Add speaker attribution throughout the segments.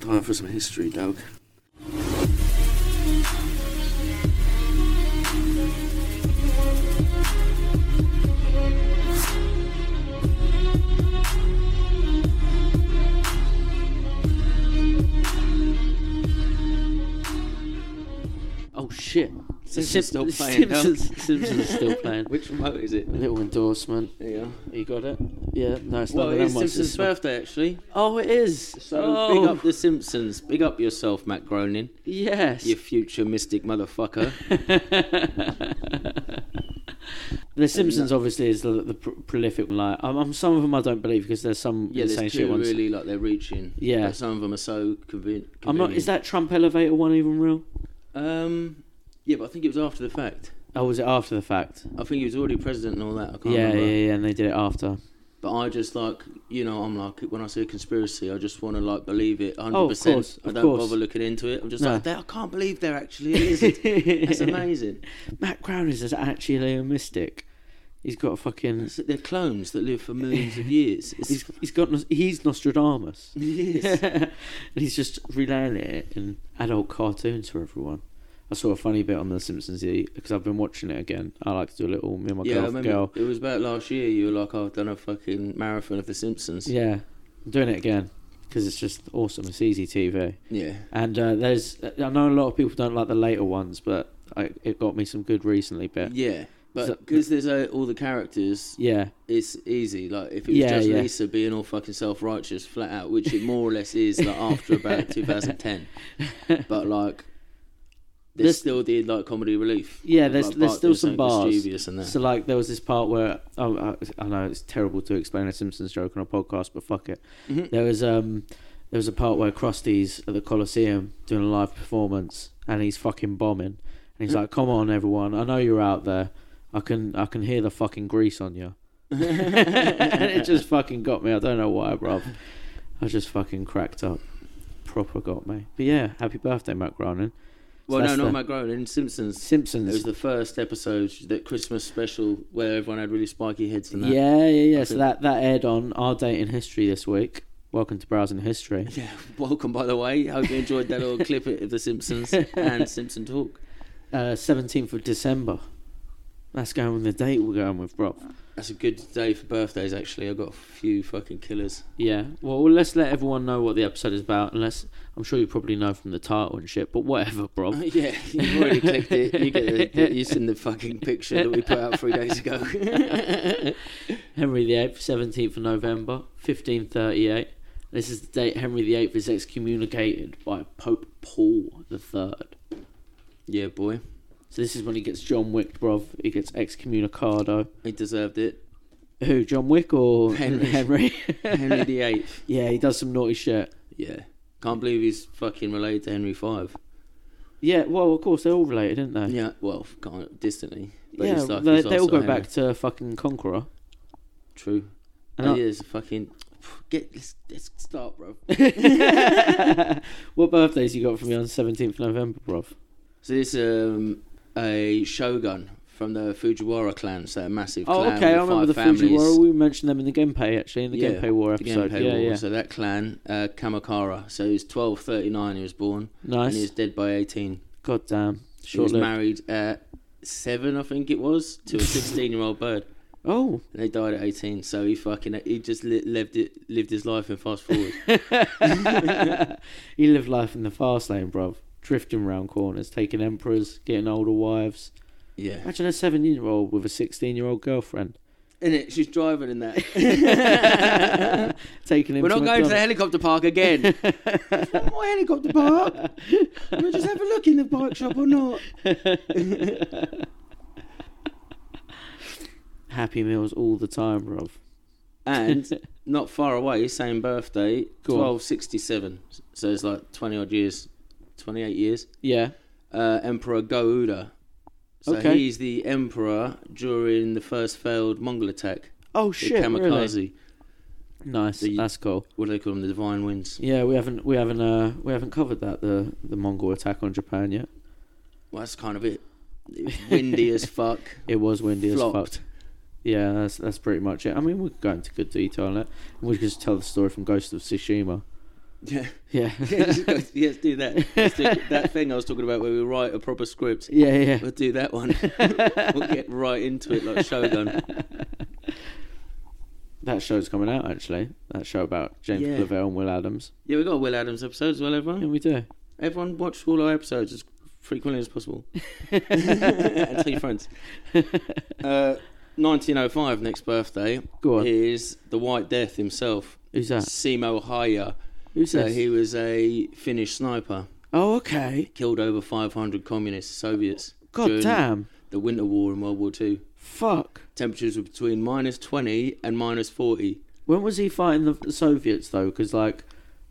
Speaker 1: Time for some history, Doug. Oh shit! Simpsons still playing. Doug.
Speaker 2: Simpsons, Simpsons still playing.
Speaker 3: Which remote is it?
Speaker 1: A little endorsement.
Speaker 3: There you go.
Speaker 1: You got it? Yeah, no, it's
Speaker 2: Well,
Speaker 1: not
Speaker 2: it
Speaker 1: the
Speaker 2: is
Speaker 1: ones.
Speaker 2: Simpsons'
Speaker 1: It's not-
Speaker 2: birthday actually.
Speaker 1: Oh, it is.
Speaker 3: So
Speaker 1: oh,
Speaker 3: big up the Simpsons. Big up yourself, Matt Groening.
Speaker 1: Yes.
Speaker 3: You future mystic motherfucker.
Speaker 1: The Simpsons obviously is the, the pr- prolific one. Like, I'm, I'm, some of them I don't believe because there's some
Speaker 3: yeah,
Speaker 1: insane
Speaker 3: there's
Speaker 1: shit
Speaker 3: two
Speaker 1: ones.
Speaker 3: really like they're reaching.
Speaker 1: Yeah.
Speaker 3: But some of them are so conven- convenient.
Speaker 1: I'm not. Is that Trump elevator one even real?
Speaker 3: Um. Yeah, but I think it was after the fact.
Speaker 1: Oh, was it after the fact?
Speaker 3: I think he was already president and all that. I can't
Speaker 1: yeah,
Speaker 3: remember.
Speaker 1: yeah, yeah. And they did it after.
Speaker 3: But I just like, you know, I'm like, when I see a conspiracy, I just want to like believe it 100%.
Speaker 1: course,
Speaker 3: I
Speaker 1: Oh, of
Speaker 3: don't
Speaker 1: course.
Speaker 3: bother looking into it. I'm just
Speaker 1: No.
Speaker 3: like, "That- I can't believe there actually is. That's amazing.
Speaker 1: Matt Crown is actually a mystic. He's got a fucking.
Speaker 3: It's- They're clones that live for millions of years. It's,
Speaker 1: He's, he's got. Nos- He's Nostradamus.
Speaker 3: Yes.
Speaker 1: and he's just relaying it in adult cartoons for everyone. I saw a funny bit on The Simpsons because I've been watching it again. I like to do a little me and my
Speaker 3: yeah, I
Speaker 1: girl,
Speaker 3: remember
Speaker 1: girl.
Speaker 3: it was about last year. You were like, "Oh, I've done a fucking marathon of The Simpsons.
Speaker 1: Yeah, I'm doing it again because it's just awesome. It's easy TV.
Speaker 3: Yeah.
Speaker 1: And uh, there's, I know a lot of people don't like the later ones, but I, it got me some good recently. But
Speaker 3: Yeah. But
Speaker 1: So-
Speaker 3: because there's uh, all the characters,
Speaker 1: yeah,
Speaker 3: it's easy. Like if it was
Speaker 1: Yeah,
Speaker 3: just
Speaker 1: yeah.
Speaker 3: Lisa being all fucking self-righteous, flat out, which it more or less is. Like after about 2010, but like there's,
Speaker 1: There's-
Speaker 3: still the like comedy relief.
Speaker 1: yeah,
Speaker 3: Like,
Speaker 1: there's
Speaker 3: Bart
Speaker 1: there's still
Speaker 3: doing
Speaker 1: some
Speaker 3: something
Speaker 1: bars.
Speaker 3: mischievous and that.
Speaker 1: So like there was this part where oh, I, I know it's terrible to explain a Simpsons joke on a podcast, but fuck it.
Speaker 3: Mm-hmm.
Speaker 1: There was um there was a part where Krusty's at the Coliseum doing a live performance, and he's fucking bombing, and he's
Speaker 3: Hmm.
Speaker 1: like, "Come on, everyone! I know you're out there. I can I can hear the fucking grease on you." and it just fucking got me. I don't know why, bruv. I just fucking cracked up. Proper got me. But yeah, happy birthday, Matt Groening. So
Speaker 3: well, no,
Speaker 1: that's
Speaker 3: not
Speaker 1: the
Speaker 3: Matt Groening. Simpsons. It
Speaker 1: Simpsons.
Speaker 3: was the first episode that Christmas special where everyone had really spiky heads and that.
Speaker 1: Yeah, yeah, yeah. So
Speaker 3: think-
Speaker 1: that, that aired on Our Date in History this week. Welcome to Browsing History.
Speaker 3: Yeah, welcome by the way. Hope you enjoyed that little clip of The Simpsons and Simpson Talk.
Speaker 1: Uh, Seventeenth of December. That's going with the date we're going with, bro.
Speaker 3: That's a good day for birthdays actually. I've got a few fucking killers.
Speaker 1: Yeah. Well, well, let's let everyone know what the episode is about. Unless I'm sure you probably know from the title and shit, but whatever, bro.
Speaker 3: yeah, you've already clicked it. You get the, you've seen the fucking picture that we put out three days ago.
Speaker 1: Henry VIII, 17th of November, 1538. This is the date Henry VIII is excommunicated by Pope Paul the Third.
Speaker 3: yeah, boy.
Speaker 1: So this is when he gets John Wick, bruv. He gets excommunicado.
Speaker 3: He deserved it.
Speaker 1: Who, John Wick or
Speaker 3: Henry.
Speaker 1: Henry?
Speaker 3: Henry the Eighth.
Speaker 1: yeah, he does some naughty shit.
Speaker 3: Yeah. Can't believe he's fucking related to Henry V.
Speaker 1: Yeah, well, of course, they're all related, aren't they?
Speaker 3: Yeah, well, kind of distantly. But
Speaker 1: yeah
Speaker 3: it's like
Speaker 1: they,
Speaker 3: he's
Speaker 1: they all
Speaker 3: also
Speaker 1: go
Speaker 3: Henry.
Speaker 1: back to fucking Conqueror.
Speaker 3: True.
Speaker 1: And
Speaker 3: And
Speaker 1: I-
Speaker 3: he is fucking. Get let's, let's start, bro.
Speaker 1: What birthdays you got for me on 17th of November, bruv?
Speaker 3: So this um a shogun from the Fujiwara clan, so a massive
Speaker 1: Oh,
Speaker 3: clan.
Speaker 1: okay, I
Speaker 3: with
Speaker 1: remember the
Speaker 3: five families.
Speaker 1: Fujiwara. We mentioned them in the Genpei, actually, in the
Speaker 3: Yeah,
Speaker 1: Genpei War episode.
Speaker 3: Genpei
Speaker 1: yeah,
Speaker 3: War.
Speaker 1: yeah.
Speaker 3: So that clan, uh, Kamakara. So he was twelve thirty nine. He was born, and he
Speaker 1: nice.
Speaker 3: was dead by eighteen.
Speaker 1: God damn.
Speaker 3: He was
Speaker 1: Short lived.
Speaker 3: married at seven, I think it was, to a sixteen year old bird,
Speaker 1: Oh,
Speaker 3: and they died at eighteen. So he fucking he just li- lived it, lived his life, and fast forward.
Speaker 1: he lived life in the fast lane, bruv. Drifting round corners, taking emperors, getting older wives.
Speaker 3: yeah,
Speaker 1: Imagine a seven year old with a 16 year old girlfriend.
Speaker 3: in it, she's driving in that.
Speaker 1: Taking him
Speaker 3: We're
Speaker 1: to
Speaker 3: not going to
Speaker 1: McDonald's.
Speaker 3: the helicopter park again. One more helicopter park. We'll just have a look in the bike shop or not.
Speaker 1: Happy Meals all the time, bruv.
Speaker 3: And not far away, same birthday,
Speaker 1: Go on.
Speaker 3: 1267. So it's like 20 odd years, 28 years.
Speaker 1: Yeah.
Speaker 3: Uh, Emperor Gouda. So
Speaker 1: Okay.
Speaker 3: he's the emperor during the first failed Mongol attack.
Speaker 1: Oh
Speaker 3: The
Speaker 1: shit,
Speaker 3: kamikaze.
Speaker 1: really? Nice.
Speaker 3: The-
Speaker 1: That's cool.
Speaker 3: What do they call them? The divine winds.
Speaker 1: Yeah, we haven't we haven't uh, we haven't covered that the the Mongol attack on Japan yet.
Speaker 3: Well, that's kind of it. It was windy as fuck.
Speaker 1: It was windy as
Speaker 3: Flopped.
Speaker 1: fuck. Yeah, that's that's pretty much it. I mean, we could go into good detail on it. We could just tell the story from Ghost of Tsushima.
Speaker 3: Yeah.
Speaker 1: Yeah.
Speaker 3: Just go, yes, do that. Let's do that thing I was talking about where we write a proper script.
Speaker 1: yeah, yeah.
Speaker 3: We'll do that one. we'll get right into it like Shogun.
Speaker 1: That show's coming out actually. That show about James
Speaker 3: Yeah.
Speaker 1: Clavell and Will Adams.
Speaker 3: Yeah, we got a Will Adams episode as well,
Speaker 1: Yeah,
Speaker 3: everyone.
Speaker 1: we do.
Speaker 3: Everyone watch all our episodes as frequently as possible. and tell your friends. Uh, 1905, next birthday,
Speaker 1: Go on.
Speaker 3: is the White Death himself,
Speaker 1: Who's that?
Speaker 3: Simo Haya.
Speaker 1: Who's
Speaker 3: So
Speaker 1: that?
Speaker 3: he was a Finnish sniper,
Speaker 1: Oh, okay.
Speaker 3: killed over 500 communist Soviets
Speaker 1: God
Speaker 3: during
Speaker 1: damn.
Speaker 3: the Winter War in World War Two.
Speaker 1: Fuck.
Speaker 3: Temperatures were between minus 20 and minus 40.
Speaker 1: When was he fighting the Soviets though? Because like,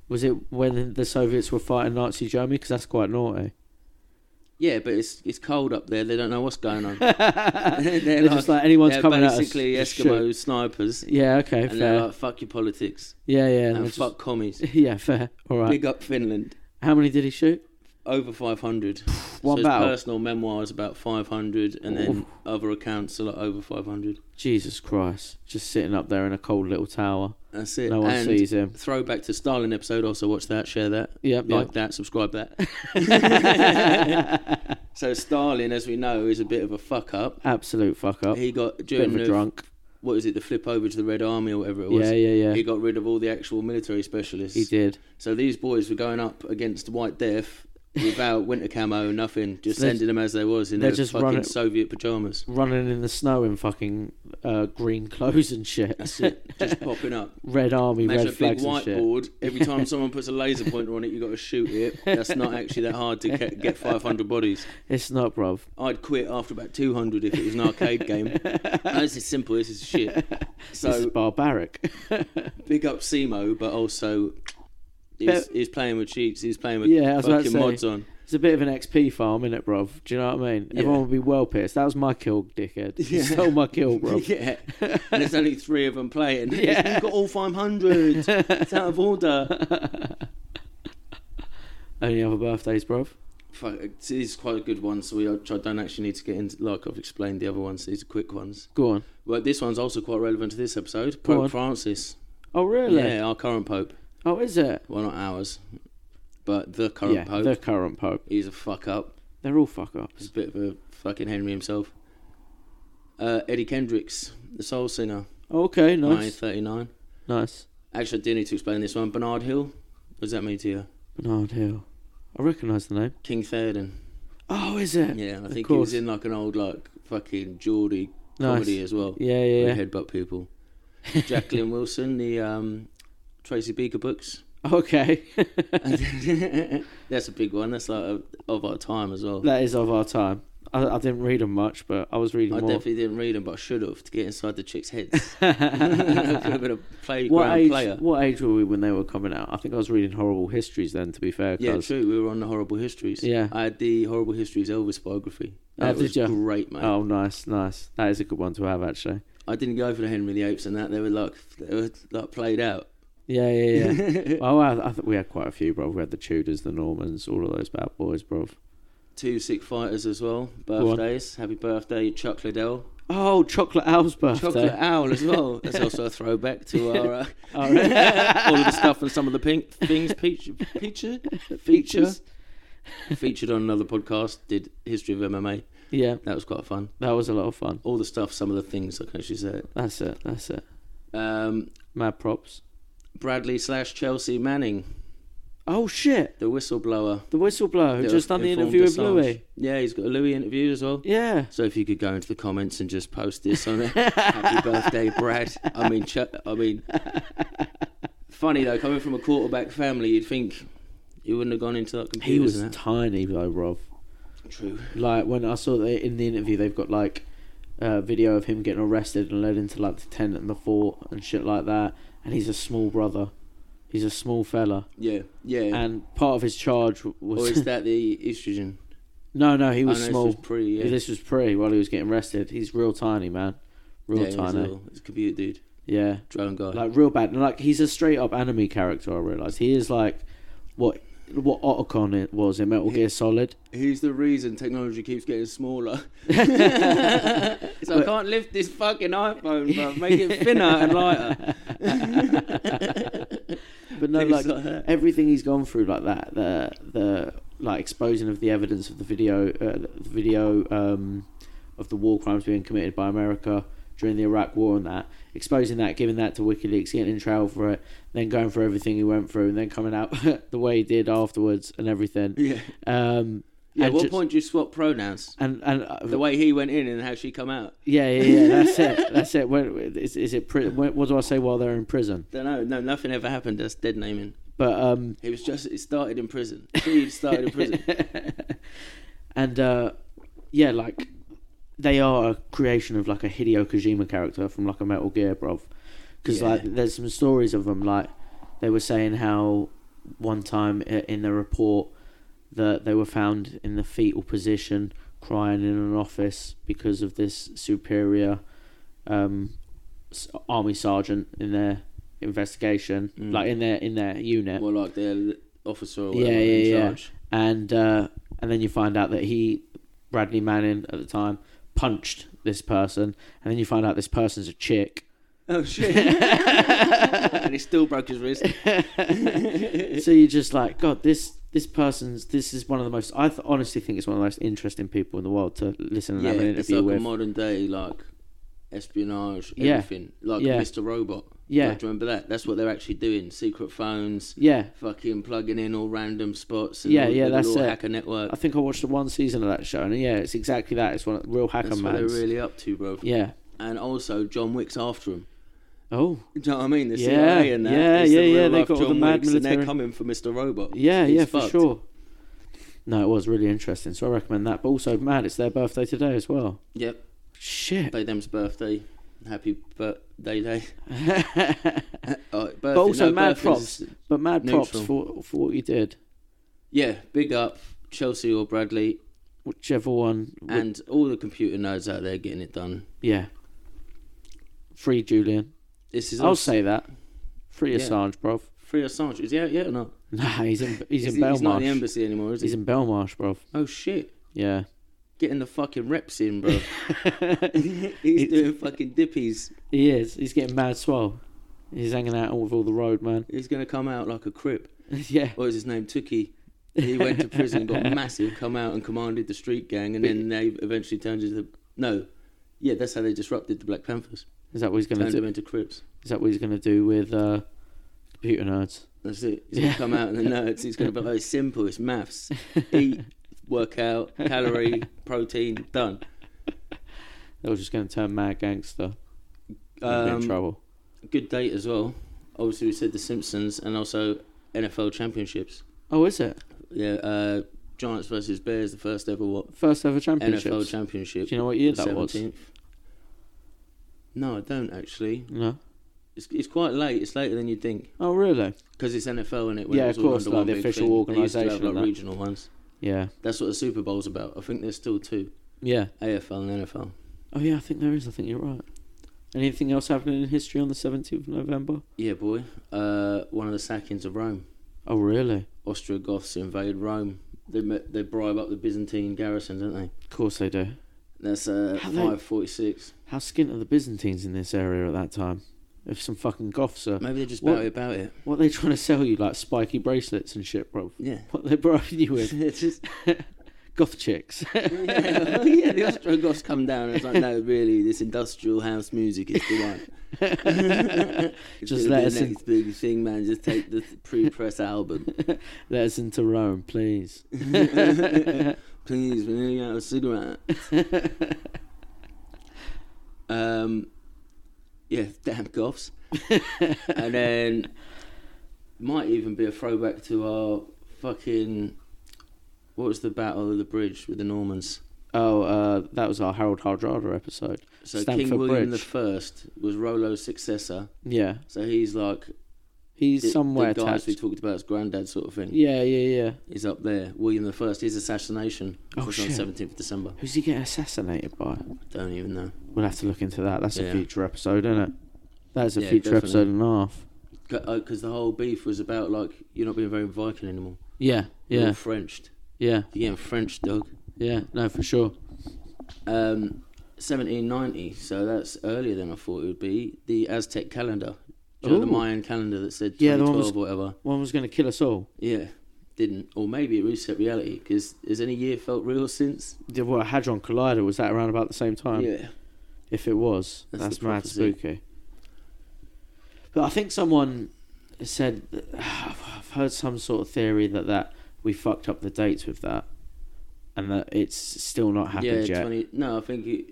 Speaker 1: was it when the Soviets were fighting Nazi Germany? Because that's quite naughty.
Speaker 3: Yeah, but it's it's cold up there. They don't know what's going on.
Speaker 1: they're
Speaker 3: like-
Speaker 1: just like anyone's
Speaker 3: They're
Speaker 1: coming at us.
Speaker 3: basically
Speaker 1: just shoot.
Speaker 3: Eskimo snipers,
Speaker 1: Yeah. Okay.
Speaker 3: and
Speaker 1: fair.
Speaker 3: they're like, "Fuck your politics
Speaker 1: yeah. Yeah.
Speaker 3: and,
Speaker 1: they're just-
Speaker 3: fuck commies."
Speaker 1: Yeah. Fair. All right.
Speaker 3: Big up Finland.
Speaker 1: How many did he shoot?
Speaker 3: Over 500. so
Speaker 1: One
Speaker 3: his
Speaker 1: battle.
Speaker 3: personal memoirs about 500, and then
Speaker 1: Oof.
Speaker 3: other accounts are like over 500.
Speaker 1: Jesus Christ! Just sitting up there in a cold little tower.
Speaker 3: That's it.
Speaker 1: No one
Speaker 3: and
Speaker 1: sees him.
Speaker 3: Throwback to Stalin episode. Also watch that, share that,
Speaker 1: Yep.
Speaker 3: like that, subscribe that.
Speaker 1: yep.
Speaker 3: so Stalin, as we know, is a bit of a fuck up.
Speaker 1: Absolute fuck up.
Speaker 3: He got
Speaker 1: Bit
Speaker 3: during
Speaker 1: of a
Speaker 3: the
Speaker 1: drunk.
Speaker 3: what is it, the flip over to the Red Army or whatever it was.
Speaker 1: Yeah. Yeah.
Speaker 3: He
Speaker 1: Yeah.
Speaker 3: got rid of all the actual military specialists.
Speaker 1: He did.
Speaker 3: So these boys were going up against White Death without winter camo, nothing, just
Speaker 1: They're-
Speaker 3: sending them as they was in
Speaker 1: they're
Speaker 3: their
Speaker 1: just
Speaker 3: fucking
Speaker 1: running-
Speaker 3: Soviet pajamas.
Speaker 1: Running in the snow in fucking uh, green clothes and shit.
Speaker 3: That's it, just popping up.
Speaker 1: Red army,
Speaker 3: Imagine
Speaker 1: red
Speaker 3: a big
Speaker 1: flags and shit.
Speaker 3: whiteboard. Every time someone puts a laser pointer on it, you got to shoot it. That's not actually that hard to get, get 500 bodies.
Speaker 1: It's not, bruv.
Speaker 3: I'd quit after about 200 if it was an arcade game. No, this is simple. This is shit.
Speaker 1: this is
Speaker 3: So
Speaker 1: barbaric.
Speaker 3: big up Simo, but also he's, he's playing with cheats. He's playing with
Speaker 1: Yeah, I was about to
Speaker 3: fucking
Speaker 1: say.
Speaker 3: mods on.
Speaker 1: It's a bit of an XP farm, innit, bruv? Do you know what I mean?
Speaker 3: Yeah.
Speaker 1: Everyone would be well pissed. That was my kill, dickhead. You
Speaker 3: Yeah.
Speaker 1: stole my kill, bruv.
Speaker 3: yeah, and there's only three of them playing.
Speaker 1: Yeah.
Speaker 3: You've got all 500. It's out of order.
Speaker 1: Any other birthdays, bruv?
Speaker 3: Fuck, it is quite a good one. So we, I don't actually need to get into like I've explained the other ones. These are quick ones.
Speaker 1: Go on.
Speaker 3: Well, this one's also quite relevant to this episode.
Speaker 1: Go
Speaker 3: Pope
Speaker 1: on.
Speaker 3: Francis.
Speaker 1: Oh, really?
Speaker 3: Yeah, our current Pope.
Speaker 1: Oh, is it?
Speaker 3: Well, not ours, but the current
Speaker 1: yeah,
Speaker 3: Pope.
Speaker 1: the current pope.
Speaker 3: He's a fuck up.
Speaker 1: They're all fuck ups.
Speaker 3: He's a bit of a fucking Henry himself. Uh, Eddie Kendricks, the soul singer,
Speaker 1: Okay, nice.
Speaker 3: 1939.
Speaker 1: Nice.
Speaker 3: Actually, I do need to explain this one. Bernard Hill. What does that mean to you?
Speaker 1: Bernard Hill. I recognise the name.
Speaker 3: King Theoden.
Speaker 1: Oh, is it?
Speaker 3: Yeah, and I
Speaker 1: Of
Speaker 3: think he
Speaker 1: course.
Speaker 3: was in like an old like fucking Geordie
Speaker 1: Nice.
Speaker 3: comedy as well.
Speaker 1: Yeah, yeah,
Speaker 3: with
Speaker 1: yeah.
Speaker 3: Headbutt people. Jacqueline Wilson, the um, Tracy Beaker books.
Speaker 1: Okay.
Speaker 3: That's a big one. That's like a, of our time as well.
Speaker 1: that is of our time. I, I didn't read them much, but I was reading
Speaker 3: I
Speaker 1: more.
Speaker 3: definitely didn't read them, but I should have to get inside the chicks' heads. I could have been a
Speaker 1: what
Speaker 3: playground
Speaker 1: age?
Speaker 3: player.
Speaker 1: What age were we when they were coming out? I think I was reading horrible histories then. To be fair,
Speaker 3: Yeah,
Speaker 1: 'cause-
Speaker 3: true. We were on the Horrible Histories.
Speaker 1: Yeah.
Speaker 3: I had the Horrible Histories Elvis biography.
Speaker 1: Oh,
Speaker 3: That
Speaker 1: did
Speaker 3: was
Speaker 1: ya?
Speaker 3: great, mate.
Speaker 1: Oh, nice, nice. That is a good one to have, actually.
Speaker 3: I didn't go for the Henry the Apes and that. They were like, they were like played out.
Speaker 1: Yeah, yeah, yeah. well, I, I think we had quite a few, bro. We had the Tudors, the Normans, all of those bad boys, bro.
Speaker 3: Two sick fighters as well.
Speaker 1: Go on.
Speaker 3: Birthdays. Happy birthday, Chuck Liddell.
Speaker 1: Oh, Chocolate Owl's birthday.
Speaker 3: Chocolate Owl as well. That's also a throwback to our uh,
Speaker 1: Oh, really?
Speaker 3: all of the stuff and some of the pink things feature, feature, feature, featured on another podcast. Did history of MMA.
Speaker 1: Yeah,
Speaker 3: That was quite fun.
Speaker 1: that was a lot of fun.
Speaker 3: All the stuff, some of the things I can actually say. it.
Speaker 1: That's it. That's it.
Speaker 3: Um,
Speaker 1: Mad props.
Speaker 3: Bradley slash Chelsea Manning,
Speaker 1: Oh shit!
Speaker 3: the whistleblower.
Speaker 1: The whistleblower who
Speaker 3: that
Speaker 1: just done the
Speaker 3: informed
Speaker 1: interview with
Speaker 3: Assange.
Speaker 1: Louis.
Speaker 3: Yeah, he's got a Louis interview as well.
Speaker 1: Yeah.
Speaker 3: So if you could go into the comments and just post this on it. Happy birthday, Brad. I mean, ch- I mean, funny though, coming from a quarterback family, you'd think he wouldn't have gone into that computer.
Speaker 1: He was
Speaker 3: and that.
Speaker 1: tiny though, Rob.
Speaker 3: true.
Speaker 1: Like when I saw that in the interview, they've got like a video of him getting arrested and led into like the tent and the fort and shit like that. And he's a small brother. He's a small fella.
Speaker 3: Yeah, yeah.
Speaker 1: And part of his charge w-
Speaker 3: or
Speaker 1: was
Speaker 3: is that the estrogen?
Speaker 1: no, no, he
Speaker 3: I
Speaker 1: was
Speaker 3: know
Speaker 1: small.
Speaker 3: This was pretty. Yeah,
Speaker 1: This was pre while he was getting arrested. He's real tiny, man.
Speaker 3: yeah,
Speaker 1: Real
Speaker 3: he's
Speaker 1: tiny.
Speaker 3: little. He's a computer dude,
Speaker 1: Yeah.
Speaker 3: drone guy.
Speaker 1: like real bad. And, Like he's a straight up anime character. I realize he is like what what Otacon it was in Metal Gear Solid.
Speaker 3: He's the reason technology keeps getting smaller. so I can't lift this fucking iPhone, bro. Make it thinner and lighter.
Speaker 1: but but no,
Speaker 3: Things
Speaker 1: like,
Speaker 3: like that.
Speaker 1: everything he's gone through, like that, the the like exposing of the evidence of the video, uh, the video um, of the war crimes being committed by America during the Iraq War and that, exposing that, giving that to WikiLeaks, getting in trial for it, then going through everything he went through, and then coming out the way he did afterwards and everything.
Speaker 3: Yeah.
Speaker 1: Um,
Speaker 3: Yeah, at
Speaker 1: and
Speaker 3: what
Speaker 1: just-
Speaker 3: point do you swap pronouns?
Speaker 1: And and uh,
Speaker 3: The way he went in and how she come out.
Speaker 1: yeah, yeah, yeah. That's it. That's it. When, is is it? Pri- when, what do I say while they're in prison?
Speaker 3: Don't know. No, nothing ever happened. That's dead naming.
Speaker 1: But um,
Speaker 3: It was just. It started in prison. He started in prison.
Speaker 1: and uh, yeah, like they are a creation of like a Hideo Kojima character from like a Metal Gear, bruv. Because
Speaker 3: Yeah.
Speaker 1: like there's some stories of them. Like they were saying how one time i- in the report that they were found in the fetal position crying in an office because of this superior um, s- army sergeant in their investigation,
Speaker 3: Mm.
Speaker 1: like in their in their unit
Speaker 3: More like the officer or
Speaker 1: yeah,
Speaker 3: whatever in
Speaker 1: yeah, yeah.
Speaker 3: charge.
Speaker 1: And uh, and then you find out that he, Bradley Manning at the time, punched this person, and then you find out this person's a chick.
Speaker 3: Oh shit! and he still broke his wrist.
Speaker 1: so you're just like, God, this this person's this is one of the most. I th- honestly think it's one of the most interesting people in the world to listen and
Speaker 3: yeah,
Speaker 1: have an
Speaker 3: it's
Speaker 1: interview
Speaker 3: like a
Speaker 1: with.
Speaker 3: modern day like espionage,
Speaker 1: Yeah.
Speaker 3: everything. Like
Speaker 1: Yeah.
Speaker 3: Mr. Robot.
Speaker 1: Yeah.
Speaker 3: Like, do you remember that? That's what they're actually doing. Secret phones,
Speaker 1: yeah,
Speaker 3: fucking plugging in all random spots. And
Speaker 1: Yeah,
Speaker 3: all,
Speaker 1: yeah,
Speaker 3: the
Speaker 1: that's
Speaker 3: little
Speaker 1: it.
Speaker 3: hacker network.
Speaker 1: I think I watched the one season of that show, and yeah, it's exactly that. It's one of real hacker
Speaker 3: That's what they're
Speaker 1: man.
Speaker 3: really up to, bro.
Speaker 1: Yeah.
Speaker 3: And also, John Wick's after him.
Speaker 1: Oh.
Speaker 3: Do you know what I mean? The
Speaker 1: Yeah,
Speaker 3: CIA and that.
Speaker 1: yeah,
Speaker 3: it's
Speaker 1: yeah,
Speaker 3: the
Speaker 1: yeah,
Speaker 3: real
Speaker 1: they
Speaker 3: life
Speaker 1: got all the
Speaker 3: John
Speaker 1: mad
Speaker 3: Wicks, and they're
Speaker 1: military-
Speaker 3: coming for Mr. Robot.
Speaker 1: Yeah,
Speaker 3: He's
Speaker 1: yeah, for
Speaker 3: fucked.
Speaker 1: sure. No, it was really interesting. So I recommend that. But also, man, it's their birthday today as well.
Speaker 3: Yep.
Speaker 1: Shit.
Speaker 3: Play them's birthday. Happy birthday day.
Speaker 1: but
Speaker 3: Oh, birthday.
Speaker 1: also
Speaker 3: no,
Speaker 1: mad
Speaker 3: birthday's-
Speaker 1: props. But mad
Speaker 3: neutral.
Speaker 1: props for for what you did.
Speaker 3: Yeah, big up Chelsea or Bradley
Speaker 1: Whichever one. wi-
Speaker 3: and all the computer nerds out there getting it done.
Speaker 1: yeah. Free Julian.
Speaker 3: This is
Speaker 1: I'll
Speaker 3: us.
Speaker 1: say that. Free
Speaker 3: Yeah.
Speaker 1: Assange, bruv.
Speaker 3: Free Assange. Is he out yet or not?
Speaker 1: Nah, he's in he's
Speaker 3: Is
Speaker 1: in
Speaker 3: he- He's not in the
Speaker 1: Belmarsh.
Speaker 3: embassy anymore, is he?
Speaker 1: He's in Belmarsh, bruv.
Speaker 3: Oh shit.
Speaker 1: Yeah.
Speaker 3: Getting the fucking reps in, bro. he's doing fucking dippies.
Speaker 1: He is. He's getting mad swell. He's hanging out with all the road, man.
Speaker 3: He's gonna come out like a crip.
Speaker 1: yeah.
Speaker 3: What is his name? Tookie. He went to prison, got massive, come out and commanded the street gang, and then they eventually turned into no. Yeah, that's how they disrupted the Black Panthers.
Speaker 1: Is that what he's gonna
Speaker 3: Turned
Speaker 1: do?
Speaker 3: them into Crips.
Speaker 1: Is that what he's gonna do with uh, computer nerds?
Speaker 3: That's it. He's gonna
Speaker 1: Yeah.
Speaker 3: come out in the nerds. He's gonna be like, it's simple. It's maths. Eat, work out, calorie, protein, done.
Speaker 1: They were just gonna turn mad gangster. Um, in
Speaker 3: Um,
Speaker 1: trouble.
Speaker 3: Good date as well. Obviously, we said the Simpsons and also NFL championships.
Speaker 1: Oh, is it
Speaker 3: Yeah, uh, Giants versus Bears, the first ever what
Speaker 1: first ever championships?
Speaker 3: NFL championship.
Speaker 1: Do you know what year
Speaker 3: the
Speaker 1: that was?
Speaker 3: 17th. No, I don't actually.
Speaker 1: No.
Speaker 3: It's, it's quite late. It's later than you'd think
Speaker 1: Oh, really?
Speaker 3: because it's NFL and it. When
Speaker 1: Yeah,
Speaker 3: it was
Speaker 1: of
Speaker 3: all
Speaker 1: course,
Speaker 3: under
Speaker 1: like
Speaker 3: one
Speaker 1: the
Speaker 3: big
Speaker 1: official
Speaker 3: thing. They used to have,
Speaker 1: organisation and
Speaker 3: like
Speaker 1: that.
Speaker 3: regional ones.
Speaker 1: Yeah.
Speaker 3: That's what the Super Bowl's about. I think there's still two
Speaker 1: Yeah.
Speaker 3: AFL and NFL.
Speaker 1: Oh, yeah. I think there is. I think you're right. Anything else happening in history on the seventeenth of November?
Speaker 3: Yeah, boy. Uh, one of the sackings of Rome.
Speaker 1: Oh, really?
Speaker 3: Ostrogoths invade Rome. They ma- they bribe up the Byzantine garrison, don't they?
Speaker 1: Of course they do.
Speaker 3: That's uh,
Speaker 1: How they-
Speaker 3: five forty six.
Speaker 1: How skint are the Byzantines in this area at that time? If some fucking goths are,
Speaker 3: Maybe they're just
Speaker 1: What-
Speaker 3: batty about it.
Speaker 1: what are they trying to sell you? Like spiky bracelets and shit, bro.
Speaker 3: Yeah.
Speaker 1: What they bribing you with?
Speaker 3: it's just,
Speaker 1: Goth chicks.
Speaker 3: yeah, yeah, the Ostrogoths come down and it's like, no, really, this industrial house music is the one. It's
Speaker 1: Just
Speaker 3: gonna
Speaker 1: let
Speaker 3: be
Speaker 1: us
Speaker 3: the
Speaker 1: in-
Speaker 3: next big thing, man. Just take the pre-press album,
Speaker 1: Let us into Rome, please.
Speaker 3: please. We're running out of cigarette. um, yeah, damn goths. and then might even be a throwback to our fucking what was the battle of the bridge with the Normans?
Speaker 1: Oh, uh, that was our Harold Hardrada episode.
Speaker 3: So
Speaker 1: Stamford
Speaker 3: King William
Speaker 1: Bridge.
Speaker 3: the First was Rollo's successor.
Speaker 1: Yeah,
Speaker 3: So he's like
Speaker 1: he's
Speaker 3: the-
Speaker 1: somewhere
Speaker 3: the guys
Speaker 1: attached.
Speaker 3: we talked about as granddad sort of thing.
Speaker 1: Yeah, yeah, yeah.
Speaker 3: He's up there. William the First. His assassination
Speaker 1: Oh,
Speaker 3: was on
Speaker 1: shit.
Speaker 3: seventeenth of December.
Speaker 1: Who's he getting assassinated by?
Speaker 3: Don't even know.
Speaker 1: We'll have to look into that. That's a
Speaker 3: Yeah.
Speaker 1: future episode, isn't it? That is a
Speaker 3: Yeah,
Speaker 1: future
Speaker 3: definitely.
Speaker 1: episode and a half.
Speaker 3: Because uh, the whole beef was about like you're not being very Viking anymore.
Speaker 1: Yeah,
Speaker 3: You're
Speaker 1: yeah,
Speaker 3: all Frenched.
Speaker 1: yeah,
Speaker 3: You're getting French, dog.
Speaker 1: yeah. No, for sure.
Speaker 3: Um, 1790. So that's earlier than I thought it would be. The Aztec calendar. Do you know the
Speaker 1: Ooh.
Speaker 3: Mayan calendar that said
Speaker 1: Yeah, the one
Speaker 3: 2012
Speaker 1: was-
Speaker 3: or whatever?
Speaker 1: One was going to kill us all.
Speaker 3: Yeah, didn't. Or maybe it reset reality because has any year felt real since?
Speaker 1: The well, Hadron Collider was that around about the same time?
Speaker 3: yeah.
Speaker 1: If it was,
Speaker 3: That's
Speaker 1: that's,
Speaker 3: the
Speaker 1: mad
Speaker 3: prophecy.
Speaker 1: spooky. But I think someone said that- I've heard some sort of theory that that we fucked up the dates with that, and that it's still not happened
Speaker 3: yeah,
Speaker 1: yet.
Speaker 3: 20. No, I think it.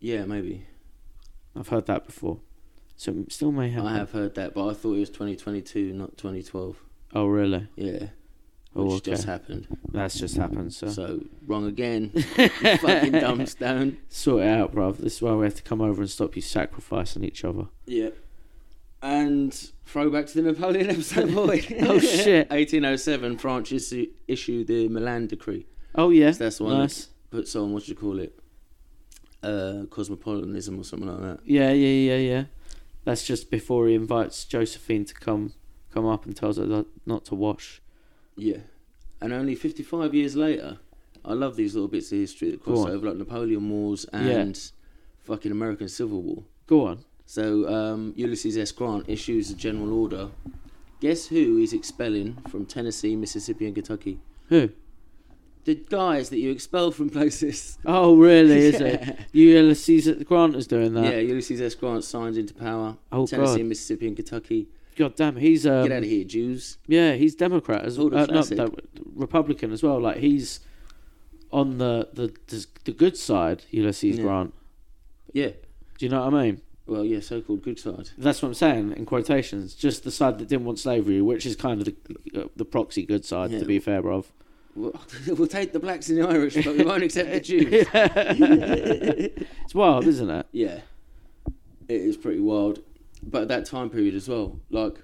Speaker 3: Yeah, maybe.
Speaker 1: I've heard that before, so it still may happen.
Speaker 3: I have heard that, but I thought it was 2022, not 2012.
Speaker 1: Oh really?
Speaker 3: Yeah. Which
Speaker 1: Oh okay.
Speaker 3: just happened.
Speaker 1: That's just happened. So.
Speaker 3: So, wrong again. you fucking dumb stone.
Speaker 1: sort it out, bruv. This is why we have to come over and stop you sacrificing each other.
Speaker 3: Yeah. And throwback to the Napoleon episode, boy.
Speaker 1: Oh, shit.
Speaker 3: 1807, France issue, issued the Milan Decree.
Speaker 1: Oh yeah,
Speaker 3: So that's the one
Speaker 1: nice.
Speaker 3: that puts on, what do you call it? Uh, cosmopolitanism or something like that.
Speaker 1: Yeah, yeah, yeah, yeah. That's just before he invites Josephine to come come up and tells her not- not to wash.
Speaker 3: Yeah. And only 55 years later, I love these little bits of history that
Speaker 1: Go
Speaker 3: cross
Speaker 1: on.
Speaker 3: over, like Napoleon Wars and fucking American Civil War.
Speaker 1: Go on.
Speaker 3: So um, Ulysses S. Grant issues a general order. Guess who he's expelling from Tennessee, Mississippi, and Kentucky?
Speaker 1: Who?
Speaker 3: The guys that you expel from places.
Speaker 1: Oh, really? Is it
Speaker 3: Yeah.
Speaker 1: Ulysses Grant is doing that?
Speaker 3: Yeah, Ulysses S. Grant signs into power.
Speaker 1: Oh,
Speaker 3: Tennessee,
Speaker 1: God.
Speaker 3: Mississippi, and Kentucky.
Speaker 1: God damn, he's um,
Speaker 3: Get out of here, Jews.
Speaker 1: yeah, he's Democrat as
Speaker 3: Oh,
Speaker 1: well.
Speaker 3: the
Speaker 1: Uh, not
Speaker 3: classic.
Speaker 1: Dem- Republican as well. Like he's on the the the, the good side. Ulysses
Speaker 3: Yeah.
Speaker 1: Grant.
Speaker 3: Yeah.
Speaker 1: Do you know what I mean?
Speaker 3: Well, yeah, so-called good side.
Speaker 1: That's what I'm saying in quotations. Just the side that didn't want slavery, which is kind of the uh, the proxy good side,
Speaker 3: Yeah.
Speaker 1: to be fair, bruv.
Speaker 3: We'll, we'll take the blacks and the Irish, but we won't accept the Jews.
Speaker 1: It's wild, isn't it?
Speaker 3: yeah. It is pretty wild. But at that time period as well, like,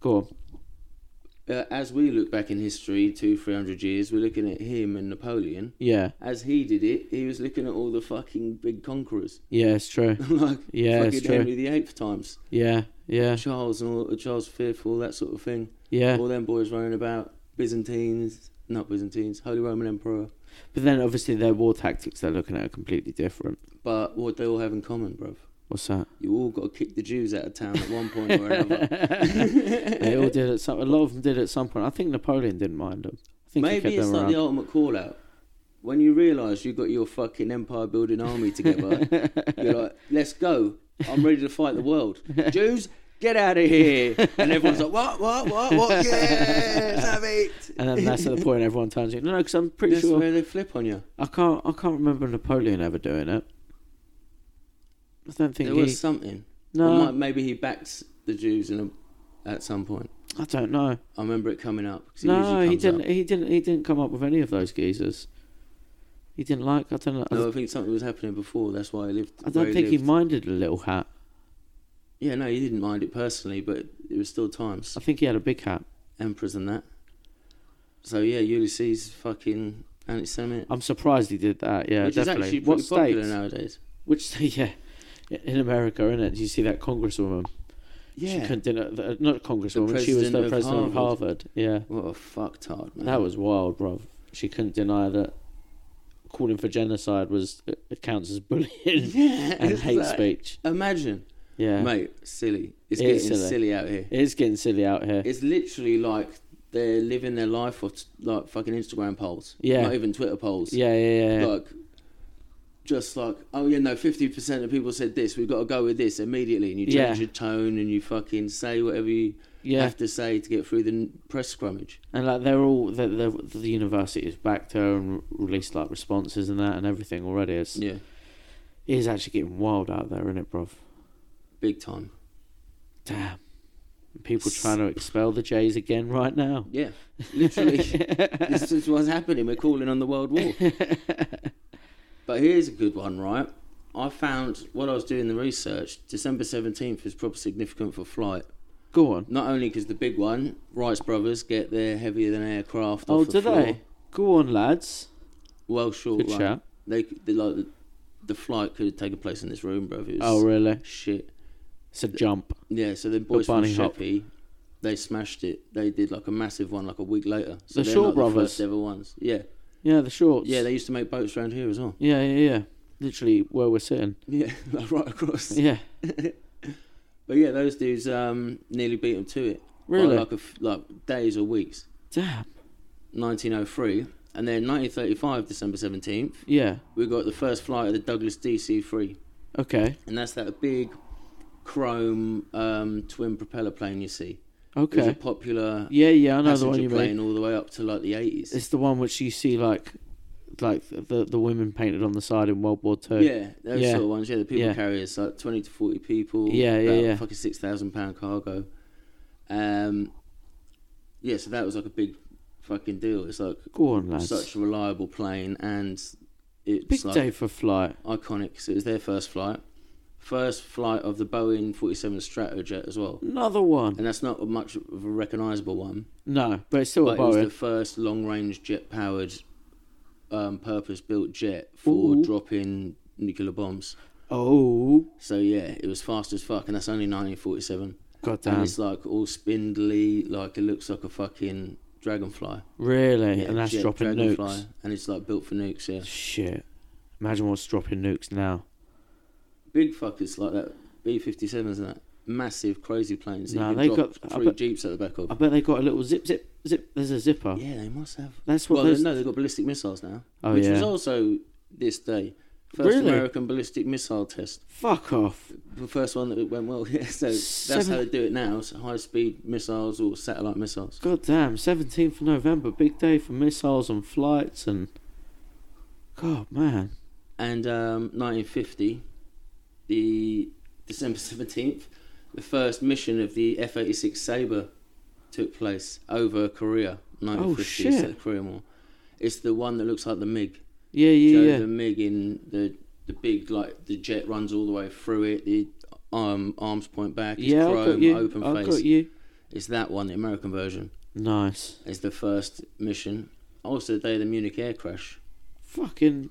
Speaker 1: Go on.
Speaker 3: uh, as we look back in history, two, three hundred years, we're looking at him and Napoleon.
Speaker 1: Yeah,
Speaker 3: As he did it, he was looking at all the fucking big conquerors,
Speaker 1: yeah, it's true.
Speaker 3: like
Speaker 1: Yeah, it's
Speaker 3: fucking
Speaker 1: true.
Speaker 3: Henry VIII times,
Speaker 1: Yeah, yeah,
Speaker 3: Charles and all, uh, Charles V, all that sort of thing.
Speaker 1: yeah.
Speaker 3: All them boys running about, Byzantines, not Byzantines, Holy Roman Emperor.
Speaker 1: But then obviously their war tactics they're looking at are completely different.
Speaker 3: But what they all have in common, bruv?
Speaker 1: What's that?
Speaker 3: You all got to kick the Jews out of town at one point or another.
Speaker 1: They all did at some. A lot of them did at some point. I think Napoleon didn't mind them. I think he
Speaker 3: Maybe
Speaker 1: kept
Speaker 3: it's
Speaker 1: them
Speaker 3: like
Speaker 1: around.
Speaker 3: the ultimate call out. When you realise you got your fucking empire building army together, you're like, let's go. I'm ready to fight the world. Jews, get out of here. And everyone's like, what, what, what, what? Yes, have it.
Speaker 1: and then that's at the point everyone turns you. No, no, because I'm pretty
Speaker 3: That's
Speaker 1: sure
Speaker 3: where they flip on you.
Speaker 1: I can't. I can't remember Napoleon ever doing it. I don't think
Speaker 3: There
Speaker 1: he.
Speaker 3: was something.
Speaker 1: No.
Speaker 3: Or might- Maybe he backs the Jews in a, at some point.
Speaker 1: I don't know.
Speaker 3: I remember it coming up. 'cause
Speaker 1: no,
Speaker 3: usually
Speaker 1: he
Speaker 3: comes
Speaker 1: didn't.
Speaker 3: up.
Speaker 1: He didn't. He didn't come up with any of those geezers. He didn't like. I don't know. I-
Speaker 3: No, I think something was happening before. That's why he lived.
Speaker 1: I don't
Speaker 3: where
Speaker 1: think he
Speaker 3: lived.
Speaker 1: minded a little hat.
Speaker 3: Yeah, no, he didn't mind it personally, but it was still times.
Speaker 1: I think he had a big hat.
Speaker 3: emperors and that. So yeah, Ulysses fucking anti-Semite,
Speaker 1: I'm surprised he did that. Oh, Yeah,
Speaker 3: which
Speaker 1: definitely.
Speaker 3: is actually pretty
Speaker 1: what
Speaker 3: popular
Speaker 1: states?
Speaker 3: nowadays.
Speaker 1: Which yeah, in America, isn't it? Did you see that congresswoman? She couldn't, didn't, uh, not congresswoman. she was
Speaker 3: president
Speaker 1: the
Speaker 3: of
Speaker 1: president of
Speaker 3: Harvard.
Speaker 1: Harvard. Yeah,
Speaker 3: What a fucktard, man.
Speaker 1: that was wild, bruv. She couldn't deny that calling for genocide was it counts as bullying
Speaker 3: Yeah,
Speaker 1: and
Speaker 3: it's
Speaker 1: hate
Speaker 3: like-
Speaker 1: speech.
Speaker 3: Imagine,
Speaker 1: Yeah,
Speaker 3: mate, silly. It's
Speaker 1: It
Speaker 3: getting
Speaker 1: is
Speaker 3: silly.
Speaker 1: silly.
Speaker 3: out here.
Speaker 1: it is getting silly out here.
Speaker 3: It's literally like they're living their life off like fucking Instagram polls.
Speaker 1: Yeah.
Speaker 3: Not even Twitter polls.
Speaker 1: yeah, yeah, yeah.
Speaker 3: Like, just like, oh yeah, no, fifty percent of people said this. We've got to go with this immediately, and you change
Speaker 1: Yeah.
Speaker 3: your tone, and you fucking say whatever you
Speaker 1: yeah.
Speaker 3: have to say to get through the n- press scrummage.
Speaker 1: And like they're all the the, the university has backed her and released like responses and that and everything already. It's
Speaker 3: Yeah.
Speaker 1: it is actually getting wild out there, isn't it, bruv?
Speaker 3: Big time.
Speaker 1: Damn. People trying to expel the Jays again right now.
Speaker 3: Yeah. Literally. this is what's happening. We're calling on the World War. but here's a good one, right? I found while I was doing the research, December 17th is probably significant for flight.
Speaker 1: Go on.
Speaker 3: Not only because the big one, Wrights brothers, get their heavier than aircraft.
Speaker 1: Oh,
Speaker 3: off
Speaker 1: do
Speaker 3: the floor.
Speaker 1: they? Go on, lads.
Speaker 3: Well, short
Speaker 1: Good
Speaker 3: run.
Speaker 1: shout.
Speaker 3: They, they like the flight could have taken place in this room, bro. It was
Speaker 1: Oh, really?
Speaker 3: shit.
Speaker 1: It's a jump.
Speaker 3: Yeah, so the boys from
Speaker 1: bunny hop.
Speaker 3: Sheppey, they smashed it. They did like a massive one like a week later. So
Speaker 1: The
Speaker 3: they're
Speaker 1: Shaw
Speaker 3: like
Speaker 1: brothers.
Speaker 3: the first ever ones. Yeah,
Speaker 1: Yeah, the shorts.
Speaker 3: yeah. They used to make boats around here as well.
Speaker 1: yeah, yeah, yeah. Literally where we're sitting.
Speaker 3: Yeah, like right across.
Speaker 1: Yeah.
Speaker 3: But yeah, those dudes um, nearly beat him to it. by
Speaker 1: Really?
Speaker 3: like a f like days or weeks.
Speaker 1: Damn.
Speaker 3: 1903, and then 1935, December 17th,
Speaker 1: Yeah.
Speaker 3: we got the first flight of the Douglas DC-3,
Speaker 1: Okay.
Speaker 3: and that's that big chrome um, twin propeller plane you see. It was
Speaker 1: Okay.
Speaker 3: a popular
Speaker 1: Yeah, yeah, I know the
Speaker 3: passenger
Speaker 1: one you
Speaker 3: plane
Speaker 1: mean.
Speaker 3: all the way up to like the 80s.
Speaker 1: It's the one which you see like, like the the women painted on the side in World War Two.
Speaker 3: yeah, those
Speaker 1: Yeah.
Speaker 3: sort of ones. Yeah, the people
Speaker 1: Yeah.
Speaker 3: carriers, like 20 to 40 people.
Speaker 1: Yeah, yeah,
Speaker 3: about
Speaker 1: yeah.
Speaker 3: Fucking 6,000 pound cargo. Um, yeah, so that was like a big fucking deal. It's like
Speaker 1: Go on, lads.
Speaker 3: such a reliable plane, and it's
Speaker 1: Big
Speaker 3: like
Speaker 1: day for flight.
Speaker 3: iconic 'cause it was their first flight. First flight of the Boeing 47 Stratojet as well.
Speaker 1: Another one.
Speaker 3: And that's not much of a recognisable one,
Speaker 1: No, but it's still a
Speaker 3: but it was the
Speaker 1: Boeing.
Speaker 3: first long range jet powered, um, purpose built jet for
Speaker 1: Ooh.
Speaker 3: dropping nuclear bombs.
Speaker 1: Oh,
Speaker 3: So yeah, it was fast as fuck, and that's only 1947. And
Speaker 1: goddamn!
Speaker 3: it's like all spindly, like it looks like a fucking dragonfly.
Speaker 1: Really?
Speaker 3: Yeah,
Speaker 1: and that's
Speaker 3: jet
Speaker 1: dropping nukes.
Speaker 3: and it's like built for nukes. Yeah,
Speaker 1: Shit! Imagine what's dropping nukes now.
Speaker 3: big fuckers like that B-57s and that massive crazy planes. That
Speaker 1: Nah,
Speaker 3: you
Speaker 1: they
Speaker 3: can drop
Speaker 1: got- I
Speaker 3: three
Speaker 1: bet-
Speaker 3: jeeps at the back of.
Speaker 1: I bet they got a little zip, zip, zip. There's a zipper.
Speaker 3: yeah, they must have.
Speaker 1: That's what.
Speaker 3: Well,
Speaker 1: those...
Speaker 3: no, they've got ballistic missiles now,
Speaker 1: Oh,
Speaker 3: which
Speaker 1: yeah.
Speaker 3: was also this day. First
Speaker 1: Really?
Speaker 3: American ballistic missile test.
Speaker 1: Fuck off.
Speaker 3: The first one that went well. Yeah, so that's
Speaker 1: Seven-
Speaker 3: how they do it now. So high speed missiles or satellite missiles.
Speaker 1: God damn, 17th of November, big day for missiles and flights and. God, man.
Speaker 3: And um, 1950, the December 17th, the first mission of the F-86 Sabre took place over Korea. 1950, so
Speaker 1: Oh, shit.
Speaker 3: the Korean War. It's the one that looks like the MiG.
Speaker 1: Yeah,
Speaker 3: So
Speaker 1: yeah,
Speaker 3: the
Speaker 1: yeah.
Speaker 3: MiG in the the big like the jet runs all the way through it. The um, arms point back. It's
Speaker 1: Yeah, I got
Speaker 3: chrome,
Speaker 1: you.
Speaker 3: open
Speaker 1: I
Speaker 3: face.
Speaker 1: got you.
Speaker 3: It's that one, the American version.
Speaker 1: Nice.
Speaker 3: It's the first mission. Also, the day of the Munich air crash
Speaker 1: Fucking.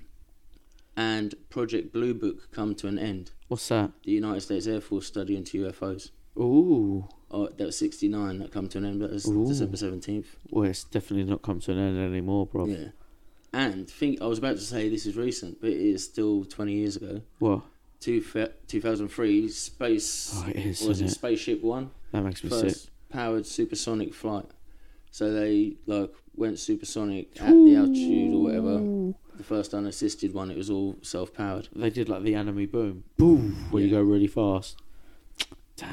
Speaker 3: and Project Blue Book come to an end.
Speaker 1: What's that?
Speaker 3: The United States Air Force study into UFOs.
Speaker 1: Ooh.
Speaker 3: Oh, that was 69 that come to an end. That was
Speaker 1: Ooh.
Speaker 3: December 17th.
Speaker 1: Well, it's definitely not come to an end anymore, bro.
Speaker 3: Yeah. And think I was about to say this is recent, but it is still 20 years ago.
Speaker 1: What?
Speaker 3: Two fe- 2003 space
Speaker 1: Oh, it is,
Speaker 3: what was
Speaker 1: isn't
Speaker 3: it
Speaker 1: it?
Speaker 3: spaceship one
Speaker 1: That makes me sick.
Speaker 3: first powered supersonic flight so they like went supersonic at the altitude or whatever the first unassisted one it was all self-powered
Speaker 1: They did like the anime boom. Boom. Where you
Speaker 3: Yeah.
Speaker 1: go really fast. Damn.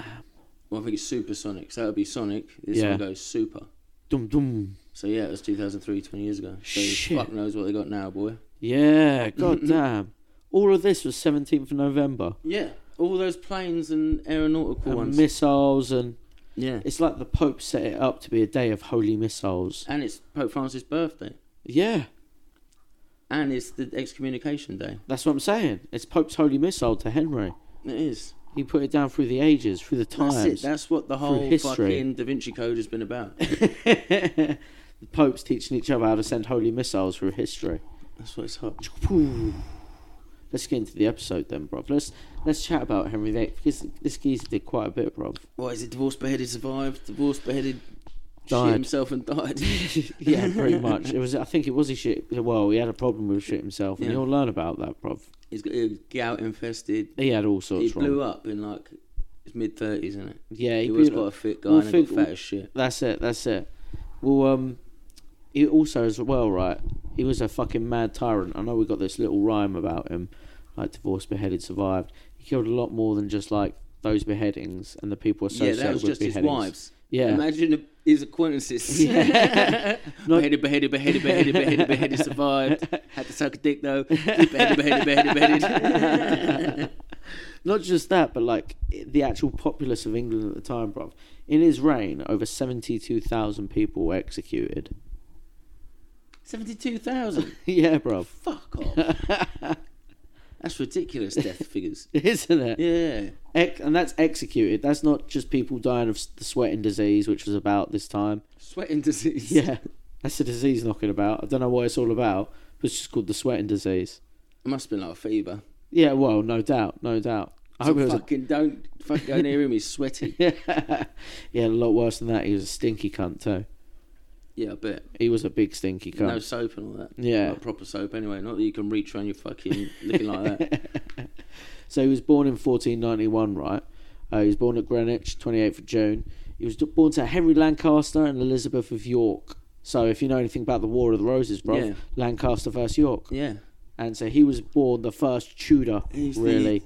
Speaker 3: well i think it's supersonic so that would be sonic this
Speaker 1: Yeah.
Speaker 3: one goes super
Speaker 1: Dum dum.
Speaker 3: so yeah it was 2003 20 years ago so
Speaker 1: Shit.
Speaker 3: fuck knows what they got now boy
Speaker 1: Yeah, god damn. All of this was 17th of November.
Speaker 3: yeah all those planes and aeronautical
Speaker 1: And
Speaker 3: ones
Speaker 1: missiles and.
Speaker 3: yeah
Speaker 1: It's like the Pope set it up to be a day of holy missiles.
Speaker 3: and it's pope francis birthday
Speaker 1: Yeah,
Speaker 3: and it's the excommunication day
Speaker 1: that's what I'm saying. It's Pope's holy missile to Henry.
Speaker 3: it is
Speaker 1: He put it down through the ages, through the times.
Speaker 3: that's it that's what the whole
Speaker 1: history.
Speaker 3: fucking da vinci code has been about
Speaker 1: the popes teaching each other how to send holy missiles through history.
Speaker 3: that's what it's hot
Speaker 1: Let's get into the episode then, bruv. Let's let's chat about Henry VIII because this geezer did quite a bit, bruv.
Speaker 3: Why is it divorced, beheaded, survived? Divorced, beheaded,
Speaker 1: Died.
Speaker 3: shit himself and died.
Speaker 1: yeah, pretty much. It was. I think it was he shit. Well, he had a problem with shit himself, and
Speaker 3: Yeah.
Speaker 1: you'll learn about that, bruv.
Speaker 3: He's got he was gout infested.
Speaker 1: He had all
Speaker 3: He
Speaker 1: sorts wrong.
Speaker 3: blew up in like his mid thirties, isn't it?
Speaker 1: yeah,
Speaker 3: He,
Speaker 1: he,
Speaker 3: was
Speaker 1: blew
Speaker 3: quite a fit guy
Speaker 1: Well,
Speaker 3: and he
Speaker 1: think-
Speaker 3: got fat as shit.
Speaker 1: That's it. That's it. Well, um, he also as well, right? He was a fucking mad tyrant. I know we got this little rhyme about him, like divorced, beheaded, survived. He killed a lot more than just like those beheadings and the people
Speaker 3: Yeah,
Speaker 1: associated
Speaker 3: that was
Speaker 1: with
Speaker 3: just his
Speaker 1: beheadings.
Speaker 3: wives.
Speaker 1: Yeah.
Speaker 3: Imagine the- his acquaintances.
Speaker 1: Yeah. Not-
Speaker 3: beheaded, beheaded, beheaded, beheaded, beheaded, beheaded, survived. Had to suck a dick though. beheaded, beheaded, beheaded, beheaded.
Speaker 1: Not just that, but like the actual populace of England at the time, bruv. In his reign, over seventy-two thousand people were executed.
Speaker 3: Seventy-two thousand.
Speaker 1: yeah, bruv.
Speaker 3: Fuck off. That's ridiculous death figures.
Speaker 1: Isn't it?
Speaker 3: Yeah.
Speaker 1: Ex- and that's executed. That's not just people dying of s- the sweating disease, which was about this time.
Speaker 3: Sweating disease.
Speaker 1: Yeah, that's a disease knocking about. I don't know what it's all about, but it's just called the sweating disease.
Speaker 3: It must have been like a fever.
Speaker 1: Yeah, well, no doubt, no doubt. I hope it was. A,
Speaker 3: fucking don't fucking go near him. He's sweaty.
Speaker 1: yeah, a lot worse than that. He was a stinky cunt too.
Speaker 3: Yeah, I bet.
Speaker 1: He was a big stinky
Speaker 3: No
Speaker 1: cunt.
Speaker 3: soap and all that.
Speaker 1: Yeah.
Speaker 3: Like proper soap anyway. Not that you can reach around your fucking looking like that.
Speaker 1: so he was born in 1491, right? Uh, he was born at Greenwich, 28th of June. He was born to Henry Lancaster and Elizabeth of York. So if you know anything about the War of the Roses, bro,
Speaker 3: Yeah.
Speaker 1: Lancaster versus York.
Speaker 3: Yeah.
Speaker 1: And so he was born the first Tudor,
Speaker 3: He's the-
Speaker 1: really.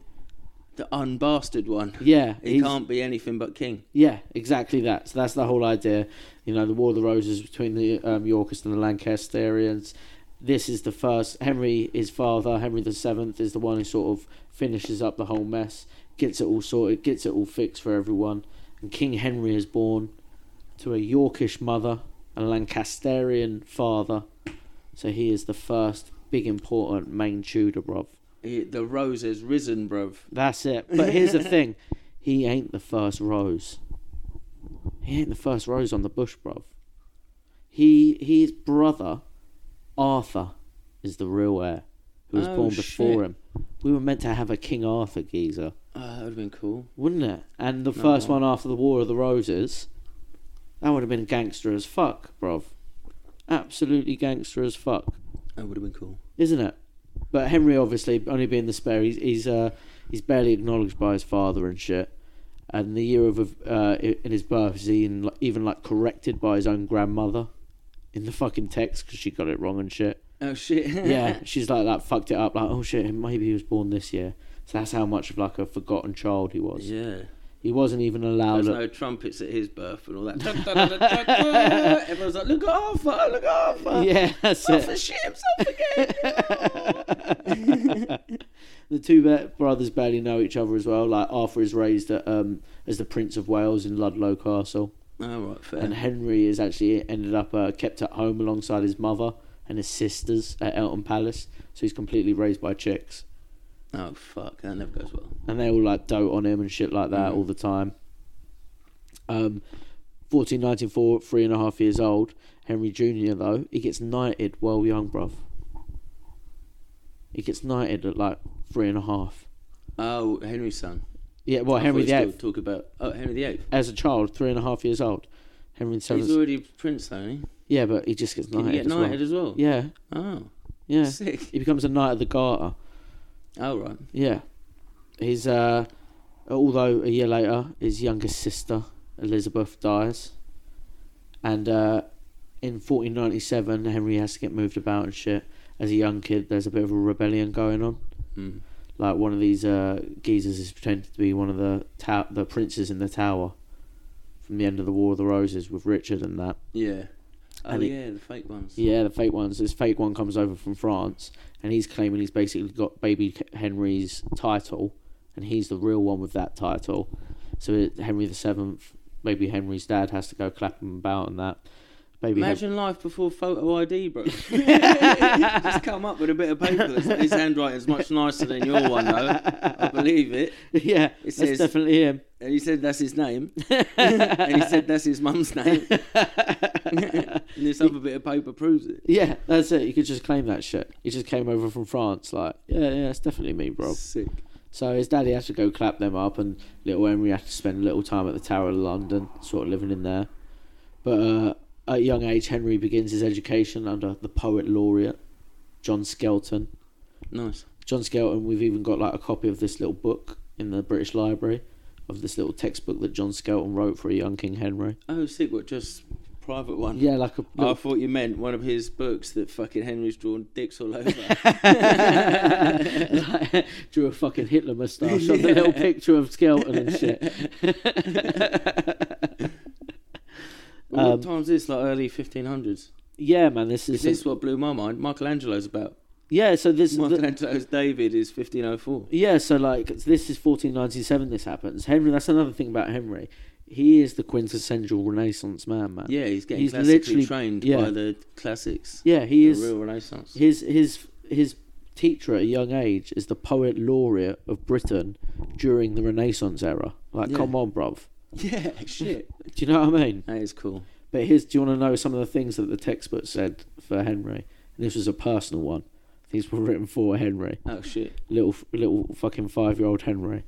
Speaker 3: The unbastard one.
Speaker 1: Yeah,
Speaker 3: He
Speaker 1: he's-
Speaker 3: can't be anything but king.
Speaker 1: Yeah, exactly that. So that's the whole idea. You know, the War of the Roses between the um, Yorkists and the Lancasterians. This is the first. Henry, his father, Henry the Seventh, is the one who sort of finishes up the whole mess, gets it all sorted, gets it all fixed for everyone. And King Henry is born to a Yorkish mother, a Lancasterian father. So he is the first big important main Tudor, bruv.
Speaker 3: He, the rose has risen, bruv.
Speaker 1: That's it. But here's the thing: he ain't the first rose. He ain't the first rose on the bush, bruv. He his brother Arthur is the real heir, who was
Speaker 3: Oh,
Speaker 1: born before
Speaker 3: shit.
Speaker 1: him. We were meant to have a King Arthur geezer,
Speaker 3: Oh, that would have been cool.
Speaker 1: wouldn't it? And the first
Speaker 3: No.
Speaker 1: one after the War of the Roses, that would have been gangster as fuck, bruv. Absolutely gangster as fuck
Speaker 3: That would have been cool.
Speaker 1: isn't it? But Henry, obviously, only being the spare, he's he's, uh, he's barely acknowledged by his father and shit. And the year of uh, in his birth is even even like corrected by his own grandmother in the fucking text because she got it wrong and shit.
Speaker 3: Oh shit.
Speaker 1: Yeah, she's like that fucked it up. Like, oh shit, maybe he was born this year. So that's how much of like a forgotten child he was.
Speaker 3: yeah.
Speaker 1: He wasn't even allowed.
Speaker 3: There's
Speaker 1: at-
Speaker 3: no trumpets at his birth and all that. Everyone's like, look at Arthur, look at Arthur.
Speaker 1: yeah, that's it.
Speaker 3: Arthur shit himself again.
Speaker 1: the two be- brothers barely know each other as well. Like Arthur is raised at, um, as the Prince of Wales in Ludlow Castle,
Speaker 3: All right, fair.
Speaker 1: and Henry is actually ended up uh, kept at home alongside his mother and his sisters at Eltham Palace. So he's completely raised by chicks,
Speaker 3: oh fuck, that never goes well.
Speaker 1: and they all like dote on him and shit like
Speaker 3: Mm.
Speaker 1: that all the time. Um, 14, 19, four, three and a half years old. Henry Jr. though he gets knighted while young, bruv. He gets knighted at like three and a half.
Speaker 3: Oh, Henry's son.
Speaker 1: Yeah, well,
Speaker 3: I
Speaker 1: Henry
Speaker 3: thought you
Speaker 1: VIII,
Speaker 3: still Talk about oh Henry the Eighth.
Speaker 1: as a child, three and a half years old. Henry
Speaker 3: He's
Speaker 1: VII.
Speaker 3: already prince, though. Isn't
Speaker 1: Yeah, but he just gets
Speaker 3: he? Did he
Speaker 1: knighted.
Speaker 3: get
Speaker 1: as well.
Speaker 3: knighted as well.
Speaker 1: Yeah,
Speaker 3: Oh,
Speaker 1: yeah.
Speaker 3: sick.
Speaker 1: He becomes a knight of the garter.
Speaker 3: Oh right.
Speaker 1: Yeah, his uh, although a year later, his youngest sister Elizabeth dies, and uh, in 1497, Henry has to get moved about and shit. As a young kid, there's a bit of a rebellion going on.
Speaker 3: Mm.
Speaker 1: Like one of these uh, geezers is pretending to be one of the ta- the princes in the tower from the end of the War of the Roses with Richard and that.
Speaker 3: Yeah. Oh
Speaker 1: And he-
Speaker 3: yeah, the fake ones.
Speaker 1: Yeah, the fake ones. This fake one comes over from France, and he's claiming he's basically got baby Henry's title, and he's the real one with that title. So it- Henry the Seventh, baby Henry's dad, has to go clap him about and that. Baby, Hen-
Speaker 3: Imagine life before photo ID, bro. Just come up with a bit of paper. That's, his handwriting's much nicer than your one, though. I believe it.
Speaker 1: yeah, that's
Speaker 3: says-
Speaker 1: definitely him.
Speaker 3: And he said that's his name. and he said that's his mum's name. and this other bit of paper proves it.
Speaker 1: Yeah, that's it. You could just claim that shit. He just came over from France, like, yeah, yeah, it's definitely me, bro.
Speaker 3: Sick.
Speaker 1: So his daddy had to go clap them up, and little Henry had to spend a little time at the Tower of London, sort of living in there. But uh, at a young age, Henry begins his education under the poet laureate, John Skelton.
Speaker 3: Nice.
Speaker 1: John Skelton, we've even got like a copy of this little book in the British Library, of this little textbook that John Skelton wrote for a young King Henry.
Speaker 3: Oh, sick. What, just private one?
Speaker 1: Yeah, like a
Speaker 3: I
Speaker 1: little
Speaker 3: thought you meant one of his books that fucking Henry's drawn dicks all over.
Speaker 1: like, drew a fucking Hitler moustache on the little picture of Skelton and shit.
Speaker 3: what
Speaker 1: Um,
Speaker 3: time's this? Like early 1500s?
Speaker 1: Yeah, man, this
Speaker 3: Is
Speaker 1: is,
Speaker 3: this what blew my mind? Michelangelo's about.
Speaker 1: yeah. So this is the-
Speaker 3: Michelangelo's David is 1504.
Speaker 1: yeah. So like this is 1497. This happens. Henry. That's another thing about Henry. He is the quintessential Renaissance man, man.
Speaker 3: Yeah, he's getting
Speaker 1: He's
Speaker 3: classically
Speaker 1: literally-
Speaker 3: trained
Speaker 1: yeah.
Speaker 3: by the classics.
Speaker 1: Yeah, he
Speaker 3: The
Speaker 1: is.
Speaker 3: real Renaissance.
Speaker 1: His his his teacher at a young age is the poet laureate of Britain during the Renaissance era. Like,
Speaker 3: Yeah.
Speaker 1: come on, bruv.
Speaker 3: Yeah, shit.
Speaker 1: Do you know what I mean?
Speaker 3: That is cool.
Speaker 1: But here's do you want to know some of the things that the textbook said for Henry? And this was a personal one. These were written for Henry.
Speaker 3: Oh shit.
Speaker 1: Little little fucking five year old Henry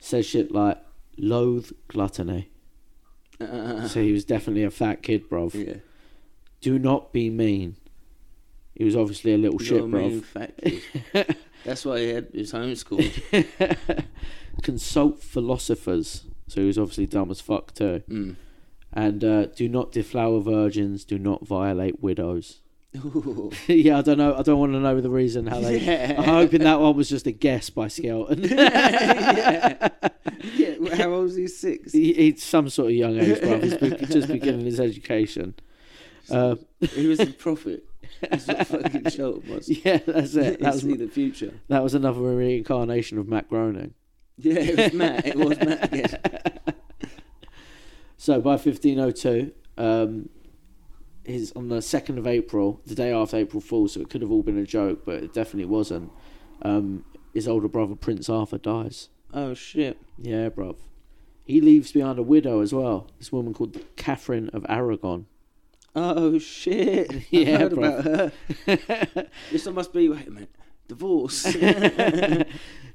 Speaker 1: says shit like loathe gluttony.
Speaker 3: Uh,
Speaker 1: So he was definitely a fat kid, bruv.
Speaker 3: yeah.
Speaker 1: Do not be mean. He was obviously a little shit,
Speaker 3: You're a mean
Speaker 1: bruv.
Speaker 3: fat kid. That's why he had his homeschooled.
Speaker 1: Consult philosophers. So he was obviously dumb as fuck too.
Speaker 3: mm.
Speaker 1: And uh, do not deflower virgins. Do not violate widows.
Speaker 3: Ooh.
Speaker 1: yeah, I don't know. I don't want to know the reason how they.
Speaker 3: Yeah.
Speaker 1: I'm hoping that one was just a guess by Skelton.
Speaker 3: yeah. yeah. well, How old was he? Six.
Speaker 1: he, he's some sort of young age, bruv. He's be- just beginning his education. Uh,
Speaker 3: He was a prophet. That's what fucking Shelton was.
Speaker 1: yeah, that's it.
Speaker 3: He
Speaker 1: That was,
Speaker 3: see the future.
Speaker 1: that was another reincarnation of Matt Groening.
Speaker 3: Yeah, it was Matt. It was Matt. Yes.
Speaker 1: So by 1502, um, his on the 2nd of April, the day after April Fool, so it could have all been a joke, but it definitely wasn't. Um, his older brother, Prince Arthur, dies.
Speaker 3: Oh shit.
Speaker 1: Yeah, bruv. He leaves behind a widow as well. This woman called Catherine of Aragon.
Speaker 3: Oh shit. I
Speaker 1: Yeah,
Speaker 3: heard
Speaker 1: bro.
Speaker 3: about her. This one must be. Wait a minute. Divorce.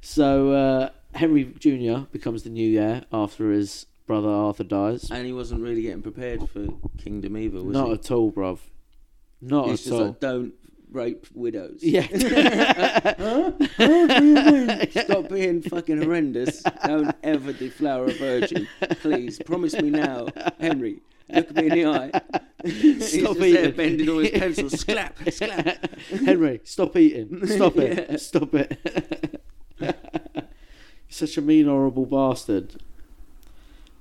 Speaker 1: so uh, Henry Jr. becomes the new heir after his brother Arthur dies.
Speaker 3: and he wasn't really getting prepared for Kingdom either, was
Speaker 1: Not
Speaker 3: he?
Speaker 1: at all, bruv. Not
Speaker 3: He's
Speaker 1: at
Speaker 3: just
Speaker 1: all.
Speaker 3: like, don't rape widows.
Speaker 1: yeah.
Speaker 3: Stop being fucking horrendous. Don't ever deflower a virgin. Please, promise me now, Henry. Look me in the eye. He's
Speaker 1: Stop
Speaker 3: just there
Speaker 1: eating.
Speaker 3: bending all his pencils. Sclap, sclap.
Speaker 1: Henry, stop eating. Stop it.
Speaker 3: Yeah.
Speaker 1: Stop it. You're Such a mean, horrible bastard.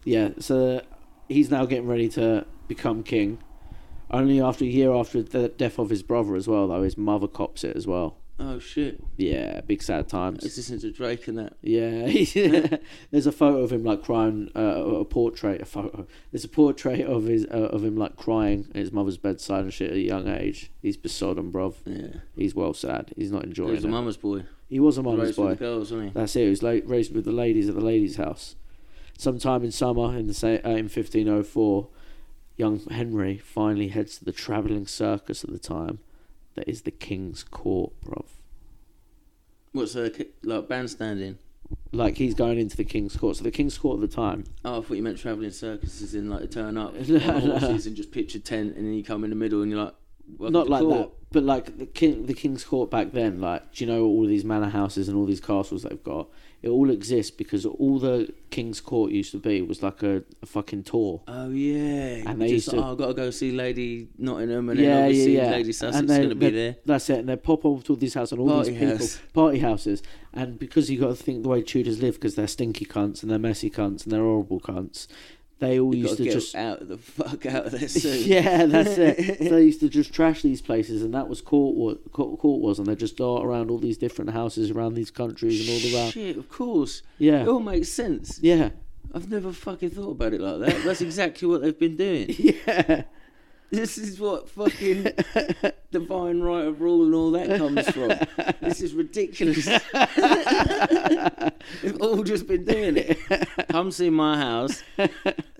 Speaker 1: Yeah, so he's now getting ready to become king. Only after a year after the death of his brother, as well, though, his mother cops it as well.
Speaker 3: Oh shit!
Speaker 1: Yeah, big sad times.
Speaker 3: This isn't a Drake and that.
Speaker 1: Yeah, there's a photo of him like crying. Uh, a portrait, a photo. There's a portrait of his uh, of him like crying at his mother's bedside and shit at a young age. He's besodden, bruv.
Speaker 3: Yeah, He's
Speaker 1: He's well sad. He's not
Speaker 3: he
Speaker 1: enjoying
Speaker 3: was
Speaker 1: it.
Speaker 3: a mama's boy.
Speaker 1: he was a
Speaker 3: He
Speaker 1: mama's
Speaker 3: raised with
Speaker 1: boy.
Speaker 3: the girls, wasn't he?
Speaker 1: That's it. He was la- raised with the ladies at the ladies' house. Sometime in summer, in the sa- uh, in 1504, young Henry finally heads to the travelling circus at the time, that is the king's court, bruv.
Speaker 3: What's a ki- like bandstanding?
Speaker 1: Like he's going into the king's court. So the king's court at the time
Speaker 3: Oh, I thought you meant traveling circuses in like a turn up
Speaker 1: No,
Speaker 3: on
Speaker 1: no.
Speaker 3: horses and just pitch a tent, and then you come in the middle and you're like, welcome
Speaker 1: not
Speaker 3: to
Speaker 1: like
Speaker 3: court.
Speaker 1: that, but like the king, the king's court back then. Like, do you know all these manor houses and all these castles they've got? It all exists because all the king's court used to be was like a, a fucking tour.
Speaker 3: Oh yeah,
Speaker 1: And
Speaker 3: You
Speaker 1: they
Speaker 3: just,
Speaker 1: used to-
Speaker 3: oh, I've got to go see Lady Nottingham, and then obviously Lady Sussex
Speaker 1: they-
Speaker 3: going to be
Speaker 1: they-
Speaker 3: there.
Speaker 1: That's it. And they pop over to all these houses and all
Speaker 3: Party
Speaker 1: these people
Speaker 3: house.
Speaker 1: party houses. And because you got to think the way Tudors live, because they're stinky cunts and they're messy cunts and they're horrible cunts. They all
Speaker 3: You
Speaker 1: used
Speaker 3: got
Speaker 1: to
Speaker 3: to get
Speaker 1: just
Speaker 3: out of the fuck out of there soon.
Speaker 1: Yeah, that's it. So they used to just trash these places, and that was court was court, court was, and they just dart around all these different houses around these countries and all around.
Speaker 3: Shit, of course.
Speaker 1: Yeah.
Speaker 3: It all makes sense.
Speaker 1: Yeah,
Speaker 3: I've never fucking thought about it like that. That's exactly what they've been doing.
Speaker 1: yeah,
Speaker 3: This is what fucking divine right of rule and all that comes from. This is ridiculous. They've all just been doing it. Come see my house,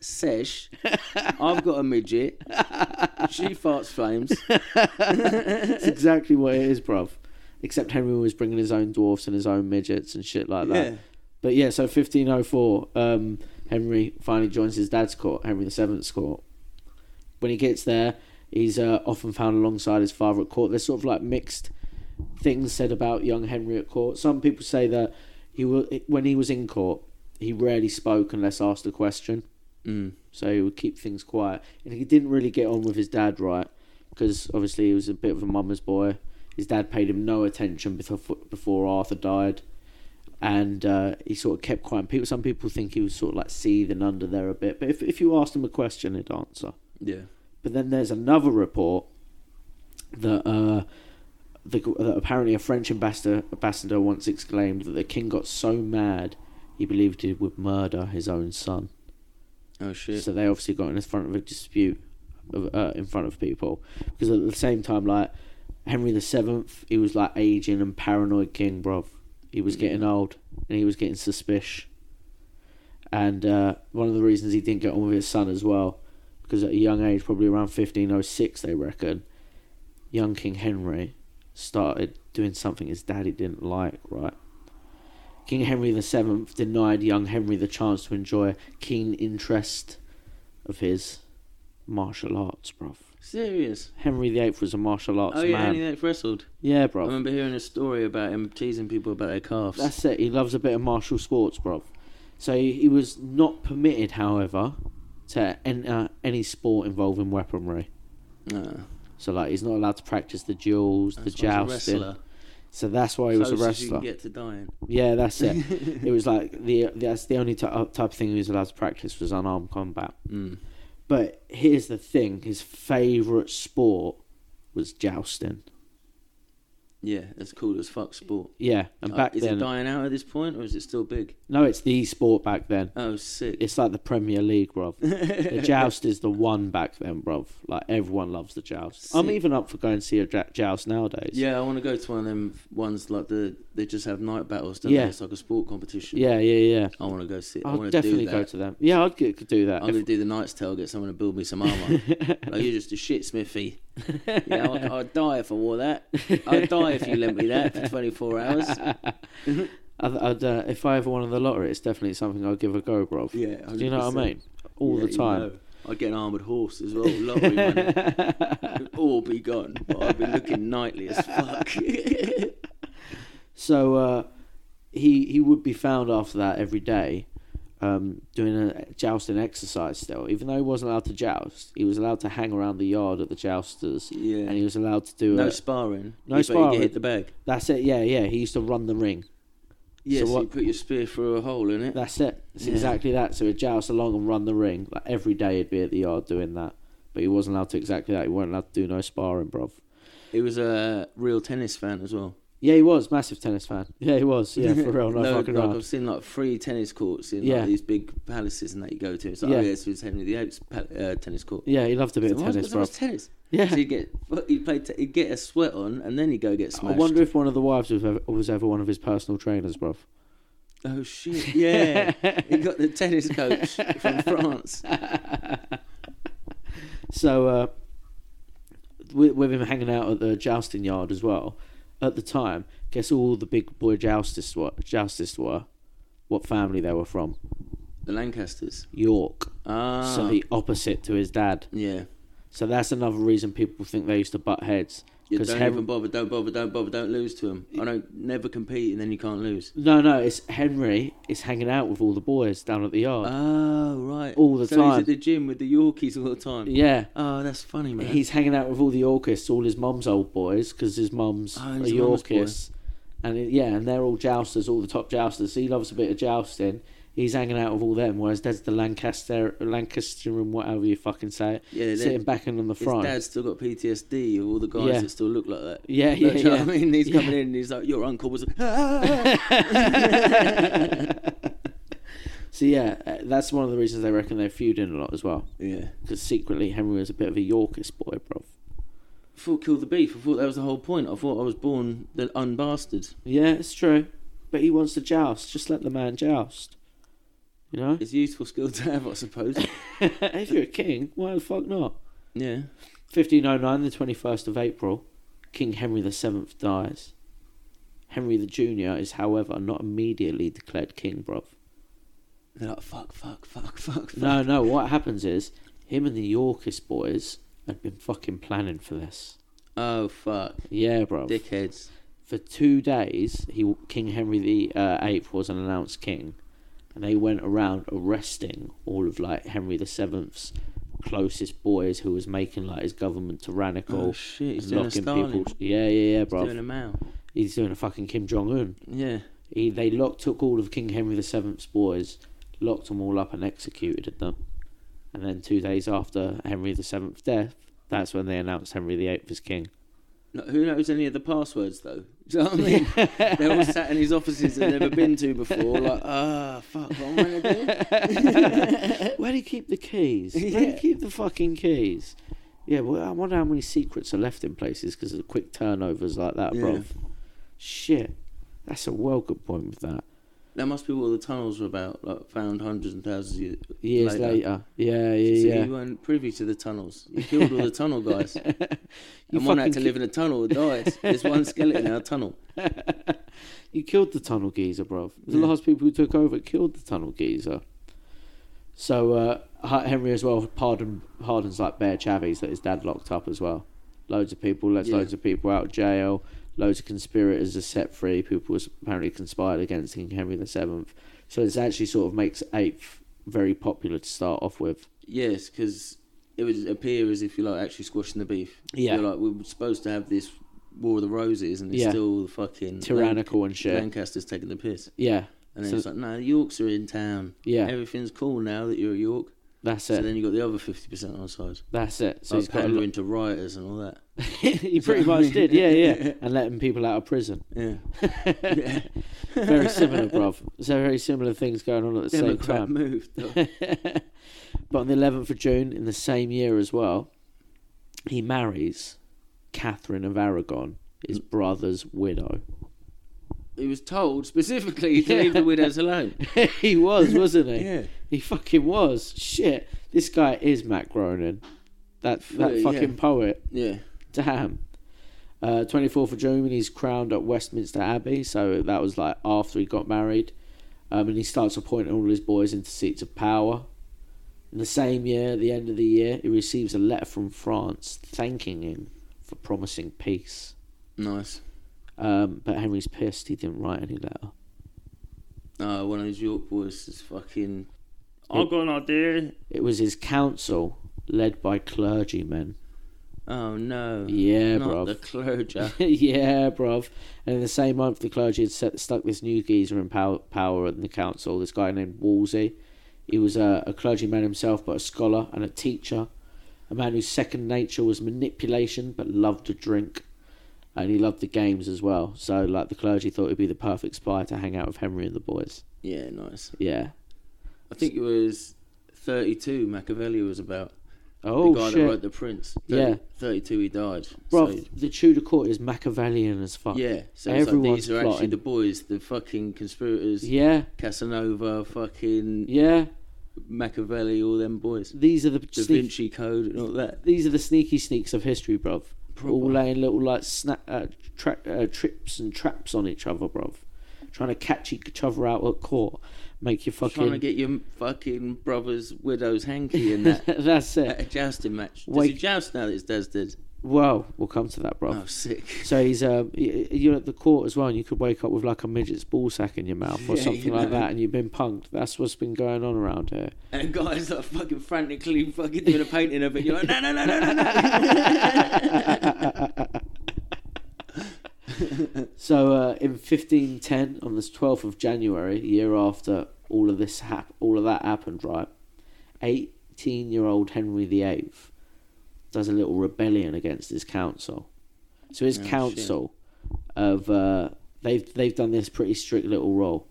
Speaker 3: sesh. I've got a midget. She farts flames.
Speaker 1: that's exactly what it is, bruv. Except Henry was bringing his own dwarfs and his own midgets and shit like that.
Speaker 3: Yeah.
Speaker 1: But yeah, so 1504, um, Henry finally joins his dad's court, Henry VII's court. When he gets there, he's uh, often found alongside his father at court. There's sort of like mixed things said about young Henry at court. Some people say that he wa when he was in court, he rarely spoke unless asked a question,
Speaker 3: Mm.
Speaker 1: so he would keep things quiet. And he didn't really get on with his dad right because obviously he was a bit of a mama's boy. His dad paid him no attention before before Arthur died and uh, he sort of kept quiet. And People, some people think he was sort of like seething under there a bit, but if if you asked him a question, he'd answer.
Speaker 3: Yeah.
Speaker 1: But then there's another report that uh, the, that apparently a French ambassador ambassador once exclaimed that the king got so mad he believed he would murder his own son.
Speaker 3: Oh shit.
Speaker 1: So they obviously got in front of a dispute of, uh, in front of people because at the same time, like Henry the Seventh, he was like aging and paranoid king, bruv. He was getting old and he was getting suspicious. And uh, one of the reasons he didn't get on with his son as well, because at a young age, probably around 1506, they reckon, young King Henry started doing something his daddy didn't like, right? King Henry VII denied young Henry the chance to enjoy a keen interest of his martial arts, bruv.
Speaker 3: Serious?
Speaker 1: Henry VIII was a martial arts
Speaker 3: oh yeah,
Speaker 1: man.
Speaker 3: Henry VIII wrestled.
Speaker 1: Yeah,
Speaker 3: I
Speaker 1: bro.
Speaker 3: remember hearing a story about him teasing people about their calves.
Speaker 1: That's it. He loves a bit of martial sports, bro. So he he was not permitted, however, to enter any sport involving weaponry.
Speaker 3: No.
Speaker 1: So like, he's not allowed to practice the duels, the
Speaker 3: That's why he's a
Speaker 1: jousting.
Speaker 3: wrestler.
Speaker 1: So that's why he was a
Speaker 3: Close as you
Speaker 1: wrestler.
Speaker 3: can get to dying.
Speaker 1: Yeah, that's it. it was like the that's the only ty- uh, type of thing he was allowed to practice was unarmed combat.
Speaker 3: Mm.
Speaker 1: But here's the thing: his favorite sport was jousting.
Speaker 3: Yeah, it's cool as fuck sport.
Speaker 1: Yeah, and
Speaker 3: Uh,
Speaker 1: back
Speaker 3: is it
Speaker 1: then,
Speaker 3: dying out at this point, or is it still big?
Speaker 1: no, it's the sport back then.
Speaker 3: Oh, sick.
Speaker 1: It's like the Premier League, bruv. the joust is the one back then, bruv. Like everyone loves the joust. I'm
Speaker 3: Sick.
Speaker 1: even up for going to see a jou- joust nowadays.
Speaker 3: Yeah, I want to go to one of them ones like the they just have night battles. Don't
Speaker 1: Yeah.
Speaker 3: they? it's like a sport competition.
Speaker 1: yeah, yeah, yeah.
Speaker 3: I want to go see. I
Speaker 1: I'll
Speaker 3: want to do
Speaker 1: definitely
Speaker 3: that.
Speaker 1: go to them. Yeah, I'd get, could do that.
Speaker 3: I'm
Speaker 1: If-
Speaker 3: gonna do the Knight's Tale. Get someone to build me some armor. like you're just a shit smithy. Yeah, I, I'd die if I wore that. I'd die if you lent me that for 24 hours.
Speaker 1: I'd, I'd, uh, if I ever won in the lottery, it's definitely something I'll give a go, bruv.
Speaker 3: Yeah,
Speaker 1: Do you know what I mean? All the time.
Speaker 3: I'd get an armored horse as well. Lottery money. It'd all be gone. But I'd be looking knightly as fuck.
Speaker 1: So uh, he he would be found after that every day um, doing a jousting exercise still. Even though he wasn't allowed to joust, he was allowed to hang around the yard at the jousters and
Speaker 3: yeah.
Speaker 1: he was allowed to do
Speaker 3: No
Speaker 1: it.
Speaker 3: sparring.
Speaker 1: No
Speaker 3: you Better
Speaker 1: sparring.
Speaker 3: get hit the bag.
Speaker 1: That's it, yeah, yeah. He used to run the ring.
Speaker 3: Yeah,
Speaker 1: So
Speaker 3: so,
Speaker 1: what-
Speaker 3: you put your spear through a hole in it.
Speaker 1: That's it. It's
Speaker 3: Yeah.
Speaker 1: exactly that. So he'd joust along and run the ring. Like every day he'd be at the yard doing that. But he wasn't allowed to exactly that. He wasn't allowed to do no sparring, bruv.
Speaker 3: He was a real tennis fan as well.
Speaker 1: Yeah, he was. Massive tennis fan. Yeah, he was. Yeah, for real. No, fucking
Speaker 3: like,
Speaker 1: around.
Speaker 3: I've seen like three tennis courts in
Speaker 1: Yeah.
Speaker 3: like, these big palaces and that you go to. It's like,
Speaker 1: Yeah.
Speaker 3: oh yeah, this was Henry VIII's pa- uh, tennis court.
Speaker 1: Yeah, he loved a bit
Speaker 3: So
Speaker 1: of
Speaker 3: why
Speaker 1: tennis,
Speaker 3: was- why was
Speaker 1: bruv.
Speaker 3: tennis.
Speaker 1: Yeah.
Speaker 3: So you get you play t- you get a sweat on and then you go get
Speaker 1: I
Speaker 3: smashed.
Speaker 1: wonder if one of the wives was ever, was ever one of his personal trainers, bruv.
Speaker 3: Oh shit! Yeah, he got the tennis coach from France.
Speaker 1: So, uh, with, with him hanging out at the jousting yard as well, at the time, guess all the big boy joustists were, joustists were what family they were from?
Speaker 3: The Lancasters.
Speaker 1: York.
Speaker 3: Ah,
Speaker 1: So, the opposite to his dad.
Speaker 3: yeah.
Speaker 1: So, that's another reason people think they used to butt heads.
Speaker 3: You
Speaker 1: 'Cause
Speaker 3: don't
Speaker 1: Hen-
Speaker 3: even bother. Don't bother. Don't bother. Don't lose to him. I don't never compete and then you can't lose.
Speaker 1: No, no, it's Henry is hanging out with all the boys down at the yard.
Speaker 3: Oh right.
Speaker 1: All the
Speaker 3: so He's
Speaker 1: time.
Speaker 3: at the gym with the Yorkies all the time.
Speaker 1: yeah.
Speaker 3: Oh, that's funny, man.
Speaker 1: He's hanging out with all the Yorkists, all his mum's old boys, because his mum's
Speaker 3: Oh,
Speaker 1: a
Speaker 3: he's a mum's boy.
Speaker 1: Yorkist. And it- yeah, and they're all jousters, all the top jousters. So he loves a bit of jousting. He's hanging out with all them, whereas Dad's the Lancaster, Lancaster, and whatever you fucking say it,
Speaker 3: yeah, they're-
Speaker 1: sitting back and on the
Speaker 3: his
Speaker 1: front.
Speaker 3: dad's still got PTSD of all the guys
Speaker 1: Yeah.
Speaker 3: that still look like that.
Speaker 1: Yeah,
Speaker 3: Do you
Speaker 1: yeah,
Speaker 3: know what
Speaker 1: yeah.
Speaker 3: I mean, he's
Speaker 1: Yeah.
Speaker 3: coming in and he's like, "Your uncle was." Ah!
Speaker 1: so yeah, uh, that's one of the reasons they reckon they're feuding a lot as well,
Speaker 3: yeah.
Speaker 1: because secretly Henry was a bit of a Yorkist boy, bro.
Speaker 3: I thought kill the beef. I thought that was the whole point. I thought I was born the unbastard.
Speaker 1: Yeah, it's true, but he wants to joust. Just let the man joust. You know,
Speaker 3: It's a useful skill to have, I suppose.
Speaker 1: if you're a king, why the fuck not?
Speaker 3: yeah.
Speaker 1: 1509, the 21st of April, King Henry VII dies. Henry the Junior is, however, not immediately declared king, bruv.
Speaker 3: They're like, fuck, fuck, fuck, fuck, fuck.
Speaker 1: No, no, what happens is, him and the Yorkist boys had been fucking planning for this.
Speaker 3: Oh, fuck.
Speaker 1: Yeah, bruv.
Speaker 3: Dickheads.
Speaker 1: For two days, he King Henry the uh, Eighth was an announced king, and they went around arresting all of like Henry the Seventh's closest boys who was making like his government tyrannical.
Speaker 3: Oh, shit. He's
Speaker 1: and
Speaker 3: doing a
Speaker 1: locking
Speaker 3: Stalin.
Speaker 1: people. Yeah, yeah, yeah, bro.
Speaker 3: Doing a Mao.
Speaker 1: He's doing a fucking Kim Jong Un.
Speaker 3: Yeah.
Speaker 1: He they locked took all of King Henry VII's boys, locked them all up and executed them, and then two days after Henry VII's death, that's when they announced Henry VIII as king.
Speaker 3: No, who knows any of the passwords, though? Do you know what I mean? They're all sat in his offices they've never been to before. Like, ah, fuck, what am I going to do?
Speaker 1: Where do you keep the keys? Where do you
Speaker 3: Yeah.
Speaker 1: keep the fucking keys? Yeah, well, I wonder how many secrets are left in places because of the quick turnovers like that,
Speaker 3: Yeah.
Speaker 1: bruv. Shit, that's a well good point with that.
Speaker 3: That must be what the tunnels were about, like, found hundreds and thousands of years,
Speaker 1: Years
Speaker 3: later.
Speaker 1: later, yeah,
Speaker 3: So
Speaker 1: yeah,
Speaker 3: you
Speaker 1: yeah.
Speaker 3: weren't privy to the tunnels. You killed all the tunnel guys.
Speaker 1: You
Speaker 3: and one had to
Speaker 1: fucking
Speaker 3: live in a tunnel and died. There's one skeleton in our tunnel.
Speaker 1: You killed the tunnel geezer, bruv. The
Speaker 3: Yeah.
Speaker 1: last people who took over killed the tunnel geezer. So uh, H- Henry as well pardon pardons like Bear Chavies that his dad locked up as well. Loads of people, lets
Speaker 3: Yeah.
Speaker 1: loads of people out of jail. Loads of conspirators are set free. People was apparently conspired against King Henry the Seventh. So it's actually sort of makes eighth very popular to start off with.
Speaker 3: Yes, because it would appear as if you're like actually squashing the beef.
Speaker 1: Yeah.
Speaker 3: You're like, we were supposed to have this War of the Roses, and it's
Speaker 1: Yeah.
Speaker 3: still the fucking
Speaker 1: Tyrannical and shit.
Speaker 3: Lancaster's taking the piss.
Speaker 1: Yeah,
Speaker 3: And then
Speaker 1: So-
Speaker 3: it's like, no, Yorks are in town.
Speaker 1: Yeah.
Speaker 3: Everything's cool now that you're at York.
Speaker 1: that's
Speaker 3: So Oh,
Speaker 1: it.
Speaker 3: then you got the other 50% on side.
Speaker 1: that's it. So
Speaker 3: So like,
Speaker 1: he's got a
Speaker 3: pandering
Speaker 1: lot-
Speaker 3: into rioters and all that.
Speaker 1: he pretty much did. Yeah, yeah, and letting people out of prison.
Speaker 3: Yeah.
Speaker 1: very similar, bruv. So very similar things going on at the same
Speaker 3: Democrat
Speaker 1: time.
Speaker 3: moved.
Speaker 1: but on the 11th of June in the same year as well, he marries Catherine of Aragon, his
Speaker 3: Mm.
Speaker 1: brother's widow.
Speaker 3: he was told specifically to
Speaker 1: Yeah.
Speaker 3: leave the widows alone.
Speaker 1: he was, wasn't he?
Speaker 3: Yeah.
Speaker 1: He fucking was. Shit, this guy is Matt Groening, that that
Speaker 3: Yeah.
Speaker 1: fucking poet.
Speaker 3: Yeah.
Speaker 1: Damn. Uh, 24th of June, he's crowned at Westminster Abbey. So that was like after he got married. Um, and he starts appointing all his boys into seats of power. In the same year, at the end of the year, he receives a letter from France thanking him for promising peace.
Speaker 3: Nice.
Speaker 1: Um, but Henry's pissed he didn't write any letter.
Speaker 3: Oh, one of those York boys is fucking.
Speaker 1: Yeah.
Speaker 3: I got an idea.
Speaker 1: It was his council, led by clergymen.
Speaker 3: Oh no.
Speaker 1: Yeah,
Speaker 3: Not
Speaker 1: bruv.
Speaker 3: the clergy.
Speaker 1: yeah, bruv. And in the same month, the clergy had set, stuck this new geezer in power, power in the council, this guy named Wolsey. He was a, a clergyman himself, but a scholar and a teacher, a man whose second nature was manipulation, but loved to drink. And he loved the games as well. So, like, the clergy thought he'd be the perfect spy to hang out with Henry and the boys.
Speaker 3: yeah, nice.
Speaker 1: Yeah.
Speaker 3: I think it was 32 Machiavelli was about.
Speaker 1: Oh,
Speaker 3: the guy
Speaker 1: shit.
Speaker 3: that wrote The Prince.
Speaker 1: Yeah.
Speaker 3: 32 he died.
Speaker 1: Bruv,
Speaker 3: So-
Speaker 1: the Tudor court is Machiavellian as fuck.
Speaker 3: yeah, so it's like
Speaker 1: Everyone's
Speaker 3: these are actually
Speaker 1: plotting.
Speaker 3: the boys, the fucking conspirators,
Speaker 1: Yeah.
Speaker 3: Casanova, fucking
Speaker 1: Yeah.
Speaker 3: Machiavelli, all them boys.
Speaker 1: These are the
Speaker 3: Da
Speaker 1: sneaky
Speaker 3: Vinci Code and all that.
Speaker 1: these are the sneaky sneaks of history, bruv.
Speaker 3: Proper.
Speaker 1: All laying little like snap, uh, tra- uh, trips and traps on each other, bruv. Trying to catch each other out at court, make you fucking.
Speaker 3: Trying to get your fucking brother's widow's hanky in that
Speaker 1: That's
Speaker 3: at a
Speaker 1: it.
Speaker 3: jousting Uh, match. Does
Speaker 1: Wake-
Speaker 3: he joust now that his dad's dead?
Speaker 1: Well, we'll come to that, bruv.
Speaker 3: Oh, sick.
Speaker 1: So he's um, y- you're at the court as well, and you could wake up with like a midget's ball sack in your mouth or
Speaker 3: Yeah,
Speaker 1: something
Speaker 3: you
Speaker 1: like
Speaker 3: know.
Speaker 1: that, and you've been punked. That's what's been going on around here.
Speaker 3: And a guy's like fucking frantically fucking doing a painting of it. You're like, no, no, no, no, no, no.
Speaker 1: So uh, in 1510, on the 12th of January, a year after all of this hap- all of that happened, right? 18-year-old Henry VIII does a little rebellion against his council. So his
Speaker 3: Oh, shit.
Speaker 1: council of uh, they've they've done this pretty strict little rule,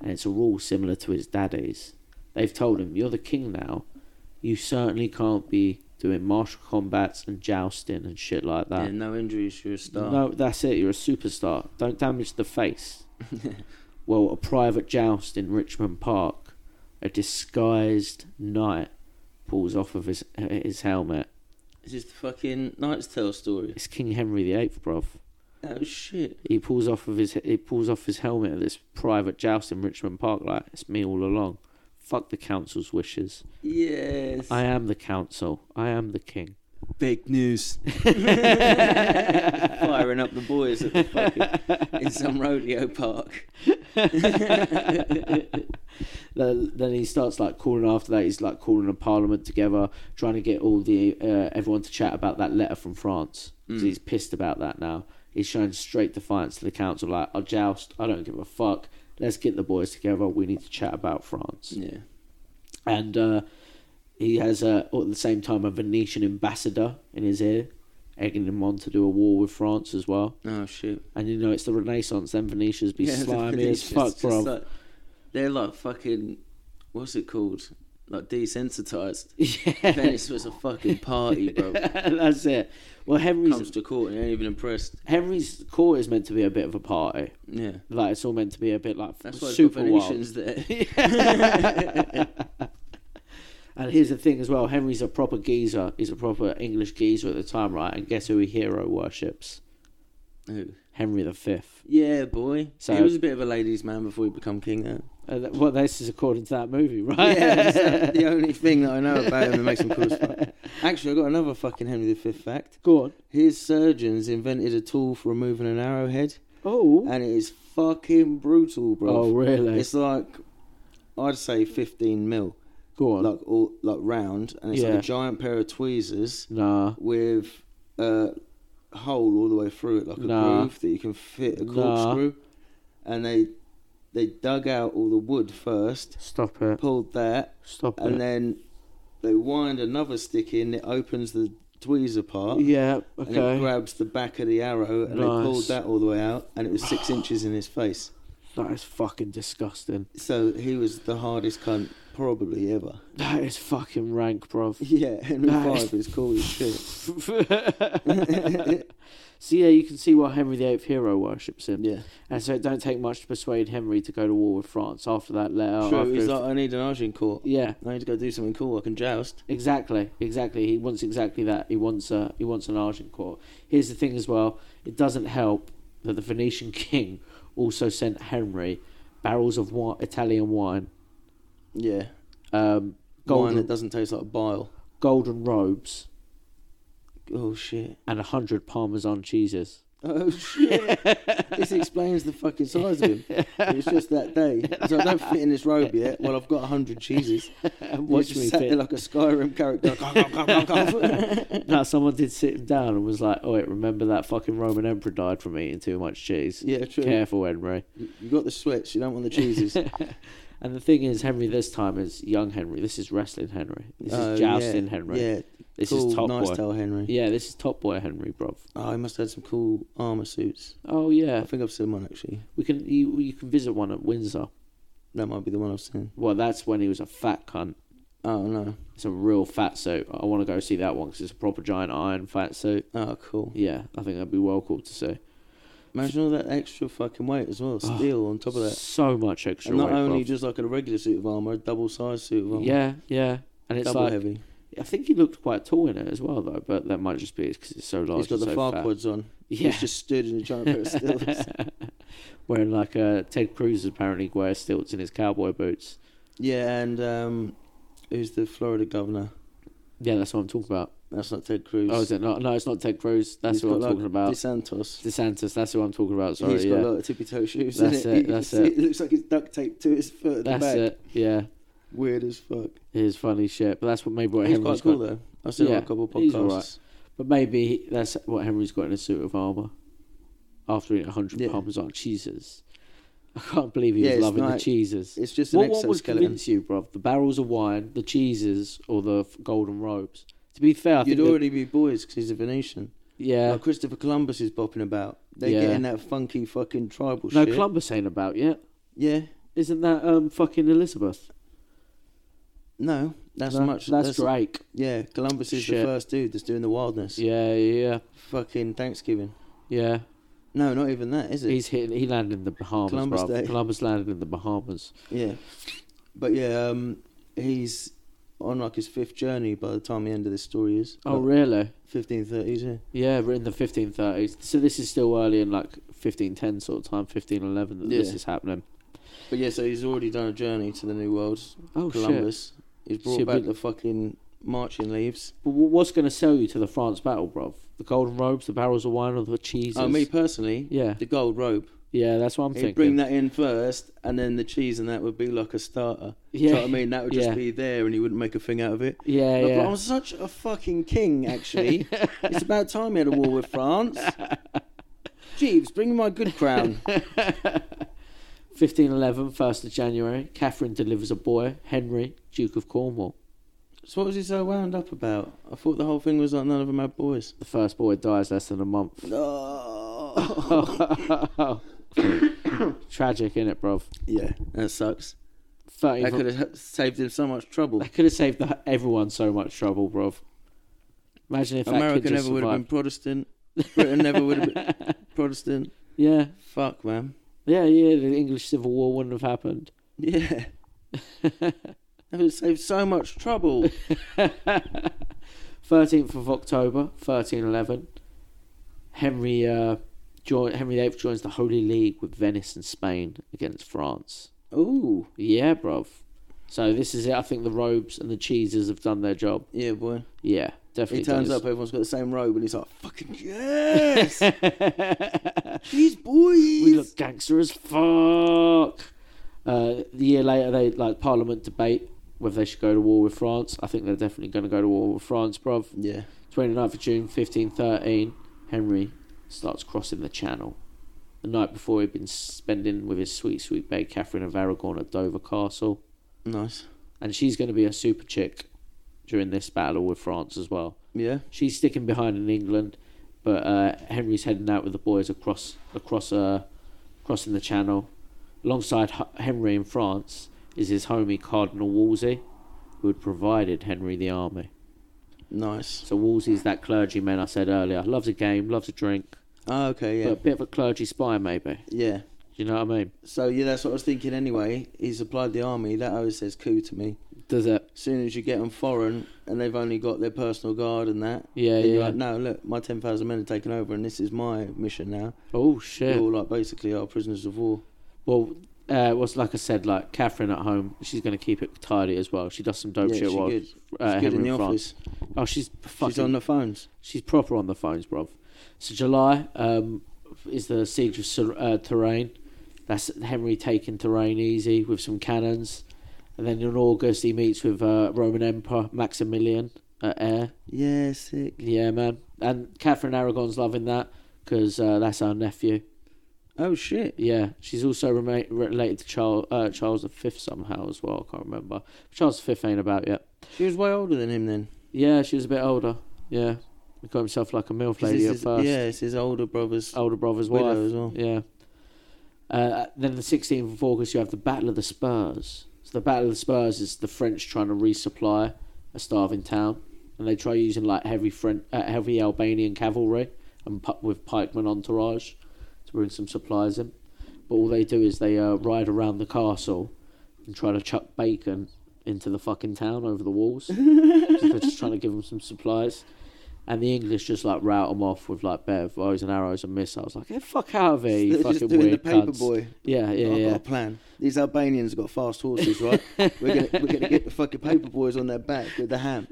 Speaker 1: and it's a rule similar to his daddy's. They've told him, "You're the king now. You certainly can't be doing martial combats and jousting and shit like that."
Speaker 3: Yeah, no injuries, you're a star.
Speaker 1: No, that's it. You're a superstar. Don't damage the face. well, a private joust in Richmond Park, a disguised knight pulls off of his his helmet.
Speaker 3: This is the fucking Knight's Tale story.
Speaker 1: It's King Henry VIII, bruv.
Speaker 3: Oh, shit.
Speaker 1: He pulls off of his he pulls off his helmet at this private joust in Richmond Park. Like it's me all along. Fuck the council's wishes.
Speaker 3: Yes.
Speaker 1: I am the council. I am the king.
Speaker 3: Fake news. Firing up the boys at the fucking, in some rodeo park.
Speaker 1: then, then he starts like calling after that. He's like calling a parliament together, trying to get all the uh, everyone to chat about that letter from France.
Speaker 3: Mm.
Speaker 1: 'Cause he's pissed about that now. He's showing straight defiance to the council. Like I joust, I don't give a fuck. Let's get the boys together. We need to chat about France.
Speaker 3: Yeah.
Speaker 1: And uh, he has uh, at the same time a Venetian ambassador in his ear, egging him on to do a war with France as well.
Speaker 3: Oh, shit.
Speaker 1: And you know it's the Renaissance. Then Venetians be
Speaker 3: Yeah, the
Speaker 1: slimy as
Speaker 3: police just-
Speaker 1: fuck,
Speaker 3: just
Speaker 1: bro.
Speaker 3: like- they're like fucking, what's it called? Like desensitized.
Speaker 1: Yeah.
Speaker 3: Venice was a fucking party, bro.
Speaker 1: That's it. Well,
Speaker 3: Comes
Speaker 1: Henry's
Speaker 3: to court and ain't even impressed.
Speaker 1: Henry's court is meant to be a bit of a party.
Speaker 3: Yeah.
Speaker 1: Like it's all meant to be a bit like
Speaker 3: That's why the
Speaker 1: super wild.
Speaker 3: Venetians there.
Speaker 1: And here's the thing as well: Henry's a proper geezer. He's a proper English geezer at the time, right? And guess who he hero worships?
Speaker 3: Who?
Speaker 1: Henry V.
Speaker 3: Yeah, boy.
Speaker 1: So-
Speaker 3: he was a bit of a ladies' man before he become king. Though.
Speaker 1: Uh, th- well, this is according to that movie, right?
Speaker 3: Yeah, that's about the only thing that I know about him that makes him cool as fuck. Actually, I got another fucking Henry V fact.
Speaker 1: Go on.
Speaker 3: His surgeons invented a tool for removing an arrowhead,
Speaker 1: Oh.
Speaker 3: and it is fucking brutal, bro.
Speaker 1: oh, really?
Speaker 3: It's like I'd say fifteen mil,
Speaker 1: Go on.
Speaker 3: like all like round, and it's like
Speaker 1: Yeah.
Speaker 3: a giant pair of tweezers
Speaker 1: nah.
Speaker 3: with a hole all the way through it, like a
Speaker 1: Nah.
Speaker 3: groove that you can fit a
Speaker 1: Nah.
Speaker 3: corkscrew. And they they dug out all the wood first,
Speaker 1: Stop it.
Speaker 3: pulled that,
Speaker 1: Stop
Speaker 3: and
Speaker 1: it.
Speaker 3: then they wind another stick in. It opens the tweezer part.
Speaker 1: yeah.
Speaker 3: And it
Speaker 1: Okay.
Speaker 3: grabs the back of the arrow, and they pulled
Speaker 1: Nice.
Speaker 3: that all the way out, and it was six inches in his face.
Speaker 1: That is fucking disgusting.
Speaker 3: So he was the hardest cunt probably ever.
Speaker 1: That is fucking rank, bruv.
Speaker 3: Yeah, Henry
Speaker 1: Nice.
Speaker 3: V is cool as shit.
Speaker 1: so yeah, you can see why Henry VIII hero worships him,
Speaker 3: Yeah,
Speaker 1: and so it don't take much to persuade Henry to go to war with France after that letter.
Speaker 3: true.
Speaker 1: Oh, after
Speaker 3: He's
Speaker 1: his-
Speaker 3: like, I need an Agincourt.
Speaker 1: yeah,
Speaker 3: I need to go do something cool. I can joust.
Speaker 1: exactly, exactly. He wants exactly that. He wants a he wants an Agincourt. Here's the thing as well. It doesn't help that the Venetian king also sent Henry barrels of wi- Italian wine,
Speaker 3: Yeah,
Speaker 1: um,
Speaker 3: wine that
Speaker 1: golden
Speaker 3: doesn't taste like bile.
Speaker 1: golden robes,
Speaker 3: Oh shit.
Speaker 1: and a hundred Parmesan cheeses.
Speaker 3: Oh shit. this explains the fucking size of him. It was just that day. So I don't fit in this robe yet. Well, I've got hundred cheeses.
Speaker 1: And
Speaker 3: He
Speaker 1: watch
Speaker 3: just
Speaker 1: me
Speaker 3: sat there
Speaker 1: fit.
Speaker 3: like a Skyrim character. Go, go, go, go, go.
Speaker 1: Now someone did sit him down and was like, "Oh, wait, remember that fucking Roman emperor died from eating too much cheese.
Speaker 3: yeah, true.
Speaker 1: Careful, Henry."
Speaker 3: You you got the sweats. You don't want the cheeses.
Speaker 1: And the thing is, Henry this time is young Henry. This is wrestling Henry. This
Speaker 3: Oh,
Speaker 1: is jousting
Speaker 3: yeah.
Speaker 1: Henry.
Speaker 3: Yeah,
Speaker 1: this
Speaker 3: cool,
Speaker 1: is top
Speaker 3: nice
Speaker 1: boy.
Speaker 3: towel, Henry.
Speaker 1: Yeah, this is top boy Henry, bruv.
Speaker 3: Oh, he must have had some cool armor suits.
Speaker 1: Oh
Speaker 3: I
Speaker 1: yeah,
Speaker 3: think I've seen one actually.
Speaker 1: we can you you can visit one at Windsor.
Speaker 3: That might be the one I've seen.
Speaker 1: Well, that's when he was a fat cunt.
Speaker 3: Oh no.
Speaker 1: It's a real fat suit. I want to go see that one because it's a proper giant iron fat suit.
Speaker 3: Oh, cool.
Speaker 1: Yeah, I think that'd be well cool to see.
Speaker 3: Imagine all that extra fucking weight as well. Steel on top of that.
Speaker 1: So much extra
Speaker 3: And not
Speaker 1: weight,
Speaker 3: only
Speaker 1: bruv.
Speaker 3: just like a regular suit of armor, a double size suit of armor.
Speaker 1: Yeah, yeah. And it's
Speaker 3: double
Speaker 1: like
Speaker 3: heavy.
Speaker 1: I think he looked quite tall in it as well, though. But that might just be because it's so large.
Speaker 3: He's got
Speaker 1: and
Speaker 3: the
Speaker 1: so
Speaker 3: far
Speaker 1: fat.
Speaker 3: quads on.
Speaker 1: Yeah,
Speaker 3: He's just stood in a giant pair of stilts.
Speaker 1: wearing like uh, Ted Cruz apparently wears stilts in his cowboy boots.
Speaker 3: yeah, and um, who's the Florida governor?
Speaker 1: Yeah, that's what I'm talking about.
Speaker 3: That's not Ted Cruz.
Speaker 1: Oh, is it not? No, it's not Ted Cruz. That's
Speaker 3: He's
Speaker 1: what I'm
Speaker 3: got,
Speaker 1: talking
Speaker 3: like,
Speaker 1: about.
Speaker 3: DeSantos.
Speaker 1: DeSantis. That's what I'm talking about. Sorry,
Speaker 3: He's got
Speaker 1: yeah,
Speaker 3: a lot of tippy toe shoes.
Speaker 1: That's
Speaker 3: isn't
Speaker 1: it,
Speaker 3: You can
Speaker 1: that's
Speaker 3: see
Speaker 1: it.
Speaker 3: It looks like it's duct taped to his foot at the
Speaker 1: that's
Speaker 3: back.
Speaker 1: it. Yeah,
Speaker 3: Weird as fuck.
Speaker 1: it is funny shit. But that's what maybe what
Speaker 3: He's
Speaker 1: Henry's
Speaker 3: quite cool
Speaker 1: got.
Speaker 3: though. I've seen him on
Speaker 1: Yeah,
Speaker 3: a couple of podcasts.
Speaker 1: he's alright. But maybe that's what Henry's got in a suit of armor after eating 100
Speaker 3: Yeah.
Speaker 1: parmesan cheeses. I can't believe he was
Speaker 3: Yeah, it's
Speaker 1: loving the
Speaker 3: not-
Speaker 1: cheeses.
Speaker 3: It's just an
Speaker 1: What one would
Speaker 3: exoskeleton.
Speaker 1: convince you, bruv? The barrels of wine, the cheeses, or the f- golden robes? To be fair, I
Speaker 3: You'd
Speaker 1: think the-
Speaker 3: already be boys because he's a Venetian.
Speaker 1: yeah.
Speaker 3: Like Christopher Columbus is bopping about. They're
Speaker 1: Yeah.
Speaker 3: getting that funky fucking tribal
Speaker 1: No,
Speaker 3: shit.
Speaker 1: Columbus ain't about yet.
Speaker 3: yeah.
Speaker 1: Isn't that um fucking Elizabeth?
Speaker 3: No, that's
Speaker 1: No,
Speaker 3: much.
Speaker 1: That's, Drake.
Speaker 3: Yeah, Columbus is
Speaker 1: Shit.
Speaker 3: the first dude that's doing the wildness.
Speaker 1: Yeah, yeah,
Speaker 3: Fucking Thanksgiving.
Speaker 1: yeah.
Speaker 3: No, not even that, is it?
Speaker 1: He's hitting. He landed in the Bahamas,
Speaker 3: Columbus
Speaker 1: bruv.
Speaker 3: Day.
Speaker 1: Columbus landed in the Bahamas.
Speaker 3: Yeah. But yeah, um, he's on like his fifth journey by the time the end of this story is.
Speaker 1: Oh, really?
Speaker 3: 1530s, yeah.
Speaker 1: Yeah, we're in the 1530s. So this is still early in like 1510 sort of time, 1511 that this
Speaker 3: Yeah.
Speaker 1: is happening.
Speaker 3: But yeah, so he's already done a journey to the New World.
Speaker 1: Oh shit!
Speaker 3: Columbus. He's brought
Speaker 1: Should we-
Speaker 3: back the fucking marching leaves.
Speaker 1: But wh- what's going to sell you to the France battle, bruv? The golden robes, the barrels of wine, or the cheeses?
Speaker 3: Oh, me personally,
Speaker 1: Yeah,
Speaker 3: the gold robe.
Speaker 1: yeah, that's what I'm
Speaker 3: He'd
Speaker 1: thinking.
Speaker 3: bring that in first, and then the cheese and that would be like a starter. Do you know what I mean? That would just
Speaker 1: Yeah.
Speaker 3: be there, and he wouldn't make a thing out of it.
Speaker 1: yeah,
Speaker 3: Like,
Speaker 1: yeah.
Speaker 3: I'm such a fucking king, actually. it's about time he had a war with France. Jeeves, bring me my good crown.
Speaker 1: 1511, 1st of January, Catherine delivers a boy, Henry, Duke of Cornwall.
Speaker 3: So what was he so wound up about? I thought the whole thing was like none of them had boys.
Speaker 1: The first boy dies less than a month.
Speaker 3: No.
Speaker 1: Oh. Tragic, innit, bruv?
Speaker 3: yeah, that sucks.
Speaker 1: 13th
Speaker 3: That could have saved him so much trouble.
Speaker 1: That could have saved the, everyone so much trouble, bruv. Imagine if that
Speaker 3: America
Speaker 1: kid just
Speaker 3: never would have been
Speaker 1: survived.
Speaker 3: Protestant. Britain never would have been Protestant.
Speaker 1: Yeah,
Speaker 3: Fuck, man.
Speaker 1: yeah, yeah. The English Civil War wouldn't have happened.
Speaker 3: Yeah. that would save so much trouble.
Speaker 1: 13th of October, 1311, Henry, uh, join, Henry VIII joins the Holy League with Venice and Spain against France.
Speaker 3: Ooh.
Speaker 1: Yeah, bruv. So this is it. I think the robes and the cheeses have done their job.
Speaker 3: Yeah, boy.
Speaker 1: Yeah,
Speaker 3: He
Speaker 1: definitely.
Speaker 3: turns
Speaker 1: does.
Speaker 3: up, everyone's got the same robe, and he's like, fucking yes! These boys!
Speaker 1: we look gangster as fuck. Uh, the year later, they like Parliament debate whether they should go to war with France. I think they're definitely going to go to war with France, bruv.
Speaker 3: yeah.
Speaker 1: 29th of June, 1513, Henry starts crossing the Channel. The night before, he'd been spending with his sweet, sweet babe, Catherine of Aragon, at Dover Castle.
Speaker 3: Nice.
Speaker 1: And she's going to be a super chick during this battle with France as well.
Speaker 3: Yeah.
Speaker 1: She's sticking behind in England, but uh, Henry's heading out with the boys across across uh, crossing the Channel. Alongside H- Henry in France is his homie Cardinal Wolsey, who had provided Henry the army.
Speaker 3: Nice.
Speaker 1: So Wolsey's that clergyman I said earlier. Loves a game, loves a drink,
Speaker 3: Oh, okay, yeah.
Speaker 1: but a bit of a clergy spy maybe.
Speaker 3: yeah.
Speaker 1: Do you know what I mean?
Speaker 3: So, yeah, that's what I was thinking anyway. He's applied the army. That always says coup to me.
Speaker 1: Does it?
Speaker 3: soon as you get them foreign and they've only got their personal guard and that,
Speaker 1: Yeah,
Speaker 3: then
Speaker 1: yeah.
Speaker 3: you're like, no, look, my 10,000 men are taken over and this is my mission now.
Speaker 1: oh
Speaker 3: You're
Speaker 1: shit.
Speaker 3: all like basically our prisoners of war.
Speaker 1: Well, uh, was like I said, like Catherine at home, she's gonna keep it tidy as well. She does some dope
Speaker 3: yeah,
Speaker 1: shit
Speaker 3: she
Speaker 1: while
Speaker 3: good.
Speaker 1: uh,
Speaker 3: She's good
Speaker 1: Henry
Speaker 3: in the
Speaker 1: in France.
Speaker 3: office.
Speaker 1: Oh, she's fucking.
Speaker 3: She's on the phones.
Speaker 1: She's proper on the phones, bruv. So July um, is the siege of Sur- uh, Terrain. That's Henry taking Terrain easy with some cannons, and then in August he meets with uh, Roman Emperor Maximilian at Air.
Speaker 3: Yeah, sick.
Speaker 1: Yeah, man. And Catherine Aragon's loving that because uh, that's our nephew.
Speaker 3: Oh, shit.
Speaker 1: Yeah, she's also rema- related to Charles uh, Charles V somehow as well. I can't remember. Charles V ain't about yet.
Speaker 3: She was way older than him then.
Speaker 1: Yeah, she was a bit older. Yeah, he got himself like a milf
Speaker 3: 'Cause
Speaker 1: lady
Speaker 3: it's
Speaker 1: at
Speaker 3: his-
Speaker 1: first.
Speaker 3: Yeah, it's his older brother's
Speaker 1: Older brother's
Speaker 3: widow
Speaker 1: wife.
Speaker 3: as well.
Speaker 1: Yeah. Uh, then the 16th of August, you have the Battle of the Spurs. So the Battle of the Spurs is the French trying to resupply a starving town, and they try using like heavy French, uh, heavy Albanian cavalry and pu- with pikemen entourage to bring some supplies in. But all they do is they uh, ride around the castle and try to chuck bacon into the fucking town over the walls. So they're just trying to give them some supplies. And the English just like rout them off with like bare bows and arrows and missiles. Like, get the fuck out of here, you
Speaker 3: They're
Speaker 1: fucking
Speaker 3: just doing the
Speaker 1: weird
Speaker 3: paper
Speaker 1: cunts."
Speaker 3: boy.
Speaker 1: Yeah, yeah,
Speaker 3: I've got
Speaker 1: yeah.
Speaker 3: a plan. These Albanians have got fast horses, right? we're gonna we're gonna get the fucking paper boys on their back with the ham.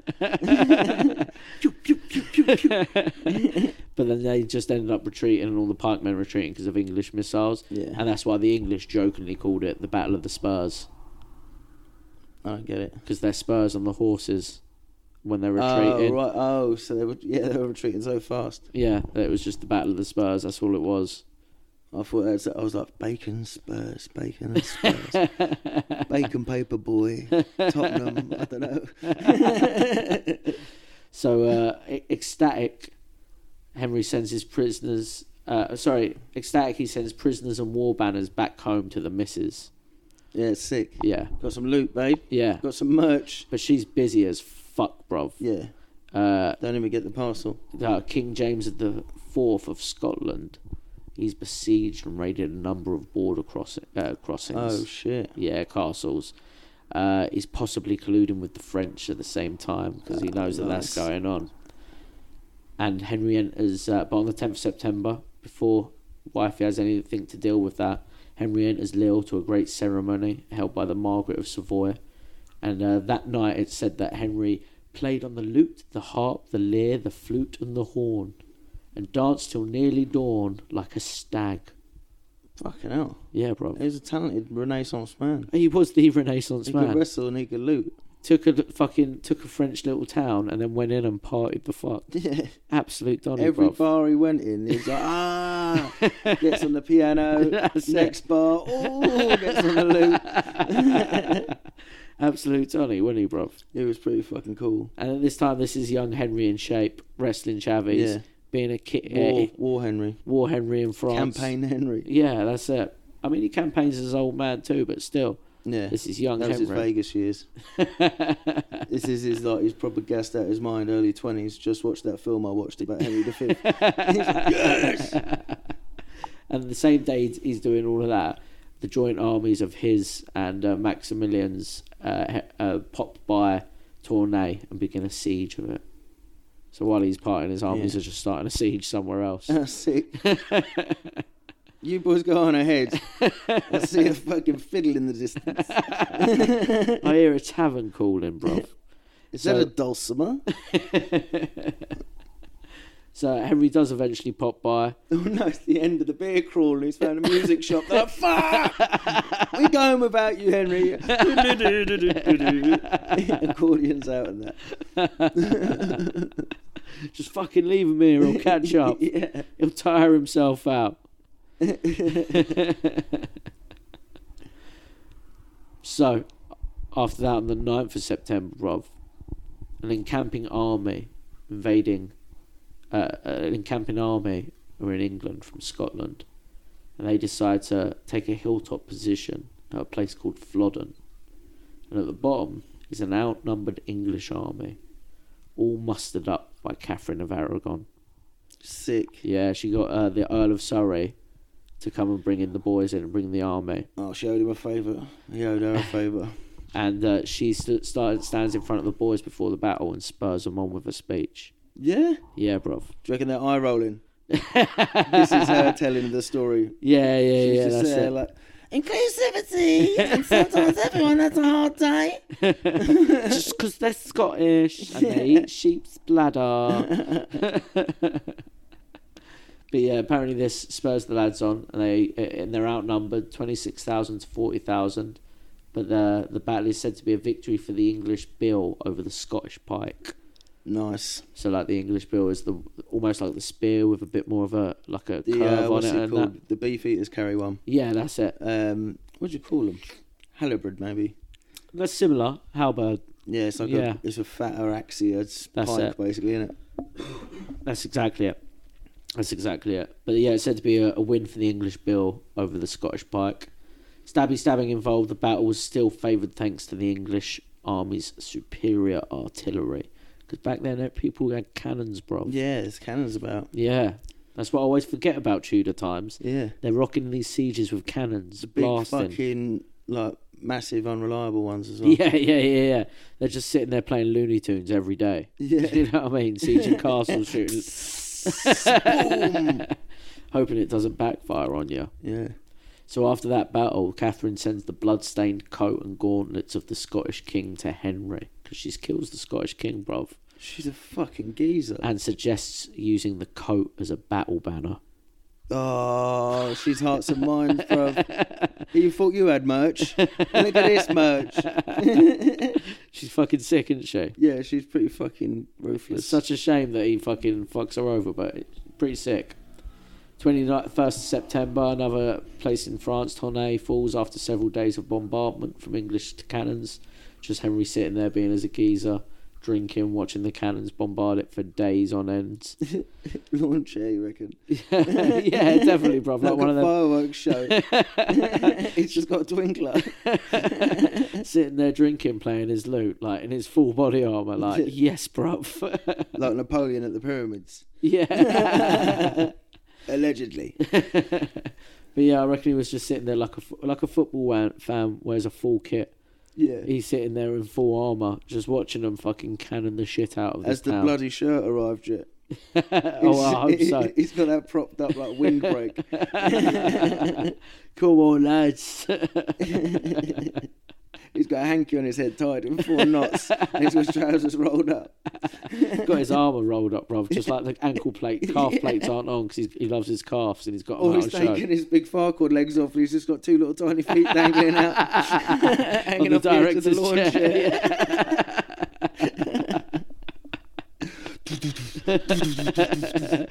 Speaker 3: Pew, pew, pew, pew, pew.
Speaker 1: But then they just ended up retreating and all the pikemen retreating because of English missiles.
Speaker 3: Yeah.
Speaker 1: And that's why the English jokingly called it the Battle of the Spurs
Speaker 3: I don't get it.
Speaker 1: because they're spurs on the horses when they're retreating.
Speaker 3: Oh, right. Oh, so they were yeah they were retreating so fast.
Speaker 1: Yeah, it was just the Battle of the Spurs. That's all it was.
Speaker 3: I thought that's I was like bacon Spurs, bacon and Spurs, bacon paper boy, Tottenham. I don't know.
Speaker 1: So uh, e- ecstatic, Henry sends his prisoners. Uh, sorry, ecstatic. He sends prisoners and war banners back home to the missus.
Speaker 3: Yeah, it's sick.
Speaker 1: Yeah,
Speaker 3: Got some loot, babe.
Speaker 1: yeah.
Speaker 3: Got some merch.
Speaker 1: But she's busy as fuck, bruv.
Speaker 3: Yeah,
Speaker 1: Uh,
Speaker 3: don't even get the parcel.
Speaker 1: uh, King James of the Fourth of Scotland, he's besieged and raided a number of border crossing, uh, crossings.
Speaker 3: Oh shit.
Speaker 1: yeah, castles. Uh, he's possibly colluding with the French at the same time because he
Speaker 3: Oh,
Speaker 1: knows that that's
Speaker 3: nice.
Speaker 1: going on. And Henry enters, uh, but on the 10th of September, before wifey has anything to deal with that, Henry enters Lille to a great ceremony held by the Margaret of Savoy. And uh, that night it's said that Henry played on the lute, the harp, the lyre, the flute, and the horn, and danced till nearly dawn like a stag.
Speaker 3: Fucking hell.
Speaker 1: Yeah, bro.
Speaker 3: He was a talented Renaissance man.
Speaker 1: He was the Renaissance
Speaker 3: He
Speaker 1: man.
Speaker 3: could wrestle and he could loot.
Speaker 1: took a fucking took a French little town and then went in and partied the fuck.
Speaker 3: Yeah.
Speaker 1: Absolute Donny
Speaker 3: Every
Speaker 1: bruv.
Speaker 3: bar he went in, he was like, ah, gets on the piano.
Speaker 1: That's it.
Speaker 3: next bar, oh, gets on the loot.
Speaker 1: Absolute Donny, wasn't he, bruv?
Speaker 3: It was pretty fucking cool.
Speaker 1: And at this time, this is young Henry in shape, wrestling Chavies,
Speaker 3: Yeah.
Speaker 1: being a kid,
Speaker 3: War,
Speaker 1: war.
Speaker 3: War Henry.
Speaker 1: war Henry in France.
Speaker 3: Campaign Henry.
Speaker 1: Yeah, that's it. I mean, he campaigns as an old man too, but still,
Speaker 3: Yeah.
Speaker 1: this is young
Speaker 3: that was his
Speaker 1: Henry.
Speaker 3: Vegas years. this is his like he's probably gassed out his mind early twenties. Just watched that film I watched about Henry V. He's like, yes.
Speaker 1: And the same day he's- he's doing all of that, the joint armies of his and uh, Maximilian's uh, he- uh, pop by Tournai and begin a siege of it. So while he's parting, his armies
Speaker 3: Yeah.
Speaker 1: are just starting a siege somewhere else.
Speaker 3: That's sick. You boys go on ahead. I see a fucking fiddle in the distance.
Speaker 1: I hear a tavern calling, bro.
Speaker 3: Is
Speaker 1: So-
Speaker 3: that a dulcimer?
Speaker 1: so Henry does eventually pop by.
Speaker 3: Oh no, it's the end of the beer crawl and he's found a music shop. They're like, fuck! We're going without you, Henry. Accordions out and that.
Speaker 1: Just fucking leave him here. He'll catch up.
Speaker 3: yeah.
Speaker 1: He'll tire himself out. so, after that, on the 9th of September, Rob, an encamping army invading, uh, an encamping army were in England from Scotland, and they decide to take a hilltop position at a place called Flodden. And at the bottom is an outnumbered English army, all mustered up by Catherine of Aragon.
Speaker 3: Sick.
Speaker 1: Yeah, she got uh, the Earl of Surrey to come and bring in the boys in and bring the army.
Speaker 3: Oh, she owed him a favour. He owed her a favour.
Speaker 1: And uh, she st- started stands in front of the boys before the battle and spurs them on with a speech.
Speaker 3: Yeah?
Speaker 1: Yeah, bruv.
Speaker 3: Do you reckon they're eye rolling? this is her telling the story.
Speaker 1: Yeah, yeah,
Speaker 3: She's
Speaker 1: yeah.
Speaker 3: just
Speaker 1: That's
Speaker 3: there
Speaker 1: it.
Speaker 3: like, inclusivity! and sometimes everyone has a hard day.
Speaker 1: Just because they're Scottish and they eat sheep's bladder. but yeah, apparently this spurs the lads on, and they and they're outnumbered twenty six thousand to forty thousand. But the the battle is said to be a victory for the English bill over the Scottish pike.
Speaker 3: Nice.
Speaker 1: So like the English bill is the almost like the spear with a bit more of a like a
Speaker 3: The,
Speaker 1: curve
Speaker 3: uh,
Speaker 1: on
Speaker 3: what's
Speaker 1: it,
Speaker 3: it,
Speaker 1: and
Speaker 3: called?
Speaker 1: that.
Speaker 3: The Beefeaters carry one.
Speaker 1: Yeah, that's it.
Speaker 3: Um, what do you call them? Halibrid, maybe.
Speaker 1: That's similar. Halberd.
Speaker 3: Yeah, it's like
Speaker 1: Yeah.
Speaker 3: A, it's a fatter axia. It's
Speaker 1: That's
Speaker 3: pike,
Speaker 1: it.
Speaker 3: basically, isn't it?
Speaker 1: That's exactly it. That's exactly it. But yeah, it's said to be a, a win for the English bill over the Scottish pike. Stabby stabbing involved, the battle was still favoured thanks to the English army's superior artillery. Because back then, eh, people had cannons, bro. Yeah.
Speaker 3: Yeah, it's cannons about.
Speaker 1: That's what I always forget about Tudor times.
Speaker 3: Yeah.
Speaker 1: They're rocking these sieges with cannons,
Speaker 3: Big
Speaker 1: blasting.
Speaker 3: fucking, like, massive, unreliable ones as well.
Speaker 1: Yeah, yeah, yeah, yeah. They're just sitting there playing Looney Tunes every day.
Speaker 3: Yeah.
Speaker 1: You know what I mean? Sieging castles, shooting,
Speaker 3: Boom!
Speaker 1: hoping it doesn't backfire on you.
Speaker 3: Yeah.
Speaker 1: So after that battle, Catherine sends the blood-stained coat and gauntlets of the Scottish king to Henry because she kills the Scottish king, bruv,
Speaker 3: She's a fucking geezer.
Speaker 1: and suggests using the coat as a battle banner.
Speaker 3: Oh, she's hearts and minds, bro. you thought you had merch? Look at this merch.
Speaker 1: She's fucking sick, isn't she?
Speaker 3: Yeah, she's pretty fucking
Speaker 1: It's
Speaker 3: ruthless.
Speaker 1: such a shame that he fucking fucks her over, but it's pretty sick. 21st of September, another place in France, Tournai, falls after several days of bombardment from English cannons. Just Henry sitting there being as a geezer, drinking, watching the cannons bombard it for days on end.
Speaker 3: launch air, you reckon?
Speaker 1: yeah, definitely, bro. Like,
Speaker 3: like
Speaker 1: one
Speaker 3: a
Speaker 1: of them
Speaker 3: fireworks show. it's just got a twinkler.
Speaker 1: sitting there drinking, playing his lute, like in his full body armor. Like, yes, bro.
Speaker 3: Like Napoleon at the pyramids.
Speaker 1: yeah.
Speaker 3: Allegedly.
Speaker 1: but yeah, I reckon he was just sitting there like a fo- like a football wa- fan wears a full kit.
Speaker 3: Yeah.
Speaker 1: He's sitting there in full armor, just watching them fucking cannon the shit out of this
Speaker 3: Has the
Speaker 1: town.
Speaker 3: bloody shirt arrived yet?
Speaker 1: oh, I hope so.
Speaker 3: He's got that propped up like windbreak.
Speaker 1: Come on, lads.
Speaker 3: He's got a hanky on his head tied in four knots. and he's got his trousers rolled up.
Speaker 1: got his armor rolled up, bruv. Just like the ankle plate, calf plates aren't on because he loves his calves and he's got
Speaker 3: Or
Speaker 1: them
Speaker 3: Oh, he's
Speaker 1: out on
Speaker 3: taking
Speaker 1: show.
Speaker 3: his big Farquhar legs off and he's just got two little tiny feet dangling out. hanging
Speaker 1: the
Speaker 3: off the edge of the
Speaker 1: director's
Speaker 3: lawn
Speaker 1: chair.
Speaker 3: chair.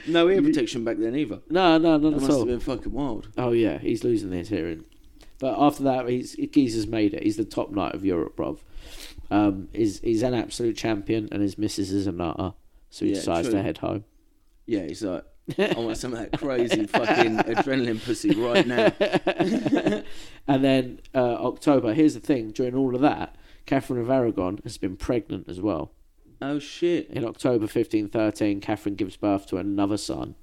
Speaker 3: no ear protection back then either.
Speaker 1: No, no, not
Speaker 3: That
Speaker 1: at
Speaker 3: must
Speaker 1: all.
Speaker 3: have been fucking wild.
Speaker 1: Oh yeah, he's losing his hearing. But after that, he's Geezer's made it. He's the top knight of Europe, bruv. Um, he's he's an absolute champion, and his missus is a nutter, so he
Speaker 3: Yeah,
Speaker 1: decides
Speaker 3: true.
Speaker 1: to head home.
Speaker 3: Yeah, he's like, I want some of that crazy fucking adrenaline pussy right now.
Speaker 1: And then uh, October. Here's the thing: during all of that, Catherine of Aragon has been pregnant as well.
Speaker 3: Oh shit.
Speaker 1: In October 1513, Catherine gives birth to another son,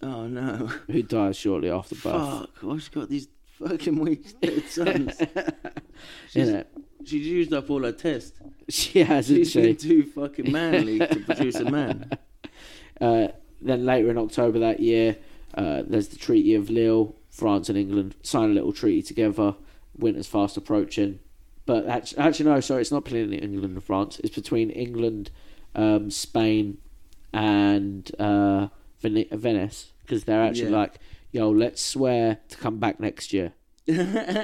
Speaker 3: Oh no.
Speaker 1: who dies shortly after birth.
Speaker 3: Fuck. Why she got these fucking weak dead sons? She's-
Speaker 1: Innit?
Speaker 3: She's used up all her tests.
Speaker 1: She hasn't
Speaker 3: She's
Speaker 1: she?
Speaker 3: been too fucking manly to produce a man.
Speaker 1: Uh, then later in October that year, Uh, there's the Treaty of Lille. France and England sign a little treaty together. Winter's fast approaching, but actually, actually no, sorry, it's not between England and France. It's between England, um, Spain, and uh, Ven- Venice because they're actually
Speaker 3: Yeah.
Speaker 1: like, yo, let's swear to come back next year.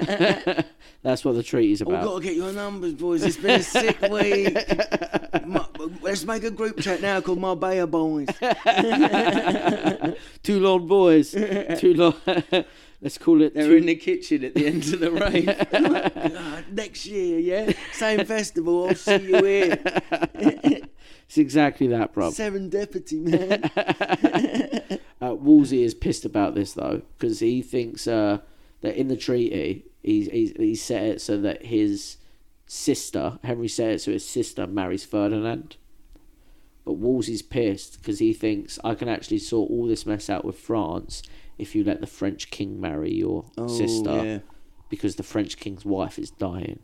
Speaker 1: That's what the treaty's
Speaker 3: We've
Speaker 1: about.
Speaker 3: got to get your numbers, boys. It's been a sick week. My, let's make a group chat now called Marbella Boys.
Speaker 1: Two long boys. Two long. let's call it.
Speaker 3: They're
Speaker 1: two-
Speaker 3: in the kitchen at the end of the rave. Ah, Next year, yeah? Same festival. I'll see you here.
Speaker 1: it's exactly that, bro.
Speaker 3: Serendipity, man.
Speaker 1: Uh, Wolsey is pissed about this though because he thinks uh, that in the treaty he's, he's he set it so that his sister Henry set it so his sister marries Ferdinand, but Wolsey's pissed because he thinks I can actually sort all this mess out with France if you let the French king marry your sister
Speaker 3: Oh, yeah.
Speaker 1: because the French king's wife is dying.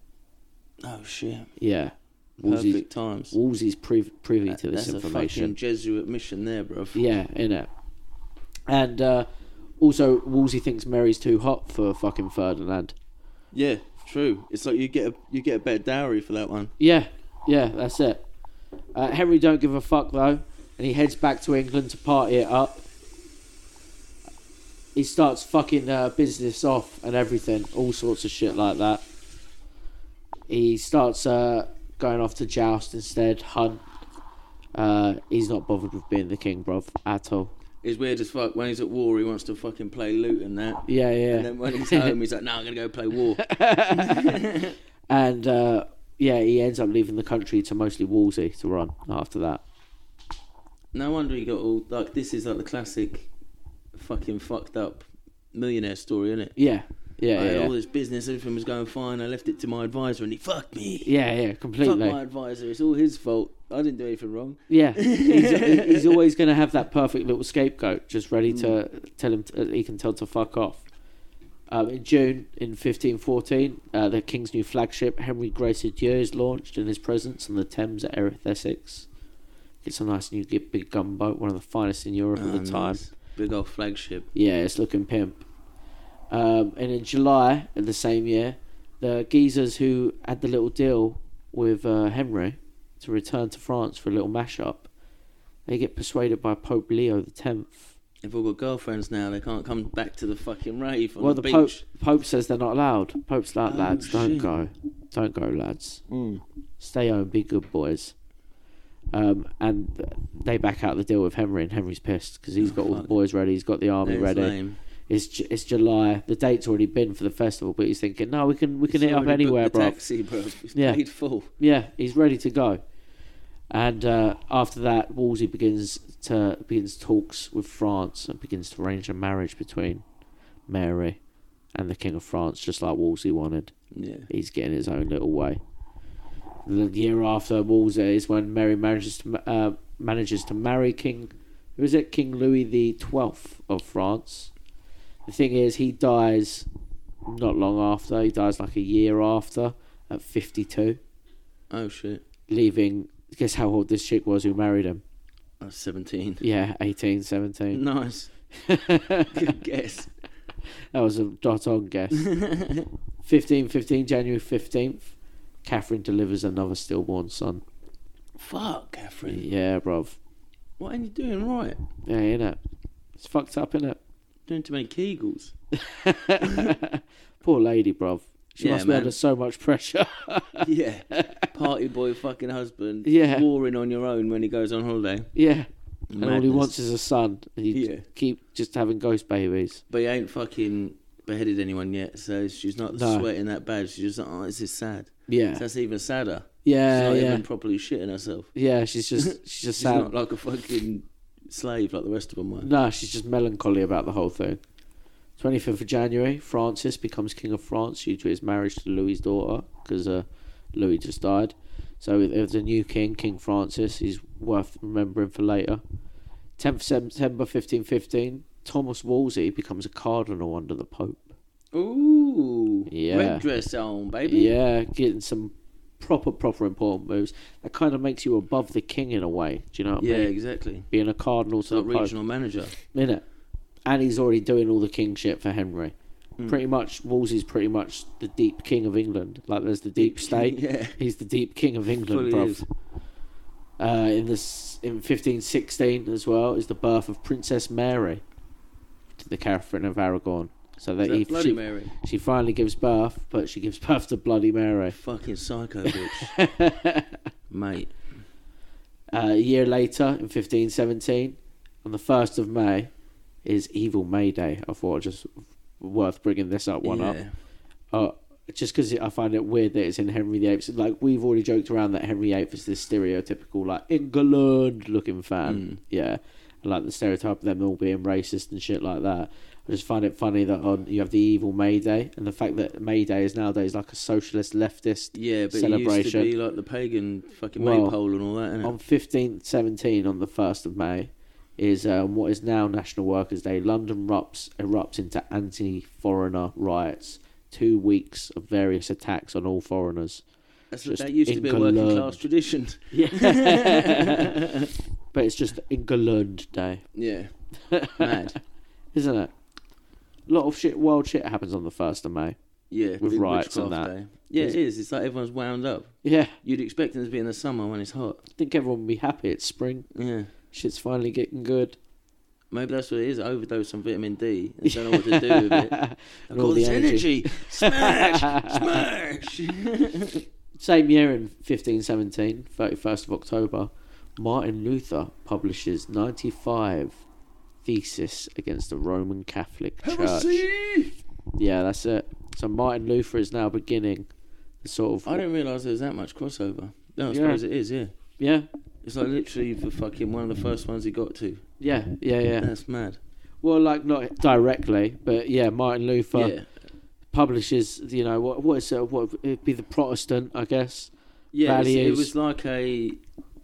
Speaker 3: Oh, shit.
Speaker 1: Yeah, Wolsey's
Speaker 3: Perfect times.
Speaker 1: Wolsey's priv- privy to this
Speaker 3: That's a
Speaker 1: information.
Speaker 3: fucking Jesuit mission there, bruv.
Speaker 1: Yeah, in it. And uh, also, Wolsey thinks Mary's too hot for fucking Ferdinand.
Speaker 3: Yeah, true. It's like you get a, you get a better dowry for that one.
Speaker 1: Yeah, yeah, that's it. Uh, Henry don't give a fuck though, and he heads back to England to party it up. He starts fucking uh, business off and everything, all sorts of shit like that. He starts uh, going off to joust instead, hunt. Uh, he's not bothered with being the king, bruv, at all.
Speaker 3: It's weird as fuck. When he's at war, he wants to fucking play loot and that.
Speaker 1: Yeah, yeah.
Speaker 3: And then when he's home, he's like, no, I'm going to go play war.
Speaker 1: And uh, yeah, he ends up leaving the country to mostly Wolsey to run after that.
Speaker 3: No wonder he got all like this is like the classic fucking fucked up millionaire story, isn't it?
Speaker 1: Yeah, yeah,
Speaker 3: I had
Speaker 1: yeah,
Speaker 3: all
Speaker 1: yeah,
Speaker 3: this business, everything was going fine. I left it to my advisor, and he fucked me.
Speaker 1: yeah, yeah
Speaker 3: Fuck
Speaker 1: completely.
Speaker 3: my advisor. It's all his fault. I didn't do anything wrong.
Speaker 1: Yeah, he's, he's always going to have that perfect little scapegoat just ready to
Speaker 3: Mm.
Speaker 1: tell him to, he can tell to fuck off. Um, in June in 1514, uh, the king's new flagship, Henry Grace Adieu, is launched in his presence on the Thames at Erith, Essex. It's a nice new gi- big gunboat, one of the finest in Europe
Speaker 3: Ah,
Speaker 1: at the time.
Speaker 3: nice. Big old flagship.
Speaker 1: Yeah, it's looking pimp. Um, and in July of the same year, the geezers who had the little deal with uh, Henry to return to France for a little mashup, they get persuaded by Pope Leo the Tenth.
Speaker 3: They've all got girlfriends now. They can't come back to the fucking rave on
Speaker 1: Well,
Speaker 3: the,
Speaker 1: the, Pope
Speaker 3: beach.
Speaker 1: Pope says they're not allowed. Pope's like,
Speaker 3: Oh,
Speaker 1: lads, don't
Speaker 3: shit. Hmm.
Speaker 1: go, don't go, lads. Stay home, be good boys. Um, and they back out the deal with Henry, and Henry's pissed because he's got all the
Speaker 3: Oh, fuck.
Speaker 1: boys ready, he's got the army
Speaker 3: That's
Speaker 1: ready.
Speaker 3: lame.
Speaker 1: It's Ju- it's July. The date's already been for the festival, but he's thinking, no, we can we can
Speaker 3: He's
Speaker 1: hit up
Speaker 3: already booked
Speaker 1: anywhere,
Speaker 3: the
Speaker 1: bro.
Speaker 3: Taxi, bro. He's
Speaker 1: Yeah.
Speaker 3: paid full.
Speaker 1: Yeah, he's ready to go. And uh, after that, Wolsey begins to begins talks with France and begins to arrange a marriage between Mary and the King of France, just like Wolsey wanted.
Speaker 3: Yeah.
Speaker 1: He's getting his own little way. The year after Wolsey is when Mary manages to ma- uh, manages to marry King, who is it? King Louis the Twelfth of France. The thing is, he dies not long after. He dies like a year after at fifty two,
Speaker 3: Oh shit.
Speaker 1: leaving. Guess how old this chick was who married him?
Speaker 3: I was 17.
Speaker 1: Yeah, 18, 17.
Speaker 3: Nice. Good guess.
Speaker 1: That was a dot on guess. 15, 15, January 15th, Catherine delivers another stillborn son.
Speaker 3: Fuck, Catherine.
Speaker 1: Yeah, bruv.
Speaker 3: What ain't you doing right?
Speaker 1: Yeah, innit? It's fucked up, innit?
Speaker 3: Doing too many kegels.
Speaker 1: Poor lady, bruv. She
Speaker 3: Yeah,
Speaker 1: must be
Speaker 3: man.
Speaker 1: under so much pressure.
Speaker 3: yeah. Party boy fucking husband.
Speaker 1: Yeah.
Speaker 3: Warring on your own when he goes on holiday.
Speaker 1: yeah. And all he
Speaker 3: Madness.
Speaker 1: wants is a son. And you
Speaker 3: Yeah.
Speaker 1: keep just having ghost babies.
Speaker 3: But he ain't fucking beheaded anyone yet, so she's not
Speaker 1: No.
Speaker 3: sweating that bad. She's just like, oh, this is sad.
Speaker 1: Yeah.
Speaker 3: So that's even sadder. she's
Speaker 1: yeah,
Speaker 3: not
Speaker 1: yeah.
Speaker 3: even properly shitting herself.
Speaker 1: Yeah, she's just she's just
Speaker 3: She's
Speaker 1: sad.
Speaker 3: not like a fucking slave like the rest of them were.
Speaker 1: No, she's just melancholy about the whole thing. 25th of January, Francis becomes King of France due to his marriage to Louis's daughter because uh, Louis just died. So there's a new king, King Francis. He's worth remembering for later. 10th September 1515, Thomas Wolsey becomes a cardinal under the Pope.
Speaker 3: Ooh.
Speaker 1: Yeah.
Speaker 3: Red dress on, baby.
Speaker 1: Yeah, getting some proper, proper important moves. That kind of makes you above the king in a way. Do you know what
Speaker 3: Yeah,
Speaker 1: I mean?
Speaker 3: exactly.
Speaker 1: Being a cardinal to
Speaker 3: It's like
Speaker 1: the Pope.
Speaker 3: regional manager.
Speaker 1: In it. and he's already doing all the king shit for Henry.
Speaker 3: Hmm.
Speaker 1: Pretty much, Wolsey's pretty much the deep king of England. Like, there's the deep state.
Speaker 3: Yeah.
Speaker 1: He's the deep king of England,
Speaker 3: Fully
Speaker 1: bruv.
Speaker 3: is.
Speaker 1: Uh, in this, in 1516 as well, is the birth of Princess Mary to the Catherine of Aragon. So that,
Speaker 3: Is that
Speaker 1: he,
Speaker 3: Bloody
Speaker 1: she,
Speaker 3: Mary.
Speaker 1: she finally gives birth, but she gives birth to Bloody Mary.
Speaker 3: Fucking psycho bitch. Mate.
Speaker 1: Uh, a year later, in 1517, on the 1st of May, is Evil May Day. I thought just worth bringing this up one up.
Speaker 3: Yeah.
Speaker 1: Uh, just because I find it weird that it's in Henry VIII. Like, we've already joked around that Henry VIII is this stereotypical, like, England looking fan. Yeah. And, like, the stereotype of them all being racist and shit like that. I just find it funny that on you have the Evil May Day and the fact that May Day is nowadays like a socialist leftist
Speaker 3: Yeah, but it used to
Speaker 1: celebration.
Speaker 3: be like the pagan fucking
Speaker 1: Well,
Speaker 3: maypole and all that, innit?
Speaker 1: on 15th 17 on the 1st of may is um, what is now national workers day london erupts, erupts into anti-foreigner riots two weeks of various attacks on all foreigners
Speaker 3: That's,
Speaker 1: just
Speaker 3: that used to be a working
Speaker 1: England.
Speaker 3: class tradition.
Speaker 1: yeah but it's just england day
Speaker 3: Yeah. Mad.
Speaker 1: isn't it a lot of shit wild shit happens on the 1st of may
Speaker 3: Yeah.
Speaker 1: With
Speaker 3: big
Speaker 1: riots and
Speaker 3: witchcraft
Speaker 1: that.
Speaker 3: day. Yeah, it is. It's like everyone's wound up.
Speaker 1: yeah
Speaker 3: You'd expect them to be in the summer when it's hot.
Speaker 1: i think everyone will be happy it's spring
Speaker 3: Yeah.
Speaker 1: shit's finally getting good
Speaker 3: Maybe that's what it is. I overdosed on vitamin D. I don't know what to do with it. I've
Speaker 1: all
Speaker 3: got
Speaker 1: the
Speaker 3: this energy. Smash! Smash!
Speaker 1: Same year in 1517, 31st of October, Martin Luther publishes 95 theses against the Roman Catholic Church.
Speaker 3: Heresy!
Speaker 1: Yeah, that's it. So Martin Luther is now beginning the sort of
Speaker 3: I didn't realise there was that much crossover. No, I
Speaker 1: Yeah.
Speaker 3: suppose it is, yeah.
Speaker 1: yeah,
Speaker 3: It's like literally the fucking one of the first ones he got to.
Speaker 1: yeah, yeah, yeah.
Speaker 3: That's mad.
Speaker 1: Well, like not directly, but yeah, Martin Luther
Speaker 3: yeah.
Speaker 1: publishes. You know what? What is it? What it'd be the Protestant, I guess.
Speaker 3: Yeah, it's- it
Speaker 1: values.
Speaker 3: was like a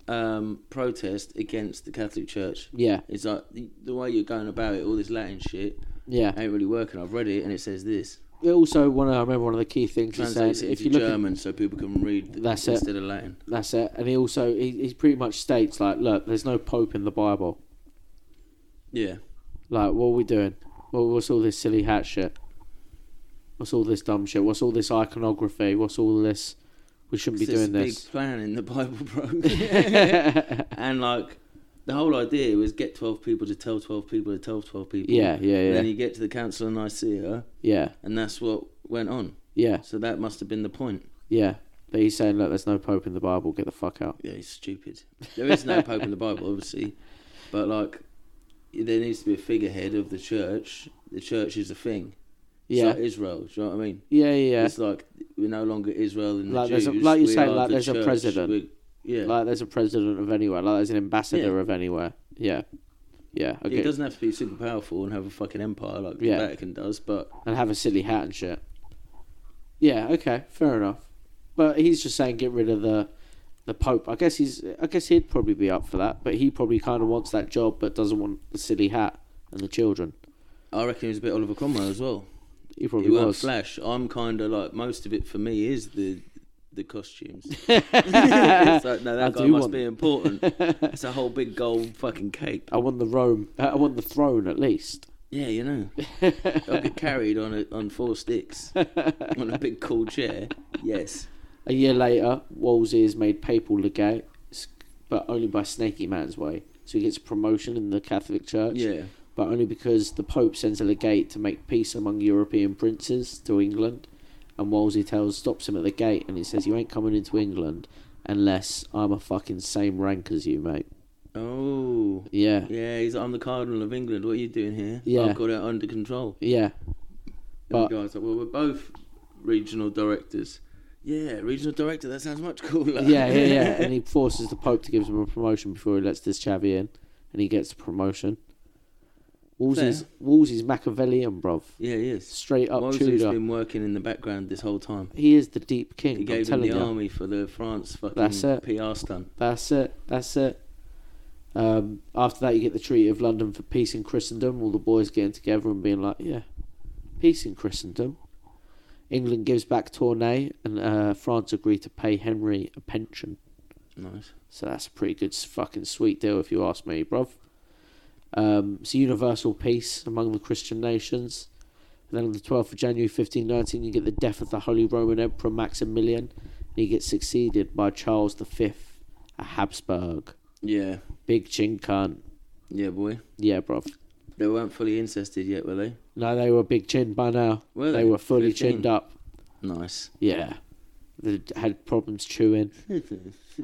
Speaker 3: um, protest against the Catholic Church.
Speaker 1: Yeah,
Speaker 3: It's like the, the way you're going about it, all this Latin shit
Speaker 1: yeah.
Speaker 3: ain't really working. I've read it and it says this.
Speaker 1: It also, one of, I remember one of the key things he
Speaker 3: Translates
Speaker 1: says:
Speaker 3: it
Speaker 1: if
Speaker 3: into
Speaker 1: you look at
Speaker 3: German so people can read th-
Speaker 1: That's it.
Speaker 3: instead of Latin.
Speaker 1: That's it. And he also he, he pretty much states like, look, there's no pope in the Bible.
Speaker 3: Yeah.
Speaker 1: Like, what are we doing? Well, what's all this silly hat shit? What's all this dumb shit? What's all this iconography? What's all this? We shouldn't be
Speaker 3: It's this
Speaker 1: doing this.
Speaker 3: big plan in the Bible, bro. and like, the whole idea was get 12 people to tell 12 people to tell 12 people.
Speaker 1: yeah, yeah,
Speaker 3: And
Speaker 1: yeah,
Speaker 3: then you get to the Council of Nicaea,
Speaker 1: yeah,
Speaker 3: and that's what went on.
Speaker 1: yeah,
Speaker 3: So that must have been the point.
Speaker 1: yeah. But he's saying, look, there's no pope in the Bible. Get the fuck out.
Speaker 3: Yeah, he's stupid. There is no Pope in the Bible, obviously, but like, there needs to be a figurehead of the church. The church is a thing. It's
Speaker 1: Yeah,
Speaker 3: like Israel. Do you know what I mean?
Speaker 1: yeah, yeah.
Speaker 3: It's like we're no longer Israel and
Speaker 1: Like,
Speaker 3: the Jews.
Speaker 1: there's a- like you
Speaker 3: we
Speaker 1: say,
Speaker 3: are
Speaker 1: like,
Speaker 3: the
Speaker 1: there's a
Speaker 3: church.
Speaker 1: president.
Speaker 3: We're- yeah,
Speaker 1: yeah. Like there's a president of anywhere. Like there's an ambassador
Speaker 3: Yeah.
Speaker 1: of anywhere. Yeah, yeah.
Speaker 3: it
Speaker 1: Okay.
Speaker 3: doesn't have to be super powerful and have a fucking empire like
Speaker 1: Yeah.
Speaker 3: the Vatican does, but
Speaker 1: and have a silly hat and shit. Yeah, okay, fair enough. But he's just saying get rid of the the Pope. I guess he's I guess he'd probably be up for that, but he probably kind of wants that job, but doesn't want the silly hat and the children.
Speaker 3: I reckon he's a bit Oliver Cromwell as well.
Speaker 1: He
Speaker 3: He
Speaker 1: probably
Speaker 3: weren't
Speaker 1: was.
Speaker 3: flash. I'm kind of like most of it for me is the the costumes. it's like, no,
Speaker 1: I
Speaker 3: that guy
Speaker 1: do
Speaker 3: must
Speaker 1: want-
Speaker 3: be important. It's a whole big gold fucking cape.
Speaker 1: I want the Rome. uh, I want the throne at least.
Speaker 3: Yeah, you know, I'll get carried on a, on four sticks on a big cool chair. Yes,
Speaker 1: A year later, Wolsey is made papal legate, s- but only by Snaky Man's way. So he gets a promotion in the Catholic Church.
Speaker 3: yeah,
Speaker 1: but only because the Pope sends a legate to make peace among European princes to England, and Wolsey tells stops him at the gate and he says, "You ain't coming into England unless I'm a fucking same rank as you, mate."
Speaker 3: oh,
Speaker 1: Yeah, yeah.
Speaker 3: yeah. He's like, I'm the Cardinal of England. What are you doing here?
Speaker 1: Yeah.
Speaker 3: I've got it under control.
Speaker 1: But-
Speaker 3: and the guy's like, well, we're both regional directors. Yeah, regional director. That sounds much cooler.
Speaker 1: Yeah, yeah, yeah, and he forces the Pope to give him a promotion before he lets this chavvy in, and he gets a promotion. Wolsey's
Speaker 3: Fair.
Speaker 1: Wolsey's Machiavellian, bruv.
Speaker 3: yeah, he is.
Speaker 1: Straight up
Speaker 3: Moses
Speaker 1: Tudor.
Speaker 3: been working in the background this whole time.
Speaker 1: He is the deep king.
Speaker 3: He
Speaker 1: I'm
Speaker 3: gave him
Speaker 1: telling
Speaker 3: the
Speaker 1: you.
Speaker 3: army for the France fucking
Speaker 1: That's it.
Speaker 3: PR stunt.
Speaker 1: That's it. That's it. Um, after that, you get the Treaty of London for peace in Christendom. All the boys getting together and being like, "Yeah, peace in Christendom." England gives back Tournai, and uh, France agree to pay Henry a pension.
Speaker 3: Nice.
Speaker 1: So that's a pretty good, s- fucking sweet deal, if you ask me, bruv. Um, it's a universal peace among the Christian nations. And then on the 12th of January 1519, you get the death of the Holy Roman Emperor Maximilian. And he gets succeeded by Charles V of Habsburg.
Speaker 3: Yeah,
Speaker 1: Big chin cunt.
Speaker 3: yeah, boy.
Speaker 1: Yeah, bruv.
Speaker 3: They weren't fully incested yet, were they?
Speaker 1: No, they were big chinned by now.
Speaker 3: Were
Speaker 1: they?
Speaker 3: they?
Speaker 1: were fully
Speaker 3: 15?
Speaker 1: chinned up.
Speaker 3: Nice.
Speaker 1: Yeah. They had problems chewing.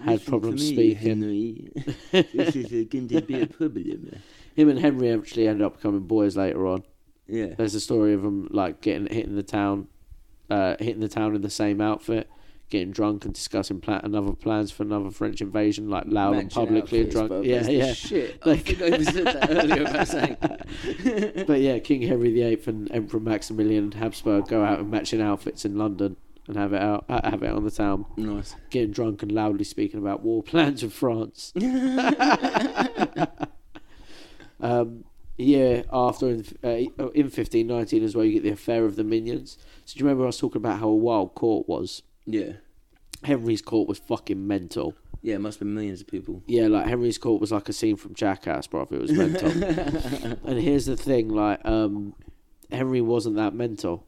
Speaker 3: Had
Speaker 1: problems speaking.
Speaker 3: this is going to be a problem.
Speaker 1: Him and Henry actually ended up becoming boys later on.
Speaker 3: Yeah.
Speaker 1: There's a story of them like getting hitting the town, uh, hitting the town in the same outfit, getting drunk and discussing pla- another plans for another French invasion, like loud and
Speaker 3: Matching
Speaker 1: publicly and
Speaker 3: outfits,
Speaker 1: drunk.
Speaker 3: bro.
Speaker 1: Yeah,
Speaker 3: That's the
Speaker 1: yeah.
Speaker 3: Shit.
Speaker 1: Like-
Speaker 3: I think I even said that earlier about saying.
Speaker 1: But yeah, King Henry VIII and Emperor Maximilian and Habsburg go out in matching outfits in London and have it out, uh, have it on the town,
Speaker 3: Nice.
Speaker 1: getting drunk and loudly speaking about war plans with France. um, a year after, in, uh, in 1519 as well, you get the affair of the minions. So do you remember I was talking about how a wild court was?
Speaker 3: Yeah.
Speaker 1: Henry's court was fucking mental.
Speaker 3: Yeah, it must be millions of people.
Speaker 1: Yeah, like Henry's court was like a scene from Jackass, bro. It was mental. and here's the thing, like um, Henry wasn't that mental.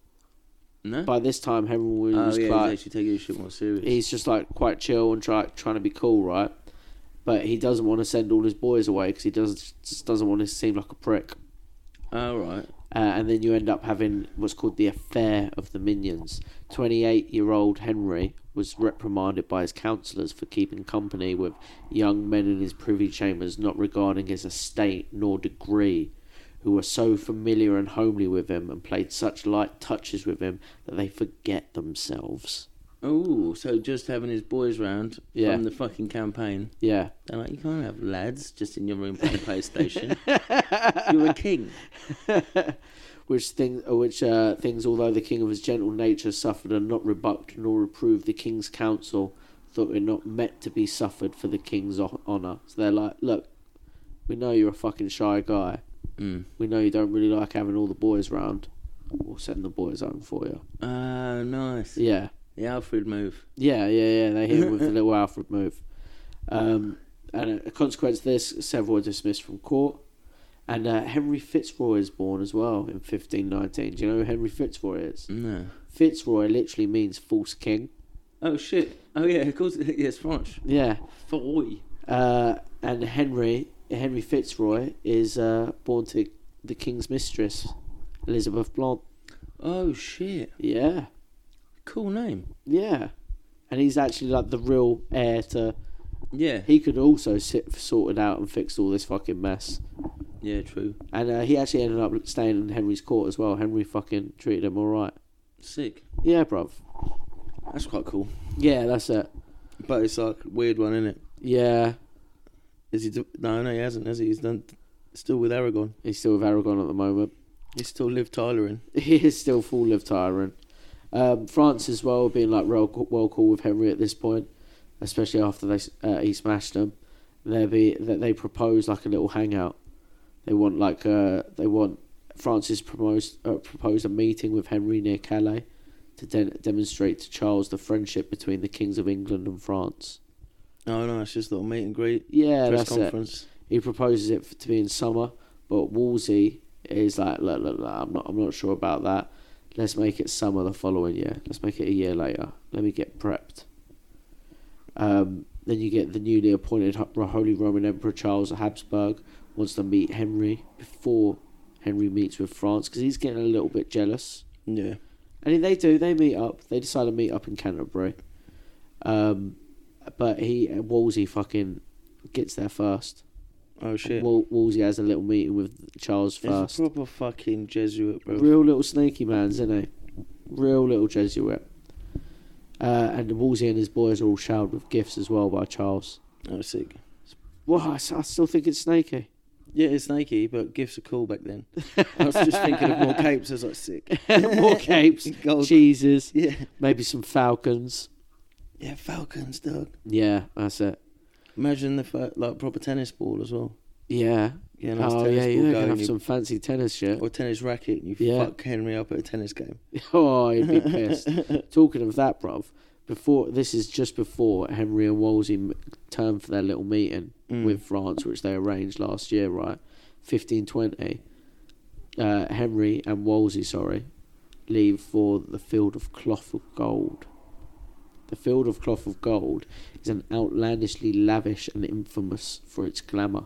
Speaker 3: No?
Speaker 1: By this time, Henry
Speaker 3: oh,
Speaker 1: was
Speaker 3: yeah,
Speaker 1: like
Speaker 3: he's actually taking his shit more serious.
Speaker 1: he's just like quite chill and try, trying to be cool, right? But he doesn't want to send all his boys away because he does just doesn't want to seem like a prick.
Speaker 3: All right.
Speaker 1: Uh, and then you end up having what's called the affair of the minions. Twenty-eight-year-old Henry was reprimanded by his councillors for keeping company with young men in his privy chambers, not regarding his estate nor degree, who were so familiar and homely with him and played such light touches with him that they forget themselves.
Speaker 3: Oh, so just having his boys round
Speaker 1: Yeah.
Speaker 3: from the fucking campaign.
Speaker 1: Yeah,
Speaker 3: They're like, you can't have lads just in your room playing PlayStation. You're a king.
Speaker 1: which thing, which uh, things, although the king of his gentle nature suffered and not rebuked nor reproved, the king's council thought it not meant to be suffered for the king's ho- honour. So they're like, look, we know you're a fucking shy guy.
Speaker 3: Mm.
Speaker 1: We know you don't really like having all the boys round. We'll send the boys home for you.
Speaker 3: Ah, nice.
Speaker 1: Yeah,
Speaker 3: The Alfred move.
Speaker 1: yeah, yeah, yeah. They hit him with the little Alfred move. Um, and a consequence of this, several are dismissed from court. And uh, Henry Fitzroy is born as well in 1519. Do you know who Henry Fitzroy is?
Speaker 3: No.
Speaker 1: Fitzroy literally means false king.
Speaker 3: Oh, shit. Oh, yeah, of course. Yeah, it's French.
Speaker 1: Yeah.
Speaker 3: Foy.
Speaker 1: Uh, and Henry Henry Fitzroy is uh, born to the king's mistress, Elizabeth Blonde.
Speaker 3: Oh, shit.
Speaker 1: Yeah.
Speaker 3: Cool name.
Speaker 1: Yeah. And he's actually like the real heir to.
Speaker 3: Yeah.
Speaker 1: He could also sit sorted out and fixed all this fucking mess.
Speaker 3: Yeah, true.
Speaker 1: And uh, he actually ended up staying in Henry's court as well. Henry fucking treated him all right.
Speaker 3: Sick.
Speaker 1: Yeah, bruv.
Speaker 3: That's quite cool.
Speaker 1: Yeah, that's it.
Speaker 3: But it's like a weird one, isn't it?
Speaker 1: Yeah,
Speaker 3: Is he? d- No, no, he hasn't. Has he? He's done. Still with Aragon.
Speaker 1: he's still with Aragon at the moment.
Speaker 3: He's still Liv Tyler in.
Speaker 1: he is still full of tyrant. Um, France as well being like well, well cool with Henry at this point, especially after they s- uh, he smashed them. They be that they propose like a little hangout. They want like uh, they want Francis proposed uh, proposed a meeting with Henry near Calais to de- demonstrate to Charles the friendship between the kings of England and France.
Speaker 3: Oh no, it's just a little meet and greet.
Speaker 1: Yeah,
Speaker 3: press
Speaker 1: that's it.
Speaker 3: conference.
Speaker 1: He proposes it f- to be in summer, but Wolsey is like, look, look, look, I'm not, I'm not sure about that. Let's make it summer the following year. Let's make it a year later. Let me get prepped. Um, then you get the newly appointed Ho- Holy Roman Emperor Charles of Habsburg wants to meet Henry before Henry meets with France because he's getting a little bit jealous.
Speaker 3: Yeah.
Speaker 1: And they do. They meet up. They decide to meet up in Canterbury. Um, but he Wolsey fucking gets there first.
Speaker 3: Oh shit.
Speaker 1: Wol- Wolsey has a little meeting with Charles
Speaker 3: It's
Speaker 1: first.
Speaker 3: a proper fucking Jesuit, bro.
Speaker 1: Real little sneaky man's, isn't he? Real little Jesuit. Uh, and Wolsey and his boys are all showered with gifts as well by Charles.
Speaker 3: Oh sick.
Speaker 1: Wow, I, s- I still think it's snaky.
Speaker 3: Yeah, it's Nike, but gifts are cool back then. I was just thinking of more capes. I was like, sick.
Speaker 1: More capes,
Speaker 3: Gold.
Speaker 1: cheeses,
Speaker 3: Yeah.
Speaker 1: maybe some falcons.
Speaker 3: Yeah, Falcons, dog.
Speaker 1: Yeah, that's it.
Speaker 3: Imagine the fa- like proper tennis ball as well.
Speaker 1: Yeah.
Speaker 3: Yeah, nice
Speaker 1: Oh
Speaker 3: tennis
Speaker 1: yeah,
Speaker 3: ball
Speaker 1: you're gonna
Speaker 3: going.
Speaker 1: have
Speaker 3: you-
Speaker 1: some fancy tennis shit.
Speaker 3: Or tennis racket, and you
Speaker 1: Yeah.
Speaker 3: fuck Henry up at a tennis game.
Speaker 1: Oh, he'd be pissed. Talking of that, bruv, before this is just before Henry and Wolsey m- turned for their little meeting
Speaker 3: Mm.
Speaker 1: with France, which they arranged last year, right? fifteen twenty, uh, Henry and Wolsey, sorry, leave for the field of cloth of gold. The field of cloth of gold is an outlandishly lavish and infamous for its glamour,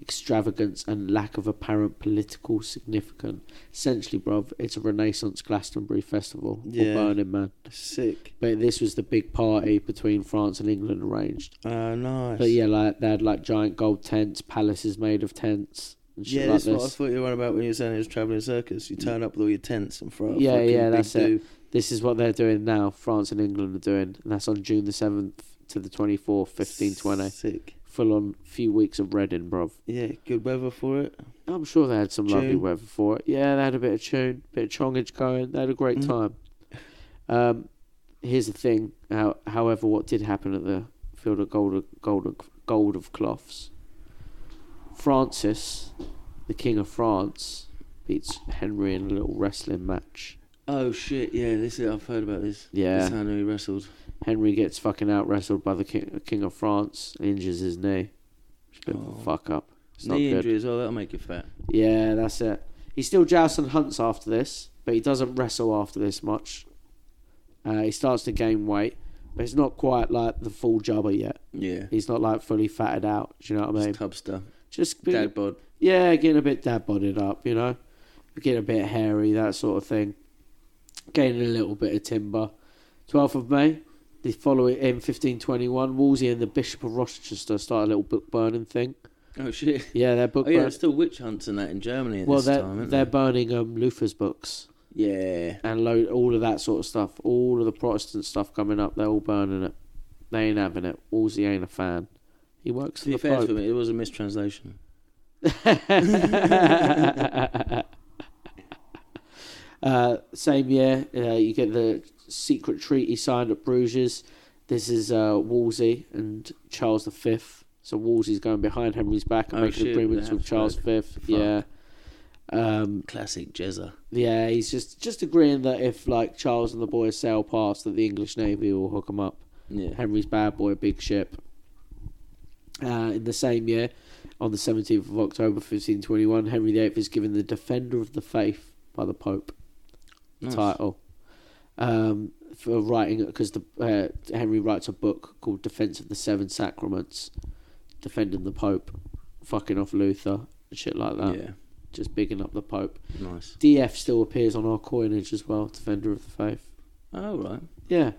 Speaker 1: extravagance, and lack of apparent political significance. Essentially, bruv, it's a Renaissance Glastonbury festival
Speaker 2: Yeah.
Speaker 1: or Burning Man.
Speaker 2: Sick.
Speaker 1: But this was the big party between France and England arranged.
Speaker 3: Uh,
Speaker 2: Oh, nice.
Speaker 1: But yeah, like they had like giant gold tents, palaces made of tents and
Speaker 2: Yeah,
Speaker 1: shit like
Speaker 2: that's what I
Speaker 1: this.
Speaker 2: thought you were on about when you were saying it was traveling circus. You turn up with all your tents and throw. A
Speaker 1: Yeah,
Speaker 2: fucking
Speaker 1: yeah,
Speaker 2: big
Speaker 1: that's it.
Speaker 2: do.
Speaker 1: This is what they're doing now. France and England are doing, and that's on June the seventh to the twenty fourth, fifteen twenty.
Speaker 2: Sick.
Speaker 1: Full on few weeks of Reading, bruv.
Speaker 2: Yeah, good weather for it.
Speaker 1: I'm sure they had some lovely
Speaker 2: Tune.
Speaker 1: weather for it. Yeah, they had a bit of tune, bit of chongage going. They had a great
Speaker 2: Mhm.
Speaker 1: time. Um, here's the thing. How, however, what did happen at the field of gold, gold, gold of cloths? Francis, the King of France, beats Henry in a little wrestling match.
Speaker 3: Oh shit! Yeah, this is, I've heard about this. This
Speaker 1: Yeah,
Speaker 3: how he wrestled.
Speaker 1: Henry gets fucking out wrestled by the King, King of France, injures his knee. It's a bit of
Speaker 2: Oh.
Speaker 1: a fuck up. It's not
Speaker 3: Knee
Speaker 1: good.
Speaker 3: injury as well. That'll make you fat.
Speaker 1: Yeah, that's it. He still jousts and hunts after this, but he doesn't wrestle after this much. Uh, he starts to gain weight, but it's not quite like the full jobber yet.
Speaker 3: Yeah.
Speaker 1: He's not like fully fatted out. Do you know what I mean?
Speaker 3: It's tubster.
Speaker 1: Just be-
Speaker 3: Dad bod.
Speaker 1: yeah, getting a bit dad bodded up, you know, getting a bit hairy, that sort of thing. Gaining a little bit of timber. 12th of May, the following in 1521, Wolsey and the Bishop of Rochester start a little book burning thing.
Speaker 3: Oh shit.
Speaker 1: Yeah, their book
Speaker 3: Oh yeah,
Speaker 1: burn-
Speaker 3: there's still witch hunts and that in Germany at
Speaker 1: Well,
Speaker 3: this
Speaker 1: they're,
Speaker 3: time, isn't
Speaker 1: they're
Speaker 3: there?
Speaker 1: burning um, Luther's books.
Speaker 3: Yeah.
Speaker 1: and load all of that sort of stuff, all of the Protestant stuff coming up, they're all burning it. They ain't having it. Wolsey ain't a fan. He works
Speaker 3: To be
Speaker 1: for the
Speaker 3: fair
Speaker 1: Pope.
Speaker 3: to me, it was a mistranslation.
Speaker 1: uh, same year, uh, you get the secret treaty signed at Bruges. This is uh, Wolsey and Charles V. So Wolsey's going behind Henry's back and
Speaker 3: Oh,
Speaker 1: making
Speaker 3: shit,
Speaker 1: agreements
Speaker 3: they
Speaker 1: with
Speaker 3: have
Speaker 1: Charles V. Yeah. Um,
Speaker 3: Classic Jezza.
Speaker 1: yeah, he's just just agreeing that if like Charles and the boys sail past, that the English Navy will hook them up.
Speaker 3: Yeah.
Speaker 1: Henry's bad boy, big ship. Uh, in the same year, on the 17th of October 1521, Henry VIII is given the Defender of the Faith by the Pope
Speaker 3: Nice.
Speaker 1: title um, for writing because the uh, Henry writes a book called Defense of the Seven Sacraments, defending the Pope, fucking off Luther and shit like that,
Speaker 3: Yeah.
Speaker 1: just bigging up the Pope.
Speaker 3: Nice.
Speaker 1: DF still appears on our coinage as well, Defender of the Faith.
Speaker 3: Oh right.
Speaker 1: Yeah,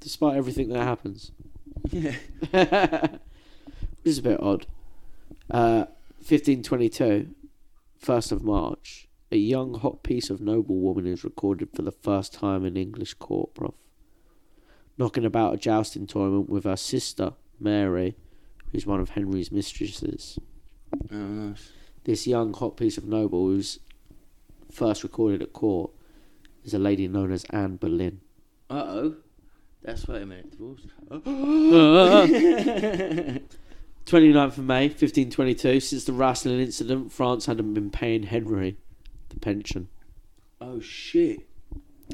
Speaker 1: despite everything that happens.
Speaker 3: Yeah.
Speaker 1: Which is a bit odd. Uh, 1522, 1st of March, a young hot piece of noble woman is recorded for the first time in English court, bruv. Knocking about a jousting tournament with her sister, Mary, who's one of Henry's mistresses.
Speaker 3: Oh nice.
Speaker 1: This young hot piece of noble who's first recorded at court is a lady known as Anne Boleyn.
Speaker 3: Uh oh. That's wait a minute. Divorce. Oh.
Speaker 1: 29th of May, 1522. Since the Rasselin incident, France hadn't been paying Henry the pension.
Speaker 3: oh shit.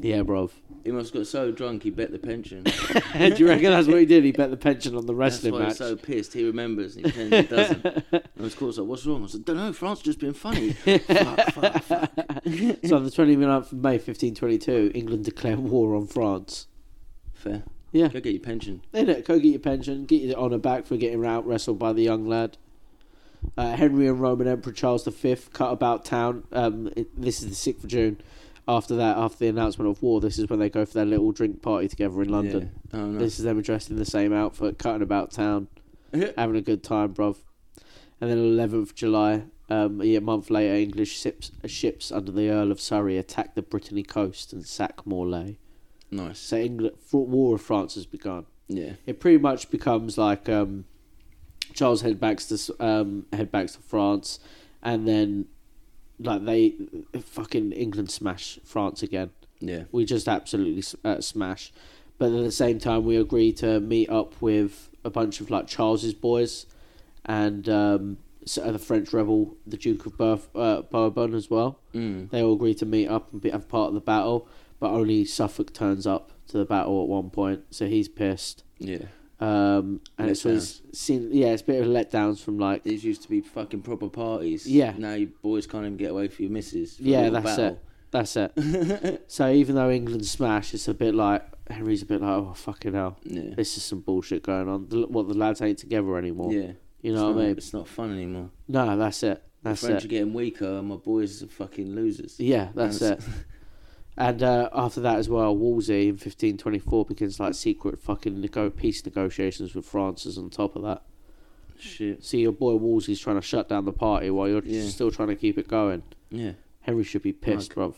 Speaker 1: Yeah, bruv.
Speaker 3: He must have got so drunk he bet the pension.
Speaker 1: Do you reckon that's what he did? He bet the pension on the
Speaker 3: That's
Speaker 1: wrestling
Speaker 3: why he's
Speaker 1: match.
Speaker 3: so pissed. He remembers and he pretends he doesn't. And of course, like, what's wrong? I said, don't know. France just been funny. fuck, fuck, fuck.
Speaker 1: so on the 29th of May, 1522, England declared war on France.
Speaker 3: Fair.
Speaker 1: Yeah.
Speaker 3: Go get your pension.
Speaker 1: Innit? Go get your pension, get your honour back for getting out wrestled by the young lad. Uh, Henry and Roman Emperor Charles V cut about town. Um, it- this is the 6th of June. After that, after the announcement of war, this is when they go for their little drink party together in London.
Speaker 3: Yeah. Oh, no.
Speaker 1: This is them dressed in the same outfit, cutting about town, having a good time, bruv. And then 11th July, um, a month later, English ships, ships under the Earl of Surrey attack the Brittany coast and sack Morlaix.
Speaker 3: nice.
Speaker 1: So England, war of France has begun.
Speaker 3: Yeah.
Speaker 1: It pretty much becomes like um, Charles head backs to s- um, head backs to France, and then like they fucking England smash France again.
Speaker 3: Yeah.
Speaker 1: We just absolutely s- uh, smash. But at the same time, we agree to meet up with a bunch of like Charles's boys and um, so- uh, the French rebel, the Duke of Burf- uh, Bourbon as well.
Speaker 3: Mm.
Speaker 1: They all agree to meet up and be, have part of the battle, but only Suffolk turns up to the battle at one point, so he's pissed.
Speaker 3: Yeah.
Speaker 1: Um, and it's always seen, yeah, it's a bit of letdowns from like,
Speaker 3: These used to be fucking proper parties.
Speaker 1: Yeah.
Speaker 3: Now you boys can't even get away for your missus. For a
Speaker 1: yeah,
Speaker 3: little
Speaker 1: that's it, that's it.
Speaker 3: battle.
Speaker 1: So even though England smash, it's a bit like Henry's a bit like, oh fucking hell,
Speaker 3: yeah.
Speaker 1: this is some bullshit going on. The, what the lads ain't together anymore.
Speaker 3: Yeah.
Speaker 1: You know
Speaker 3: it's
Speaker 1: what I
Speaker 3: not,
Speaker 1: mean?
Speaker 3: It's not fun anymore.
Speaker 1: No, that's it. That's
Speaker 3: my friends
Speaker 1: it.
Speaker 3: are getting weaker, and my boys are fucking losers.
Speaker 1: Yeah, that's it.
Speaker 3: That's-
Speaker 1: And uh, after that as well, Wolsey in 1524 begins like secret fucking nego- peace negotiations with France is on top of that.
Speaker 3: Shit.
Speaker 1: See, your boy Wolsey's trying to shut down the party while you're
Speaker 3: Yeah.
Speaker 1: still trying to keep it going.
Speaker 3: Yeah.
Speaker 1: Henry should be pissed,
Speaker 3: Mug.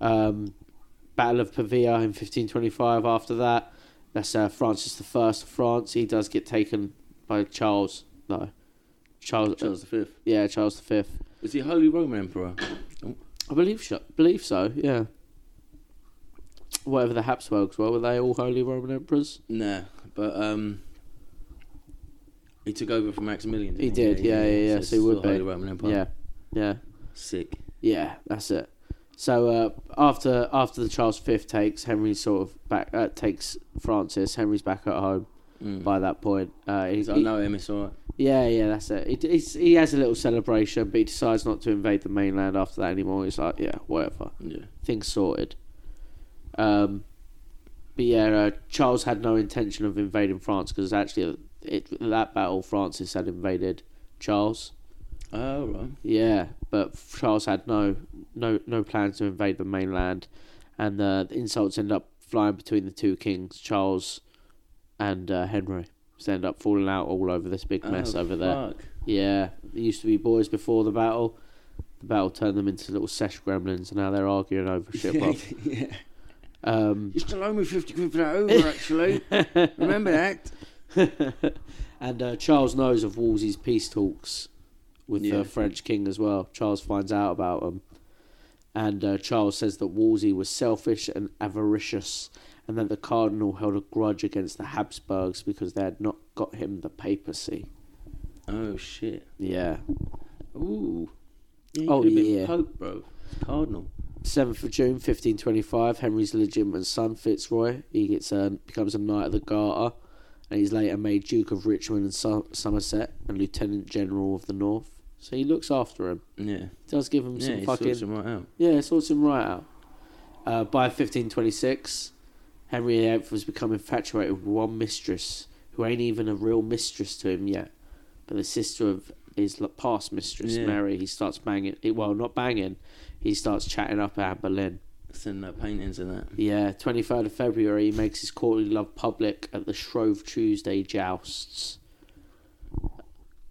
Speaker 1: bruv. Um, Battle of Pavia in 1525. After that, that's uh, Francis I of France. He does get taken by Charles, though. Charles, uh,
Speaker 3: Charles V.
Speaker 1: yeah, Charles V.
Speaker 3: Was he Holy Roman Emperor?
Speaker 1: I believe so. Believe so. Yeah. Whatever the Habsburgs were, were they all Holy Roman Emperors?
Speaker 3: Nah, but um, he took over from Maximilian.
Speaker 1: He did, yeah, yeah, yeah, so he
Speaker 3: it's
Speaker 1: would
Speaker 3: still Holy
Speaker 1: be.
Speaker 3: Roman Empire.
Speaker 1: Yeah, yeah,
Speaker 3: sick.
Speaker 1: yeah. That's it. So uh, after after the Charles V takes Henry sort of back uh, takes Francis. Henry's back at home
Speaker 3: Mm.
Speaker 1: by that point. Uh, he,
Speaker 3: He's like,
Speaker 1: he-
Speaker 3: no, Em, it's all right.
Speaker 1: yeah, yeah, that's it. He, he's, he has a little celebration, but he decides not to invade the mainland after that anymore. He's like, yeah, whatever.
Speaker 3: Yeah,
Speaker 1: things sorted. Um, but yeah, uh, Charles had no intention of invading France because actually, uh, it, that battle Francis had invaded Charles.
Speaker 3: oh right.
Speaker 1: Yeah, but Charles had no no no plans to invade the mainland, and uh, the insults end up flying between the two kings, Charles and uh, Henry. So they end up falling out all over this big mess
Speaker 3: Oh,
Speaker 1: over there.
Speaker 3: fuck.
Speaker 1: Yeah, they used to be boys before the battle. The battle turned them into little sesh gremlins, and now they're arguing over shit. bruv.
Speaker 3: yeah.
Speaker 1: Um,
Speaker 3: You still owe me fifty quid for that over, actually. Remember that?
Speaker 1: and uh, Charles knows of Wolsey's peace talks with
Speaker 3: Yeah.
Speaker 1: the French king as well. Charles finds out about them. And uh, Charles says that Wolsey was selfish and avaricious, and that the cardinal held a grudge against the Habsburgs because they had not got him the papacy.
Speaker 3: Oh shit.
Speaker 1: Yeah.
Speaker 3: Ooh. Yeah, he
Speaker 1: Oh,
Speaker 3: could have
Speaker 1: yeah.
Speaker 3: Been Pope, bro. Cardinal.
Speaker 1: 7th of June, 1525, Henry's legitimate son, Fitzroy, he gets uh, becomes a Knight of the Garter, and he's later made Duke of Richmond and Som- Somerset and Lieutenant General of the North. So he looks after him.
Speaker 3: Yeah.
Speaker 1: He does give him
Speaker 3: Yeah.
Speaker 1: some
Speaker 3: He
Speaker 1: fucking.
Speaker 3: sorts him right out.
Speaker 1: Yeah, sorts him right out. Uh, by 1526, Henry VIII was become infatuated with one mistress who ain't even a real mistress to him yet, but the sister of his l- past mistress,
Speaker 3: Yeah.
Speaker 1: Mary. He starts banging. eh, Well, not banging. He starts chatting up Anne Boleyn.
Speaker 3: Sending out paintings and that.
Speaker 1: Yeah, 23rd of February, he makes his quarterly love public at the Shrove Tuesday jousts.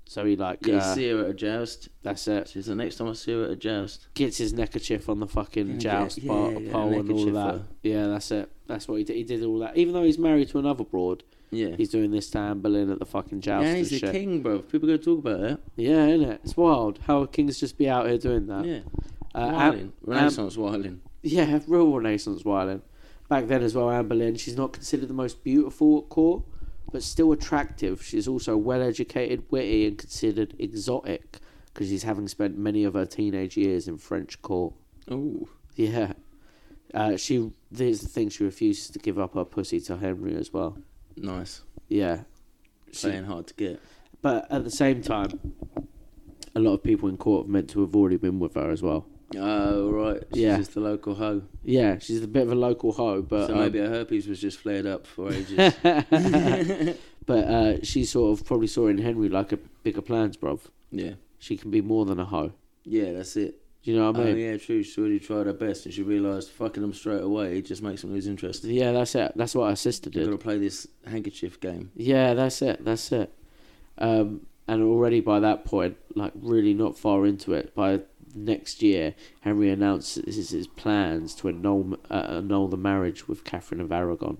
Speaker 1: So he like,
Speaker 3: Yeah.
Speaker 1: uh,
Speaker 3: see her at a joust.
Speaker 1: that's it.
Speaker 3: She's the next time I see her at a joust.
Speaker 1: Gets his neckerchief on the
Speaker 3: Yeah,
Speaker 1: fucking
Speaker 3: yeah,
Speaker 1: joust
Speaker 3: yeah,
Speaker 1: bar,
Speaker 3: yeah, yeah,
Speaker 1: pole and all of
Speaker 3: neckerchief,
Speaker 1: that.
Speaker 3: uh,
Speaker 1: Yeah, that's it. That's what he did. He did all that. Even though he's married to another broad,
Speaker 3: Yeah.
Speaker 1: he's doing this to Anne Boleyn at the fucking joust
Speaker 3: Yeah,
Speaker 1: and
Speaker 3: he's the
Speaker 1: shit.
Speaker 3: king, bro. People go talk about that.
Speaker 1: Yeah, isn't it? It's wild. How would kings just be out here doing that?
Speaker 3: yeah,
Speaker 1: Uh, um,
Speaker 3: Wilding.
Speaker 1: Anne- Anne-
Speaker 3: Renaissance wilding.
Speaker 1: Yeah, real Renaissance violin. Back then as well, Anne Boleyn, she's not considered the most beautiful at court, but still attractive. She's also well educated, witty, and considered exotic because she's having spent many of her teenage years in French court.
Speaker 3: Oh,
Speaker 1: Yeah. Uh, she There's the thing, she refuses to give up her pussy to Henry as well.
Speaker 3: nice.
Speaker 1: Yeah. She-
Speaker 3: Playing hard to get.
Speaker 1: but at the same time, a lot of people in court have meant to have already been with her as well.
Speaker 3: Oh, right. She's
Speaker 1: Yeah.
Speaker 3: just the local hoe.
Speaker 1: Yeah, she's a bit of a local hoe, but
Speaker 3: so
Speaker 1: um,
Speaker 3: maybe her herpes was just flared up for ages.
Speaker 1: But uh, she sort of probably saw in Henry like a bigger plans, bruv.
Speaker 3: yeah.
Speaker 1: She can be more than a hoe.
Speaker 3: Yeah, that's it.
Speaker 1: Do you know what I
Speaker 3: Oh,
Speaker 1: mean?
Speaker 3: yeah, true. She already tried her best and she realised fucking them straight away it just makes them lose interest.
Speaker 1: yeah. that's it. That's what her sister
Speaker 3: They've got
Speaker 1: did.
Speaker 3: to play this handkerchief game.
Speaker 1: Yeah, that's it. That's it. Um, and already by that point, like really not far into it, by next year, Henry announces his plans to annul, uh, annul the marriage with Catherine of Aragon.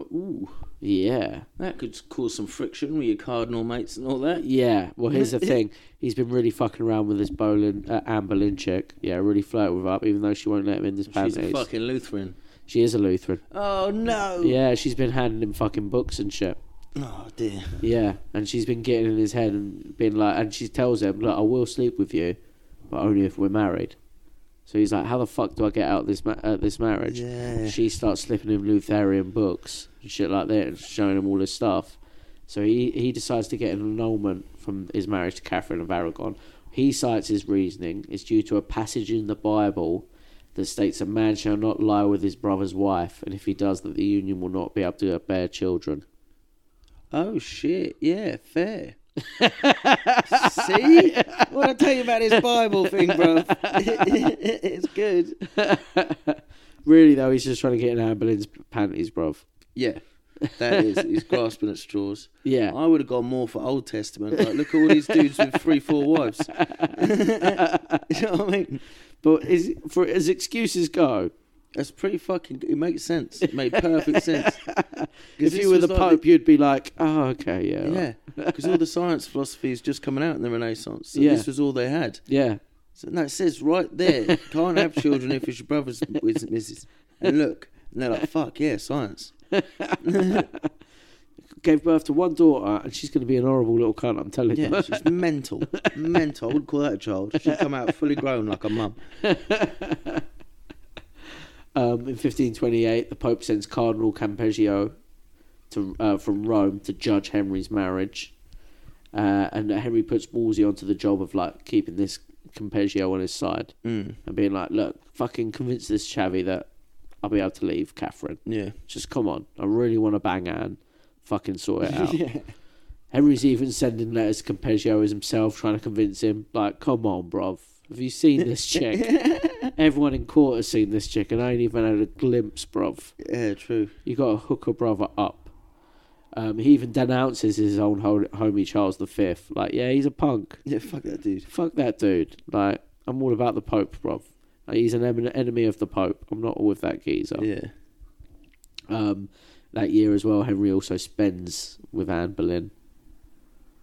Speaker 3: Ooh,
Speaker 1: Yeah.
Speaker 3: that could cause some friction with your cardinal mates and all that.
Speaker 1: Yeah, well, here's the thing. He's been really fucking around with this Bolin, uh, Anne Boleyn chick. Yeah, really flirting with her up, even though she won't let him in this
Speaker 3: She's a
Speaker 1: panties.
Speaker 3: fucking Lutheran.
Speaker 1: She is a Lutheran.
Speaker 3: Oh, no.
Speaker 1: Yeah, she's been handing him fucking books and shit.
Speaker 3: Oh, dear.
Speaker 1: Yeah, and she's been getting in his head and being like, and she tells him, look, I will sleep with you, but only if we're married. So he's like, "How the fuck do I get out of this ma- uh, this marriage?"
Speaker 3: Yeah.
Speaker 1: She starts slipping him Lutherian books and shit like that, and showing him all this stuff. So he he decides to get an annulment from his marriage to Catherine of Aragon. He cites his reasoning is due to a passage in the Bible that states a man shall not lie with his brother's wife, and if he does, that the union will not be able to bear children.
Speaker 3: Oh shit! Yeah, fair. See what I tell you about this Bible thing, bro? it's good.
Speaker 1: really though, he's just trying to get an ambulance panties, bruv.
Speaker 3: Yeah, that is. He's grasping at straws.
Speaker 1: Yeah.
Speaker 3: I would have gone more for Old Testament. Like, look at all these dudes with three, four wives. you know what I mean?
Speaker 1: But is for as excuses go,
Speaker 3: That's pretty fucking. It makes sense. It made perfect sense. 'Cause
Speaker 1: if
Speaker 3: this
Speaker 1: you were
Speaker 3: was
Speaker 1: the
Speaker 3: like
Speaker 1: Pope, you'd be like, "Oh, okay, yeah,
Speaker 3: yeah,
Speaker 1: right.
Speaker 3: because all the science philosophy is just coming out in the Renaissance. So
Speaker 1: Yeah.
Speaker 3: this was all they had.
Speaker 1: yeah,
Speaker 3: So no, it says right there, can't have children if it's your brother's with missus. And look, and they're like, fuck yeah, science.
Speaker 1: Gave birth to one daughter, and she's going to be an horrible little cunt. I'm telling
Speaker 3: Yeah,
Speaker 1: you.
Speaker 3: she's mental, mental. I would call that a child. She'd come out fully grown like a mum.
Speaker 1: Um, in 1528, the Pope sends Cardinal Campeggio to uh, from Rome to judge Henry's marriage, uh, and Henry puts Wolsey onto the job of like keeping this Campeggio on his side
Speaker 3: Mm.
Speaker 1: and being like, "Look, fucking convince this chavvy that I'll be able to leave Catherine."
Speaker 3: Yeah,
Speaker 1: Just come on, I really want to bang Anne. Fucking sort it out. Henry's even sending letters to Campeggio as himself, trying to convince him, like, come on, bruv. Have you seen this chick? Everyone in court has seen this chick, and I ain't even had a glimpse, bruv.
Speaker 3: yeah, true.
Speaker 1: You got to hook a brother up. Um, he even denounces his own ho- homie Charles V. Like, yeah, he's a punk.
Speaker 3: Yeah, fuck that dude.
Speaker 1: Fuck that dude. Like, I'm all about the Pope, bruv. Like, he's an em- enemy of the Pope. I'm not all with that geezer
Speaker 3: Yeah,
Speaker 1: um, that year as well. Henry also spends with Anne Boleyn,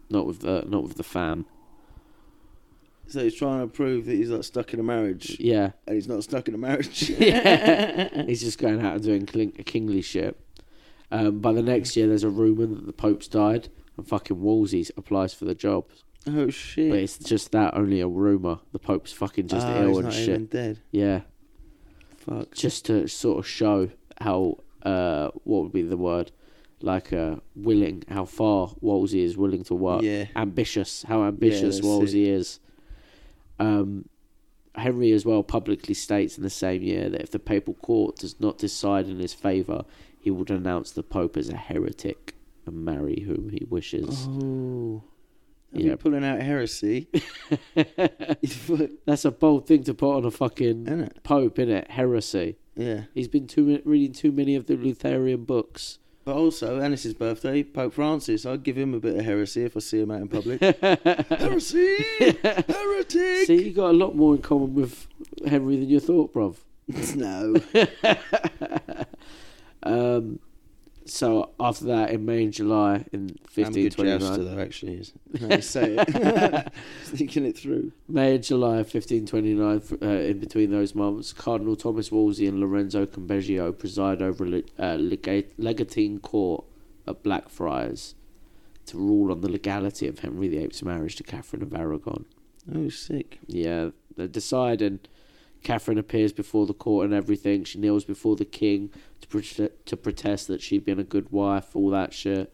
Speaker 1: not with the not with the fam.
Speaker 3: so he's trying to prove that he's not stuck in a marriage,
Speaker 1: Yeah,
Speaker 3: and he's not stuck in a marriage. Eh.
Speaker 1: he's just going out and doing king- kingly shit. Um, by the next year, there's a rumor that the Pope's died, and fucking Wolsey applies for the job.
Speaker 3: oh
Speaker 1: But
Speaker 3: shit!
Speaker 1: it's just that only a rumor. The Pope's fucking just
Speaker 3: Oh,
Speaker 1: ill
Speaker 3: he's
Speaker 1: and
Speaker 3: not
Speaker 1: shit.
Speaker 3: even dead.
Speaker 1: Yeah,
Speaker 3: Fuck.
Speaker 1: just to sort of show how uh, what would be the word. Like uh, willing, how far Wolsey is willing to work.
Speaker 3: Yeah.
Speaker 1: ambitious, how ambitious
Speaker 3: that's
Speaker 1: Wolsey is. Um, Henry as well publicly states in the same year that if the papal court does not decide in his favour, he will denounce the pope as a heretic and marry whom he wishes.
Speaker 3: Oh. Are
Speaker 1: Yeah.
Speaker 3: you pulling out heresy? Isn't
Speaker 1: That's a bold thing to put on a fucking
Speaker 3: it?
Speaker 1: pope, innit? Heresy.
Speaker 3: Yeah.
Speaker 1: He's been too ma- reading too many of the Lutheran books.
Speaker 3: But also, and it's his birthday, Pope Francis. I'd give him a bit of heresy if I see him out in public. heresy! Heretic!
Speaker 1: See, you got a lot more in common with Henry than you thought, bruv.
Speaker 3: No.
Speaker 1: Um, so after that, in May and July in
Speaker 3: I'm a
Speaker 1: fifteen
Speaker 3: good
Speaker 1: twenty
Speaker 3: jouster,
Speaker 1: nine,
Speaker 3: though, actually. Is. No, say it. Thinking it through.
Speaker 1: May and July of fifteen twenty nine, uh, in between those months, Cardinal Thomas Wolsey and Lorenzo Campeggio preside over a leg- uh, legate, legatine court at Blackfriars to rule on the legality of Henry VIII's marriage to Catherine of Aragon.
Speaker 3: Oh, sick.
Speaker 1: Yeah, they decide, and Catherine appears before the court and everything. She kneels before the king to prote- to protest that she'd been a good wife, all that shit.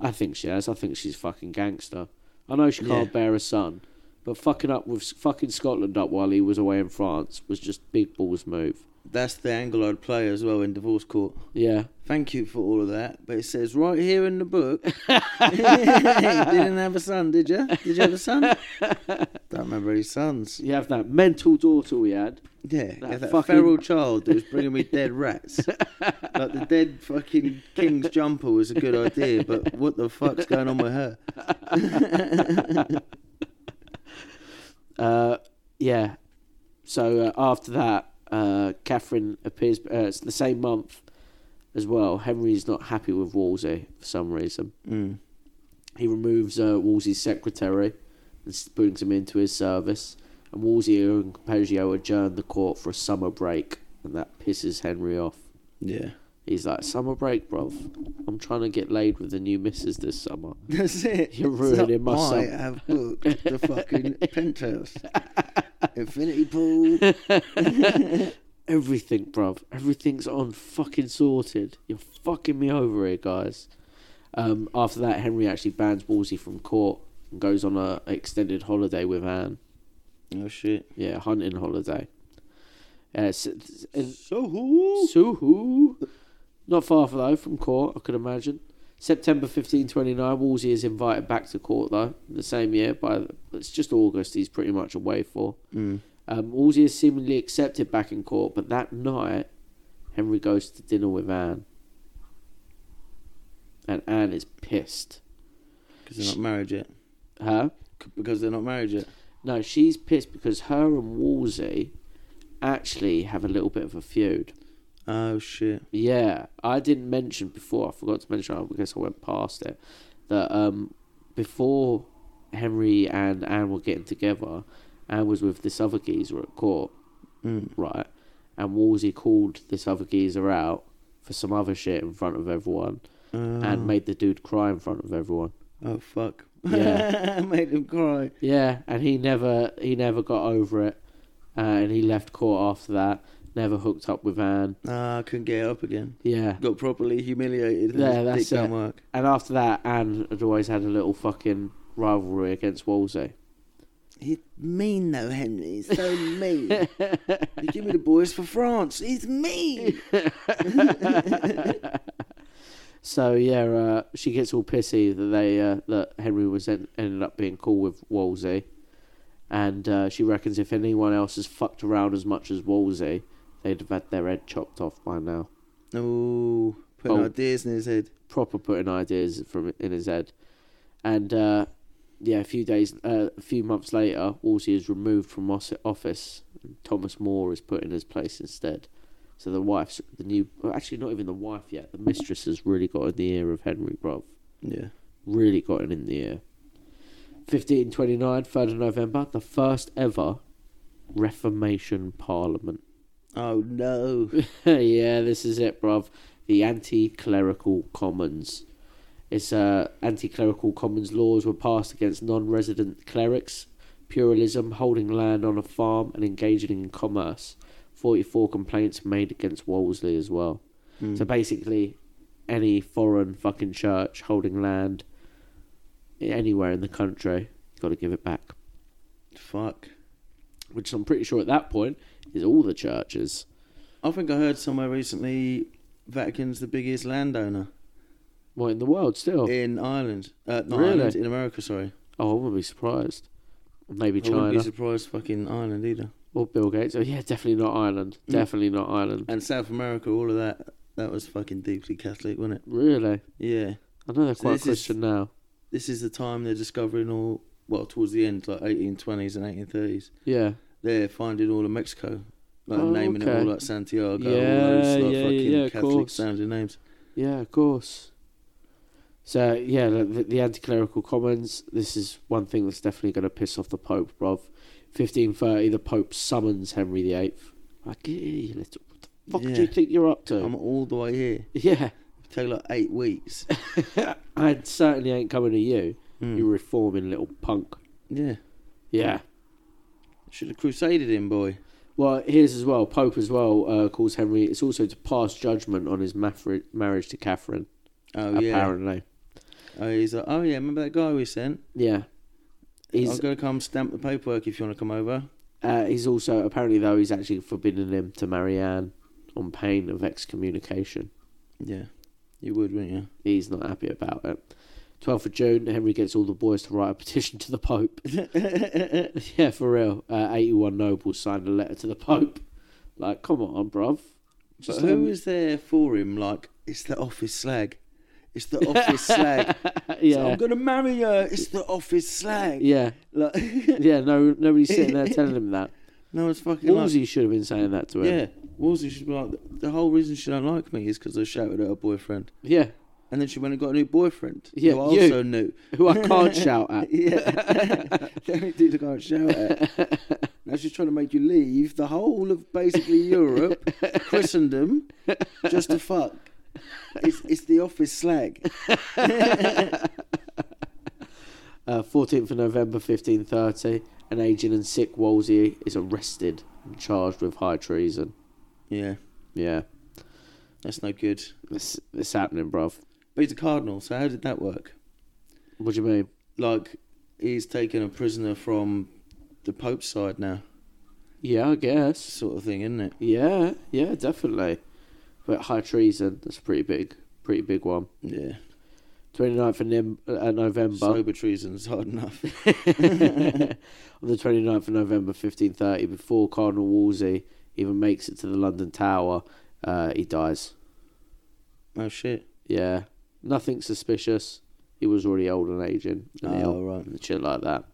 Speaker 1: I think she has. I think she's fucking gangster. I know she can't
Speaker 3: Yeah.
Speaker 1: bear a son, but fucking up with fucking Scotland up while he was away in France was just big balls move.
Speaker 3: That's the angle I'd play as well in divorce court.
Speaker 1: Yeah,
Speaker 3: Thank you for all of that, but it says right here in the book. you didn't have a son, did you? Did you have a son? Don't remember any sons.
Speaker 1: you have that mental daughter we had.
Speaker 3: Yeah,
Speaker 1: That
Speaker 3: yeah, that
Speaker 1: fucking-
Speaker 3: feral child that was bringing me dead rats. like the dead fucking king's jumper was a good idea, but what the fuck's going on with her?
Speaker 1: Uh, yeah. So uh, after that, uh, Catherine appears. Uh, it's the same month as well. Henry's not happy with Wolsey for some reason.
Speaker 3: Mm.
Speaker 1: He removes uh, Wolsey's secretary and s- brings him into his service. And Wolsey and Campeggio adjourn the court for a summer break, and that pisses Henry off.
Speaker 3: Yeah,
Speaker 1: He's like, "Summer break, bruv. I'm trying to get laid with the new missus this summer."
Speaker 3: that's it.
Speaker 1: You're
Speaker 3: It's
Speaker 1: ruining my
Speaker 3: not I
Speaker 1: son.
Speaker 3: have booked the fucking penthouse. Infinity pool.
Speaker 1: Everything, bruv. Everything's on fucking sorted. You're fucking me over here, guys. Um, after that, Henry actually bans Wolsey from court and goes on a extended holiday with Anne.
Speaker 3: oh shit.
Speaker 1: Yeah, hunting holiday. Uh, s- s- and
Speaker 3: So who?
Speaker 1: Suhu. Not far though from court, I could imagine. September 15, 29, Wolsey is invited back to court though, the same year, but it's just August he's pretty much away for.
Speaker 3: Mm.
Speaker 1: Um, Wolsey is seemingly accepted back in court, but that night, Henry goes to dinner with Anne. And Anne is pissed.
Speaker 3: Because they're not married yet.
Speaker 1: Huh?
Speaker 3: C- Because they're not married yet.
Speaker 1: No, she's pissed because her and Wolsey actually have a little bit of a feud.
Speaker 3: Oh shit.
Speaker 1: Yeah, I didn't mention before. I forgot to mention. I guess I went past it. That um, before Henry and Anne were getting together, Anne was with this other geezer at court,
Speaker 3: Mm.
Speaker 1: right? And Wolsey called this other geezer out for some other shit in front of everyone,
Speaker 3: Oh.
Speaker 1: and made the dude cry in front of everyone.
Speaker 3: oh fuck.
Speaker 1: Yeah.
Speaker 3: Made them cry.
Speaker 1: Yeah, and he never he never got over it, uh, and he left court after that. Never hooked up with Anne.
Speaker 3: Ah, couldn't get up again.
Speaker 1: Yeah,
Speaker 3: Got properly humiliated.
Speaker 1: Yeah,
Speaker 3: His
Speaker 1: that's
Speaker 3: dick don't
Speaker 1: it.
Speaker 3: work.
Speaker 1: And after that, Anne had always had a little fucking rivalry against Wolsey.
Speaker 3: He's mean though, Henry. He's so mean. you give me the boys for France. He's mean.
Speaker 1: So yeah, uh, she gets all pissy that they uh, that Henry was en- ended up being cool with Wolsey, and uh, she reckons if anyone else has fucked around as much as Wolsey, they'd have had their head chopped off by now.
Speaker 3: Ooh, putting
Speaker 1: Oh.
Speaker 3: ideas in his head.
Speaker 1: Proper putting ideas from in his head, and uh, yeah, a few days, uh, a few months later, Wolsey is removed from os- office. And Thomas More is put in his place instead. So the wife's the new, well, actually not even the wife yet. The mistress has really got in the ear of Henry, bruv.
Speaker 3: Yeah.
Speaker 1: Really got it in the ear. 1529, 3rd of November, the first ever Reformation Parliament.
Speaker 3: Oh no.
Speaker 1: yeah, this is it, bruv. The anti clerical commons. It's uh, anti clerical commons laws were passed against non resident clerics, pluralism, holding land on a farm, and engaging in commerce. 44 complaints made against Wolseley as well. So basically, any foreign fucking church holding land anywhere in the country, you've got to give it back.
Speaker 3: Fuck.
Speaker 1: Which I'm pretty sure at that point is all the churches.
Speaker 3: I think I heard somewhere recently Vatican's the biggest landowner
Speaker 1: Well, in the world still.
Speaker 3: in Ireland. Uh, not
Speaker 1: Oh. Really?
Speaker 3: Ireland, in America, sorry.
Speaker 1: Oh, I wouldn't be surprised. Maybe
Speaker 3: I wouldn't
Speaker 1: China
Speaker 3: be surprised fucking Ireland either.
Speaker 1: or Bill Gates. Oh, yeah, definitely not Ireland.
Speaker 3: Mm.
Speaker 1: Definitely not Ireland.
Speaker 3: And South America, all of that, that was fucking deeply Catholic, wasn't it?
Speaker 1: Really?
Speaker 3: Yeah.
Speaker 1: I know they're
Speaker 3: So
Speaker 1: quite
Speaker 3: this is-
Speaker 1: Christian now.
Speaker 3: This is the time they're discovering all, well, towards the end, like 1820s and 1830s.
Speaker 1: Yeah.
Speaker 3: They're finding all of Mexico. Like
Speaker 1: Oh,
Speaker 3: naming it
Speaker 1: okay.
Speaker 3: all like Santiago,
Speaker 1: Yeah,
Speaker 3: all those like
Speaker 1: yeah,
Speaker 3: fucking
Speaker 1: yeah, of
Speaker 3: Catholic
Speaker 1: course.
Speaker 3: sounding names.
Speaker 1: Yeah, of course. So, yeah, the, the- the anti clerical commons, this is one thing that's definitely going to piss off the Pope, bruv. 1530, the Pope summons Henry VIII. Like, "Yeah, you little. What the fuck do you
Speaker 3: Yeah.
Speaker 1: think you're up to?
Speaker 3: I'm all the way here.
Speaker 1: Yeah.
Speaker 3: Take like eight weeks.
Speaker 1: I certainly ain't coming to you.
Speaker 3: Mm.
Speaker 1: You reforming little punk.
Speaker 3: Yeah.
Speaker 1: Yeah.
Speaker 3: Should have crusaded him, boy.
Speaker 1: Well, here's as well. Pope as well uh, calls Henry. It's also to pass judgment on his mafri- marriage to Catherine.
Speaker 3: Oh yeah.
Speaker 1: apparently,
Speaker 3: Oh, he's like, oh yeah. Remember that guy we sent?
Speaker 1: yeah.
Speaker 3: I'm
Speaker 1: He's
Speaker 3: gonna come stamp the paperwork if you want to come over.
Speaker 1: uh, he's also apparently though he's actually forbidden him to marry Anne on pain of excommunication.
Speaker 3: Yeah. You would, wouldn't you?
Speaker 1: He's not happy about it. 12th of June, Henry gets all the boys to write a petition to the Pope. yeah, for real. Uh, 81 nobles signed a letter to the Pope. Like, come on, bruv.
Speaker 3: But
Speaker 1: Just
Speaker 3: who
Speaker 1: who is?
Speaker 3: was there for him? Like, it's the office slag. It's the office slag.
Speaker 1: uh, Yeah.
Speaker 3: So I'm gonna marry her. It's the office slag.
Speaker 1: yeah.
Speaker 3: Like,
Speaker 1: Yeah, no, nobody's sitting there telling him that.
Speaker 3: no one's fucking. like-
Speaker 1: Wolsey should have been saying that to him.
Speaker 3: yeah. Wolsey should be like, the whole reason she don't like me is because I shouted at her boyfriend,
Speaker 1: Yeah.
Speaker 3: and then she went and got a new boyfriend.
Speaker 1: Yeah,
Speaker 3: who I
Speaker 1: you.
Speaker 3: also knew.
Speaker 1: Who I can't shout at.
Speaker 3: Yeah. the only dude I can't shout at. Now she's trying to make you leave the whole of basically Europe, Christendom, just to fuck. It's, it's the office slag.
Speaker 1: Uh, 14th of November, 1530. an aging and sick Wolsey is arrested and charged with high treason.
Speaker 3: Yeah,
Speaker 1: Yeah,
Speaker 3: that's no good.
Speaker 1: this this happening, bruv.
Speaker 3: But he's a cardinal, so how did that work?
Speaker 1: What do you mean?
Speaker 3: Like, he's taken a prisoner from the Pope's side now,
Speaker 1: Yeah, I guess.
Speaker 3: sort of thing, isn't it?
Speaker 1: Yeah, yeah, definitely. But high treason, that's a pretty big, pretty big one.
Speaker 3: Yeah.
Speaker 1: 29th of Nim- uh, November.
Speaker 3: Sober treason's hard enough.
Speaker 1: on the 29th of November 1530, before Cardinal Wolsey even makes it to the London Tower, uh, he dies.
Speaker 3: oh shit.
Speaker 1: Yeah, nothing suspicious. He was already old and aging. And
Speaker 3: Oh,
Speaker 1: ill
Speaker 3: right.
Speaker 1: And shit like that.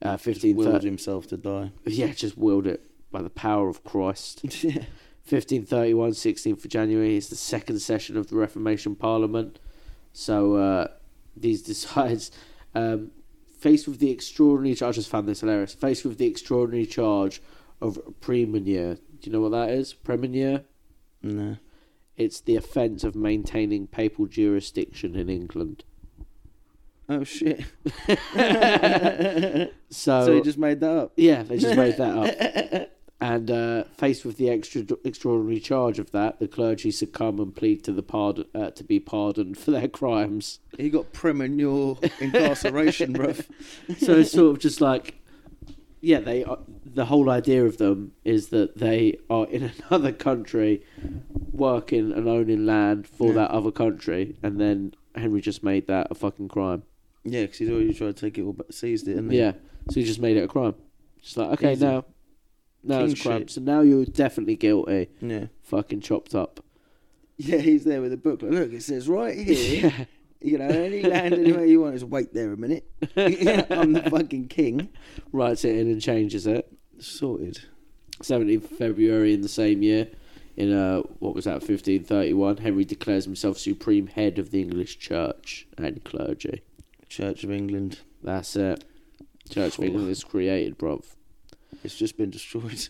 Speaker 1: Uh,
Speaker 3: Just willed
Speaker 1: 1530.
Speaker 3: himself to die.
Speaker 1: Yeah, just willed it by the power of Christ.
Speaker 3: yeah.
Speaker 1: 1531, 16th of January is the second session of the Reformation Parliament. So uh, these decides, um, faced with the extraordinary charge, I just found this hilarious. Faced with the extraordinary charge of premunire. Do you know what that is? Premunire?
Speaker 3: No.
Speaker 1: It's the offence of maintaining papal jurisdiction in England.
Speaker 3: Oh shit.
Speaker 1: So,
Speaker 3: so he just made that up.
Speaker 1: yeah, they just made that up. And uh, faced with the extra extraordinary charge of that, the clergy succumb and plead to the pardon uh, to be pardoned for their crimes.
Speaker 3: He got premonial incarceration, bruv.
Speaker 1: so it's sort of just like yeah they are, the whole idea of them is that they are in another country working and owning land for
Speaker 3: Yeah.
Speaker 1: that other country and then henry just made that a fucking crime
Speaker 3: Yeah, because he's already tried to take it all, but seized it, isn't he?
Speaker 1: yeah so he just made it a crime just like okay
Speaker 3: Easy.
Speaker 1: now now
Speaker 3: King
Speaker 1: it's a crime
Speaker 3: shit.
Speaker 1: so now you're definitely guilty
Speaker 3: Yeah.
Speaker 1: fucking chopped up
Speaker 3: Yeah, he's there with a book. Like, look, it says right here.
Speaker 1: yeah
Speaker 3: You know, any land anywhere you want. Just wait there a minute. I'm the fucking king.
Speaker 1: writes it in and changes it
Speaker 3: Sorted.
Speaker 1: 17th of February in the same year, in uh, what was that, 1531, Henry declares himself supreme head of the English church and clergy.
Speaker 3: Church of England.
Speaker 1: That's it. Church of England is created, bruv.
Speaker 3: It's just been destroyed.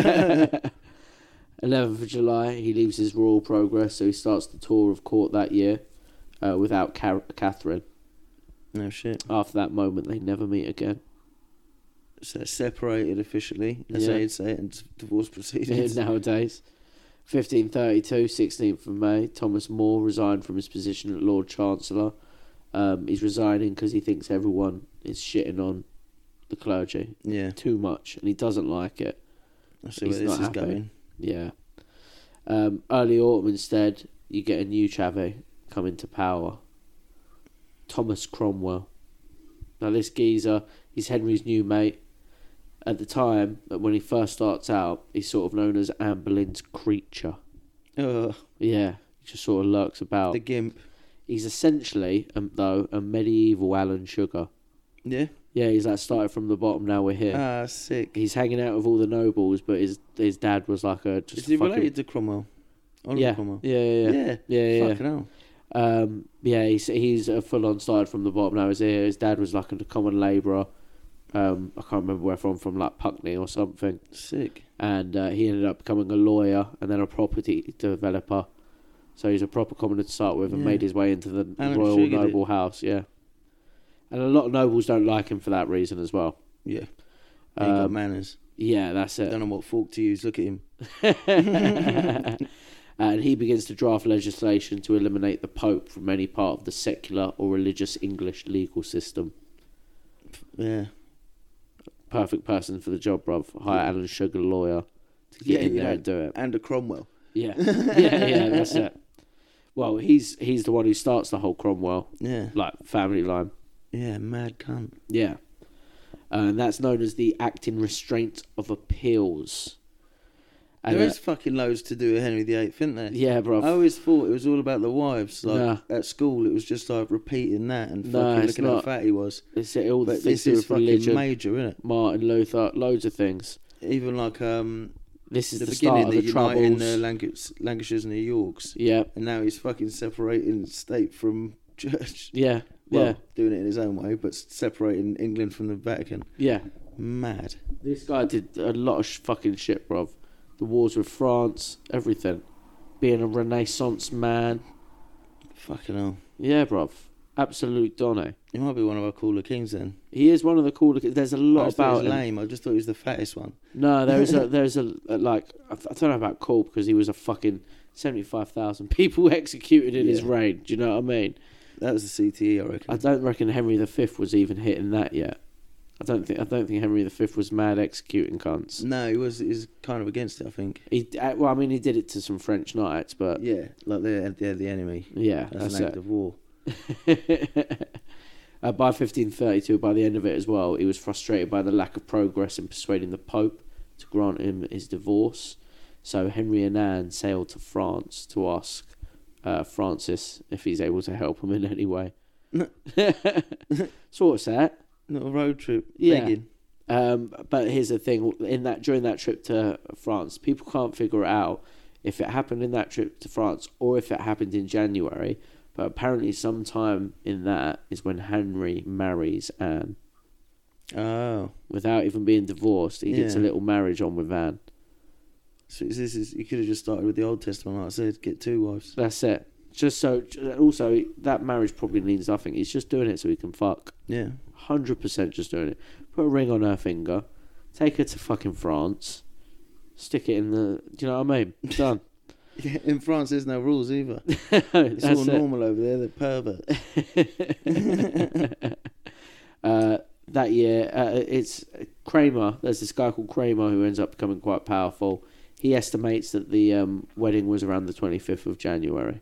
Speaker 1: 11th of July, he leaves his royal progress, so he starts the tour of court that year uh, without Car- Catherine.
Speaker 3: No shit.
Speaker 1: After that moment, they never meet again.
Speaker 3: So they're separated officially, as
Speaker 1: Yeah.
Speaker 3: they'd say, and divorce proceedings.
Speaker 1: nowadays. 1532, 16th of May, Thomas More resigned from his position at Lord Chancellor. Um, he's resigning because he thinks everyone is shitting on the clergy
Speaker 3: Yeah,
Speaker 1: too much and he doesn't like it.
Speaker 3: I see
Speaker 1: He's
Speaker 3: where this is
Speaker 1: not happy.
Speaker 3: going.
Speaker 1: Yeah. Um, early autumn instead, you get a new Chave come into power. Thomas Cromwell. Now this geezer, he's Henry's new mate. At the time, when he first starts out, he's sort of known as Anne Boleyn's creature.
Speaker 3: Oh,
Speaker 1: Yeah, he just sort of lurks about.
Speaker 3: the gimp.
Speaker 1: He's essentially, um, though, a medieval Alan Sugar.
Speaker 3: Yeah.
Speaker 1: Yeah, he's like started from the bottom. Now we're here.
Speaker 3: Ah, sick.
Speaker 1: he's hanging out with all the nobles, but his his dad was like a just
Speaker 3: Is he
Speaker 1: fucking-
Speaker 3: related to Cromwell? Oliver
Speaker 1: Yeah,
Speaker 3: Cromwell.
Speaker 1: yeah, yeah, yeah, yeah, yeah.
Speaker 3: Fucking hell.
Speaker 1: Um, yeah, he's he's a full on started from the bottom. Now he's here. His dad was like a common labourer. Um, I can't remember where from, from like Puckney or something.
Speaker 3: Sick.
Speaker 1: and uh, he ended up becoming a lawyer and then a property developer. So he's a proper commoner to start with, and
Speaker 3: Yeah.
Speaker 1: made his way into the
Speaker 3: Alan
Speaker 1: royal
Speaker 3: Sugar did.
Speaker 1: noble house. Yeah, and a lot of nobles don't like him for that reason as well.
Speaker 3: Yeah. He ain't got
Speaker 1: Um,
Speaker 3: manners.
Speaker 1: Yeah, that's it.
Speaker 3: Don't know what fork to use. Look at him.
Speaker 1: and he begins to draft legislation to eliminate the Pope from any part of the secular or religious English legal system.
Speaker 3: Yeah.
Speaker 1: Perfect person for the job, bruv. Hire Alan Sugar lawyer to get
Speaker 3: Yeah,
Speaker 1: in
Speaker 3: you
Speaker 1: there
Speaker 3: know.
Speaker 1: and do it.
Speaker 3: And a Cromwell.
Speaker 1: Yeah, yeah, yeah. That's it. Well, he's he's the one who starts the whole Cromwell
Speaker 3: Yeah.
Speaker 1: like family line.
Speaker 3: Yeah, mad cunt.
Speaker 1: Yeah, and that's known as the acting restraint of appeals.
Speaker 3: There is Oh,
Speaker 1: And, uh,
Speaker 3: fucking loads to do with Henry VIII, isn't there?
Speaker 1: yeah, bro.
Speaker 3: I always thought it was all about the wives. Like
Speaker 1: Nah.
Speaker 3: at school, it was just like repeating that and
Speaker 1: No,
Speaker 3: fucking
Speaker 1: it's
Speaker 3: looking
Speaker 1: not.
Speaker 3: how fat he was.
Speaker 1: it's all the
Speaker 3: But
Speaker 1: things
Speaker 3: this
Speaker 1: to do
Speaker 3: is
Speaker 1: with
Speaker 3: fucking
Speaker 1: religion,
Speaker 3: major, isn't it?
Speaker 1: Martin Luther, loads of things.
Speaker 3: Even like um,
Speaker 1: This is the,
Speaker 3: the,
Speaker 1: start
Speaker 3: beginning
Speaker 1: of
Speaker 3: that
Speaker 1: the
Speaker 3: you might in
Speaker 1: troubles.
Speaker 2: uh,
Speaker 3: the Lancashires, Lancashires and the Yorks,
Speaker 1: yeah,
Speaker 3: and now he's fucking separating state from church.
Speaker 1: yeah,
Speaker 3: Well,
Speaker 1: yeah,
Speaker 3: doing it in his own way, but separating England from the Vatican.
Speaker 1: yeah.
Speaker 3: Mad.
Speaker 1: This guy did a lot of sh- fucking shit, bruv. The wars with France, everything. Being a Renaissance man.
Speaker 3: Fucking hell.
Speaker 1: Yeah, bruv. absolute Dono.
Speaker 2: He might be one of our cooler kings then.
Speaker 1: He is one of the cooler. There's a
Speaker 2: I
Speaker 1: lot
Speaker 2: just thought he
Speaker 1: about
Speaker 2: was
Speaker 1: him.
Speaker 2: lame. I just thought he was the fattest one.
Speaker 1: No, there's a there's a, a like I th- I don't know about cool because he was a fucking seventy five thousand people executed in his
Speaker 2: Yeah.
Speaker 1: reign. Do you know what I mean?
Speaker 2: That was the CTE, I reckon.
Speaker 1: I don't reckon Henry V was even hitting that yet. I don't think I don't think Henry V was mad executing cunts.
Speaker 2: no, he was. He's kind of against it. I think.
Speaker 1: He uh, well, I mean, he did it to some French knights, but yeah,
Speaker 2: Yeah, like they're they're the enemy. That's,
Speaker 1: that's,
Speaker 2: an act of war.
Speaker 1: it. uh, by 1532, by the end of it as well, he was frustrated by the lack of progress in persuading the Pope to grant him his divorce. So Henry and Anne sailed to France to ask uh, Francis if he's able to help him in any way. sort of sad.
Speaker 2: Not a road trip.
Speaker 1: Yeah.
Speaker 2: Begging.
Speaker 1: Um, but here's the thing: in that during that trip to France, people can't figure it out if it happened in that trip to France or if it happened in January. But apparently, sometime in that is when Henry marries Anne
Speaker 2: Oh,
Speaker 1: without even being divorced. He gets a
Speaker 2: Yeah.
Speaker 1: little marriage on with Anne.
Speaker 2: so this is you could have just started with the Old Testament. Like I said, get two wives.
Speaker 1: That's it. Just so. Also, that marriage probably means nothing. He's just doing it so he can fuck.
Speaker 2: Yeah,
Speaker 1: Hundred percent, just doing it. Put a ring on her finger. Take her to fucking France. Stick it in the. Do you know what I mean? Done.
Speaker 2: in France there's no rules either. It's all
Speaker 1: That's it.
Speaker 2: normal over there. They're perverts.
Speaker 1: uh, that year, uh, it's Kramer. There's this guy called Kramer who ends up becoming quite powerful. He estimates that the um, wedding was around the 25th of January.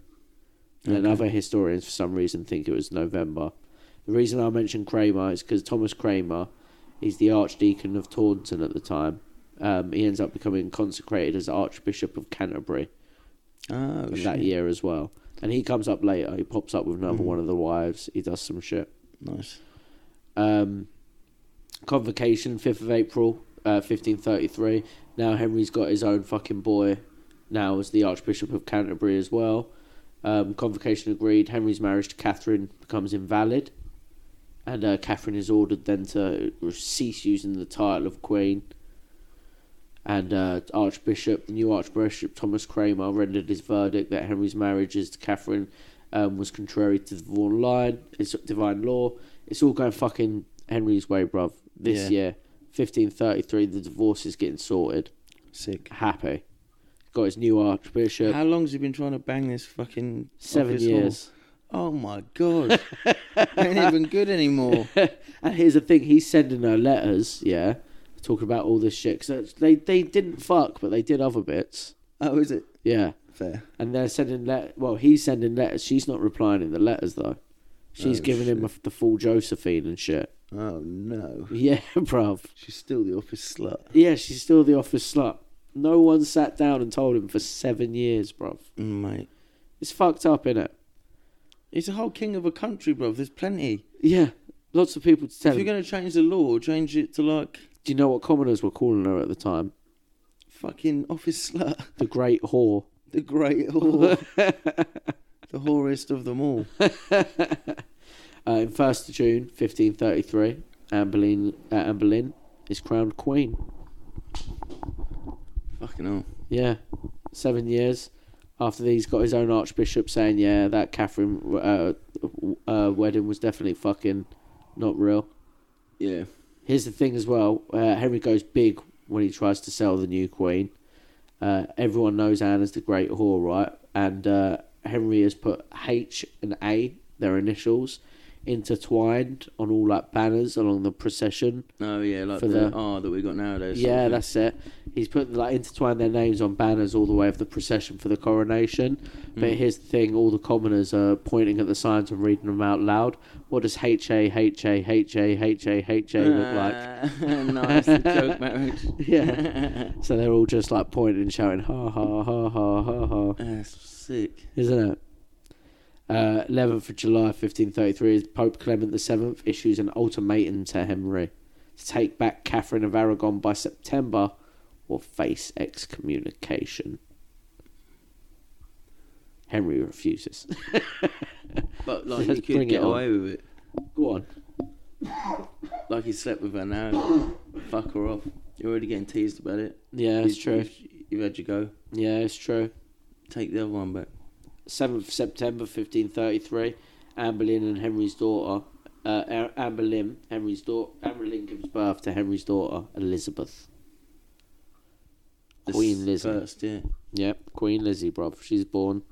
Speaker 1: And
Speaker 2: Okay.
Speaker 1: other historians, for some reason, think it was November. The reason I mention Kramer is because Thomas Kramer is the Archdeacon of Taunton at the time. Um, he ends up becoming consecrated as Archbishop of Canterbury
Speaker 2: Oh,
Speaker 1: in that
Speaker 2: shit.
Speaker 1: year as well. And he comes up later. He pops up with another one of the wives. He does some shit.
Speaker 2: Nice.
Speaker 1: Um, convocation, 5th of April, uh, 1533. Now Henry's got his own fucking boy now as the Archbishop of Canterbury as well. Um, convocation agreed. Henry's marriage to Catherine becomes invalid. And uh, Catherine is ordered then to cease using the title of Queen. And uh, Archbishop, the new Archbishop Thomas Cramer, rendered his verdict that Henry's marriage is to Catherine um, was contrary to the divine line, it's divine law. It's all going fucking Henry's way, bruv. This
Speaker 2: Yeah.
Speaker 1: year, 1533, the divorce is getting sorted.
Speaker 2: Sick.
Speaker 1: Happy. Got his new Archbishop.
Speaker 2: How long's he been trying to bang this fucking
Speaker 1: seven
Speaker 2: office whore?
Speaker 1: years.
Speaker 2: Oh my god, ain't even good anymore.
Speaker 1: And here's the thing: he's sending her letters, yeah, talking about all this shit. Cause they they didn't fuck, but they did other bits,
Speaker 2: Oh, is it
Speaker 1: yeah.
Speaker 2: fair?
Speaker 1: And they're sending let. Well, he's sending letters. She's not replying in the letters though. She's
Speaker 2: Oh,
Speaker 1: giving him a, the full Josephine and shit.
Speaker 2: Oh no,
Speaker 1: Yeah, bruv.
Speaker 2: she's still the office slut.
Speaker 1: Yeah, she's still the office slut. No one sat down and told him for seven years, bruv.
Speaker 2: Mm, Mate,
Speaker 1: It's fucked up, innit?
Speaker 2: he's a whole king of a country, bro. There's plenty.
Speaker 1: Yeah, lots of people to tell
Speaker 2: If
Speaker 1: him.
Speaker 2: you're going to change the law, change it to like
Speaker 1: Do you know what commoners were calling her at the time?
Speaker 2: fucking office slut,
Speaker 1: The Great Whore.
Speaker 2: the great whore, the whorest of them all.
Speaker 1: Uh, in 1st of June, 1533, Anne Boleyn, uh, Anne Boleyn is crowned queen.
Speaker 3: Fucking hell.
Speaker 1: Yeah, seven years after that he's got his own archbishop saying, yeah, that Catherine uh, uh, wedding was definitely fucking not real.
Speaker 3: Yeah.
Speaker 1: Here's the thing as well. Uh, Henry goes big when he tries to sell the new queen. Uh, everyone knows Anne is the Great Whore, right? And uh, Henry has put H and A, their initials, intertwined on all like banners along the procession.
Speaker 3: No, yeah, like
Speaker 1: For the-
Speaker 3: the, R that we got nowadays. sort of
Speaker 1: Yeah,
Speaker 3: thing.
Speaker 1: that's it. He's put like intertwined their names on banners all the way of the procession for the coronation. But here's the thing: all the commoners are pointing at the signs and reading them out loud. What does H A H A H A H A H A look like?
Speaker 3: Ah, nice the joke Ah, marriage.
Speaker 1: Yeah. So they're all just like pointing and shouting, ha ha ha ha ha ha,
Speaker 3: That's sick.
Speaker 1: isn't it? Uh, 11th of July 1533 is Pope Clement VII issues an ultimatum to Henry to take back Catherine of Aragon by September or face excommunication. Henry refuses.
Speaker 3: But like
Speaker 1: Let's
Speaker 3: he could
Speaker 1: bring it
Speaker 3: get
Speaker 1: on.
Speaker 3: away with it.
Speaker 1: Go on.
Speaker 3: Like he slept with her now. Fuck her off. You're already getting teased about it.
Speaker 1: Yeah, it's
Speaker 3: You-
Speaker 1: true.
Speaker 3: You've, you've had your go.
Speaker 1: Yeah, it's true.
Speaker 3: Take the other one back.
Speaker 1: 7th of September 1533, Anne Boleyn and Henry's daughter, uh, Er- Anne Boleyn, Henry's daughter, Anne Boleyn gives birth to Henry's daughter Elizabeth.
Speaker 3: The
Speaker 1: Queen
Speaker 3: s-
Speaker 1: Lizzie.
Speaker 3: First, yeah.
Speaker 1: Yep, Queen Lizzie, bruv. She's born.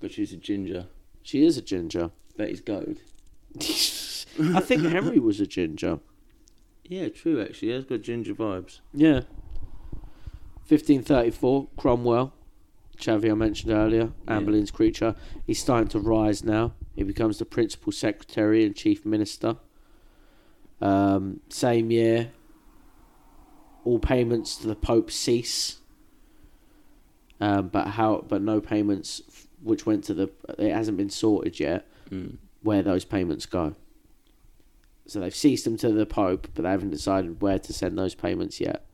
Speaker 3: But she's a ginger.
Speaker 1: She is a ginger.
Speaker 3: Betty's gold.
Speaker 1: I think Henry was a ginger.
Speaker 3: Yeah, true, actually. That's got ginger vibes.
Speaker 1: Yeah. 1534, Cromwell. Chavy, I mentioned earlier, Anne
Speaker 3: Yeah.
Speaker 1: Boleyn's creature. He's starting to rise now. He becomes the principal secretary and chief minister. Um, same year, all payments to the Pope cease. Um, but how? But no payments, f- which went to the. It hasn't been sorted yet
Speaker 3: Mm.
Speaker 1: where those payments go. So they've ceased them to the Pope, but they haven't decided where to send those payments yet.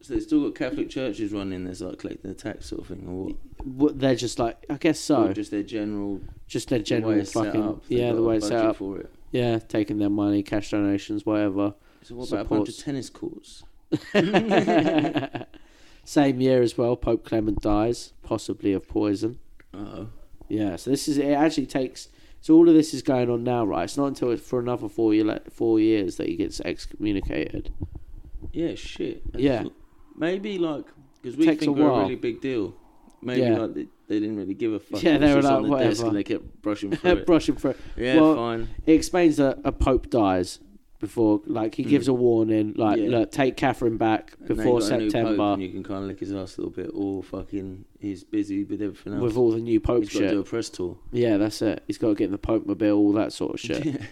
Speaker 3: So they've still got Catholic churches running this, like collecting the tax sort of thing, or what?
Speaker 1: What they're just like, I guess
Speaker 3: Or
Speaker 1: so. Just,
Speaker 3: just their general,
Speaker 1: their
Speaker 3: way
Speaker 1: general
Speaker 3: it's set
Speaker 1: fucking
Speaker 3: up. They've
Speaker 1: yeah,
Speaker 3: got
Speaker 1: the
Speaker 3: a
Speaker 1: way it's set
Speaker 3: budget
Speaker 1: up.
Speaker 3: for it.
Speaker 1: Yeah, taking their money, cash donations, whatever.
Speaker 3: So what about a bunch of
Speaker 1: Supports.
Speaker 3: tennis courts?
Speaker 1: Same year as well, Pope Clement dies, possibly of poison.
Speaker 3: Oh,
Speaker 1: Yeah, so this is it. Actually, takes so all of this is going on now, right? It's not until it's for another four year, four years that he gets excommunicated.
Speaker 3: yeah, shit. I
Speaker 1: Yeah.
Speaker 3: thought- Maybe like because we
Speaker 1: Takes
Speaker 3: think
Speaker 1: a
Speaker 3: we're a
Speaker 1: while.
Speaker 3: really big deal. Maybe
Speaker 1: Yeah.
Speaker 3: like they, they didn't really give a fuck.
Speaker 1: Yeah,
Speaker 3: It
Speaker 1: they
Speaker 3: was
Speaker 1: were
Speaker 3: just on
Speaker 1: like,
Speaker 3: the desk
Speaker 1: whatever.
Speaker 3: and they kept brushing through it.
Speaker 1: Brushing through.
Speaker 3: yeah,
Speaker 1: well,
Speaker 3: fine.
Speaker 1: it explains that a pope dies before like he gives a warning like
Speaker 3: Hmm. Yeah.
Speaker 1: look take catherine back
Speaker 3: And now you
Speaker 1: before
Speaker 3: got a new pope
Speaker 1: september
Speaker 3: and you can kind of lick his ass a little bit, or fucking he's busy with everything else.
Speaker 1: with all the new pope
Speaker 3: he's got to
Speaker 1: shit
Speaker 3: do a press tour.
Speaker 1: yeah that's it he's got to get in the pope mobile all that sort of shit
Speaker 3: Yeah.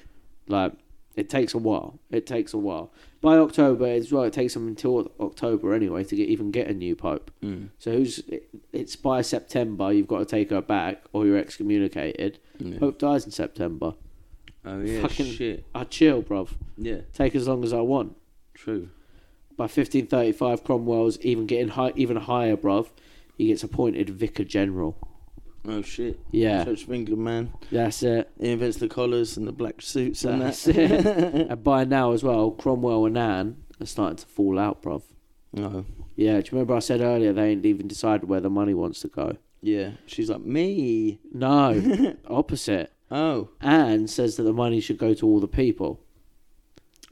Speaker 1: like it takes a while it takes a while by october as well it takes them until october anyway to get even get a new pope
Speaker 3: Mm.
Speaker 1: so who's it, it's by september you've got to take her back or you're excommunicated
Speaker 3: Yeah.
Speaker 1: pope dies in september
Speaker 3: Oh yeah,
Speaker 1: Fucking-
Speaker 3: shit.
Speaker 1: i chill bruv
Speaker 3: Yeah,
Speaker 1: take as long as i want
Speaker 3: true.
Speaker 1: By 1535, Cromwell's even getting high, even higher, bruv. He gets appointed vicar general.
Speaker 3: Oh shit.
Speaker 1: Yeah,
Speaker 3: Church of England, man.
Speaker 1: that's it.
Speaker 3: He invents the collars and the black suits and
Speaker 1: That's
Speaker 3: that.
Speaker 1: it. and by now as well, Cromwell and Anne are starting to fall out, bruv.
Speaker 3: No.
Speaker 1: Yeah, do you remember I said earlier they ain't even decided where the money wants to go?
Speaker 3: Yeah. She's like, me.
Speaker 1: No, opposite.
Speaker 3: Oh.
Speaker 1: Anne says that the money should go to all the people.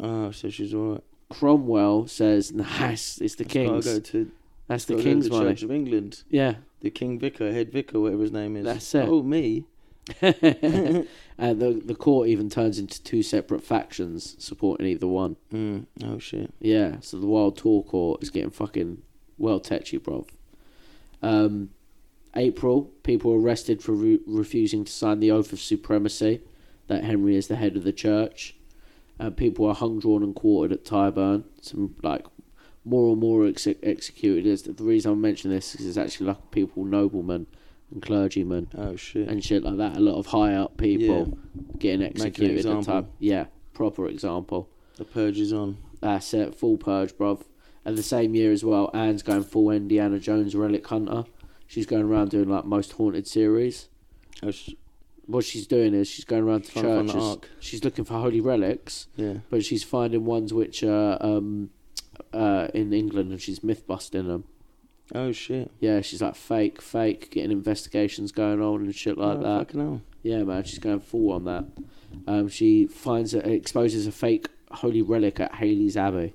Speaker 3: Oh, so she's all right.
Speaker 1: Cromwell says, nah, it's, it's the king's.
Speaker 3: Gotta go to
Speaker 1: That's the
Speaker 3: gotta go to
Speaker 1: king's
Speaker 3: the
Speaker 1: money.
Speaker 3: Church of England.
Speaker 1: Yeah.
Speaker 3: The King Vicar, Head Vicar, whatever his name is.
Speaker 1: That's it.
Speaker 3: Oh, me.
Speaker 1: and the the court even turns into two separate factions supporting either one.
Speaker 3: Mm. Oh, shit.
Speaker 1: Yeah, so the Wild Tour Court is getting fucking well tetchy, bruv. Um, April, people arrested for re- refusing to sign the oath of supremacy that Henry is the head of the church. Uh, people are hung, drawn, and quartered at Tyburn. Some like more and more ex- executed. Is the reason I'm mentioning this is it's actually like people, noblemen and clergymen
Speaker 3: Oh, shit.
Speaker 1: and shit like that. A lot of high up people getting executed at
Speaker 3: example.
Speaker 1: time. Yeah, proper example.
Speaker 3: the purge is on.
Speaker 1: That's it, uh, full purge, bruv. And the same year as well, Anne's going full Indiana Jones relic hunter. She's going around doing like most haunted series.
Speaker 3: Oh, sh-
Speaker 1: What she's doing is she's going around to
Speaker 3: Trying to find the
Speaker 1: churches.
Speaker 3: Ark.
Speaker 1: She's looking for holy relics,
Speaker 3: yeah.
Speaker 1: but she's finding ones which are um, uh, in England and she's myth busting them.
Speaker 3: Oh, shit.
Speaker 1: Yeah, she's like fake, fake, getting investigations going on and shit like
Speaker 3: oh,
Speaker 1: that.
Speaker 3: Fucking hell.
Speaker 1: Yeah, man, she's going full on that. Um, she finds that exposes a fake holy relic at Haley's Abbey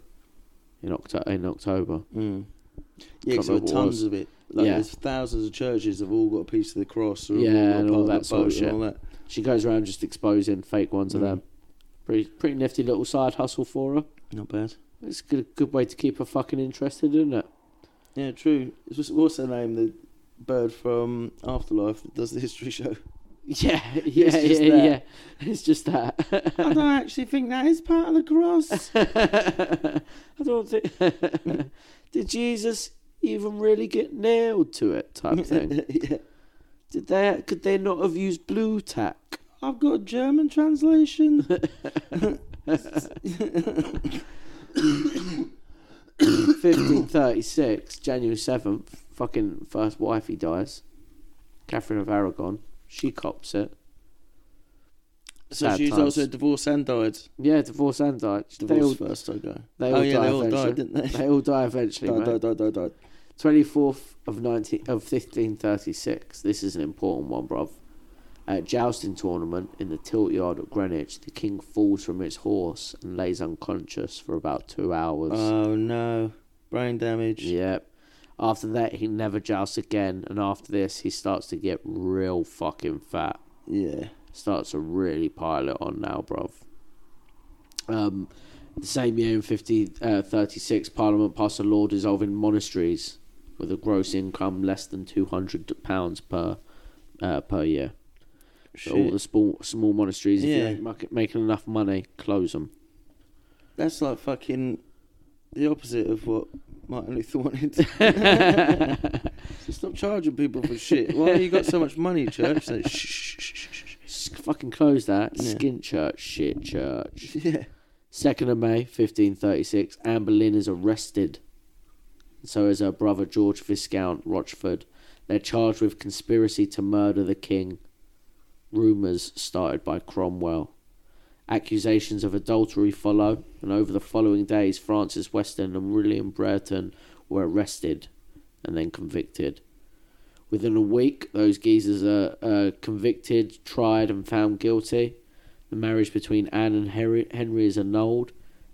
Speaker 1: in, Octo- in October.
Speaker 3: Mm. Yeah,
Speaker 1: Can't
Speaker 3: because there were
Speaker 1: remember what it
Speaker 3: tons
Speaker 1: was.
Speaker 3: of it. Like,
Speaker 1: Yeah,
Speaker 3: there's thousands of churches have all got a piece of the cross. Or have
Speaker 1: Yeah,
Speaker 3: all got
Speaker 1: and all
Speaker 3: part of
Speaker 1: that
Speaker 3: the
Speaker 1: sort of
Speaker 3: boat
Speaker 1: shit.
Speaker 3: And all that.
Speaker 1: she goes around just exposing fake ones of
Speaker 3: Mm.
Speaker 1: them. Pretty, pretty nifty little side hustle for her.
Speaker 3: Not bad.
Speaker 1: It's a good, good way to keep her fucking interested, isn't it?
Speaker 3: Yeah, true. It's just, what's her name? The bird from Afterlife that does the history show.
Speaker 1: Yeah, yeah,
Speaker 3: just
Speaker 1: yeah,
Speaker 3: that.
Speaker 1: yeah. It's just that.
Speaker 3: I don't actually think that is part of the cross.
Speaker 1: I don't think. Did Jesus even really get nailed to it? Type thing.
Speaker 3: yeah.
Speaker 1: Did they? Could they not have used blue tack?
Speaker 3: I've got a German translation.
Speaker 1: Fifteen thirty-six, January seventh. Fucking first wife he dies. Catherine of Aragon. She cops it.
Speaker 3: so
Speaker 1: Sad
Speaker 3: she's
Speaker 1: times.
Speaker 3: also divorced and died.
Speaker 1: Yeah, divorce and die. They all,
Speaker 3: Divorced first, I go.
Speaker 1: they
Speaker 3: oh,
Speaker 1: all
Speaker 3: yeah,
Speaker 1: die
Speaker 3: they all died,
Speaker 1: eventually.
Speaker 3: didn't they?
Speaker 1: they all die eventually.
Speaker 3: died,
Speaker 1: mate.
Speaker 3: died, died, died, died.
Speaker 1: Twenty fourth of nineteen of fifteen thirty six. This is an important one, bruv. At a jousting tournament in the tilt yard at Greenwich, the king falls from his horse and lays unconscious for about two hours.
Speaker 3: Oh no, brain damage.
Speaker 1: Yep. After that, he never jousts again, and after this, he starts to get real fucking fat.
Speaker 3: Yeah.
Speaker 1: Starts to really pile it on now, bruv. Um, the same year in 50, uh, 36, Parliament passed a law dissolving monasteries with a gross income less than £200 per, uh, per year. So all
Speaker 3: Shit.
Speaker 1: the small, small monasteries, if you
Speaker 3: Yeah.
Speaker 1: ain't mak- making enough money, close them.
Speaker 3: That's like fucking the opposite of what Martin Luther wanted. So stop charging people for shit. Why you got so much money, church? So, shh, shh, shh, shh,
Speaker 1: fucking close that.
Speaker 3: Yeah.
Speaker 1: Skin church, shit church.
Speaker 3: shh. Yeah.
Speaker 1: 2nd of May, 1536, Anne Boleyn is arrested. So is her brother George Viscount Rochford. They're charged with conspiracy to murder the king. Rumours started by Cromwell. Accusations of adultery follow, and over the following days, Francis Weston and William Brereton were arrested and then convicted. Within a week, those geezers are uh, convicted, tried, and found guilty. The marriage between Anne and Henry, Henry is annulled,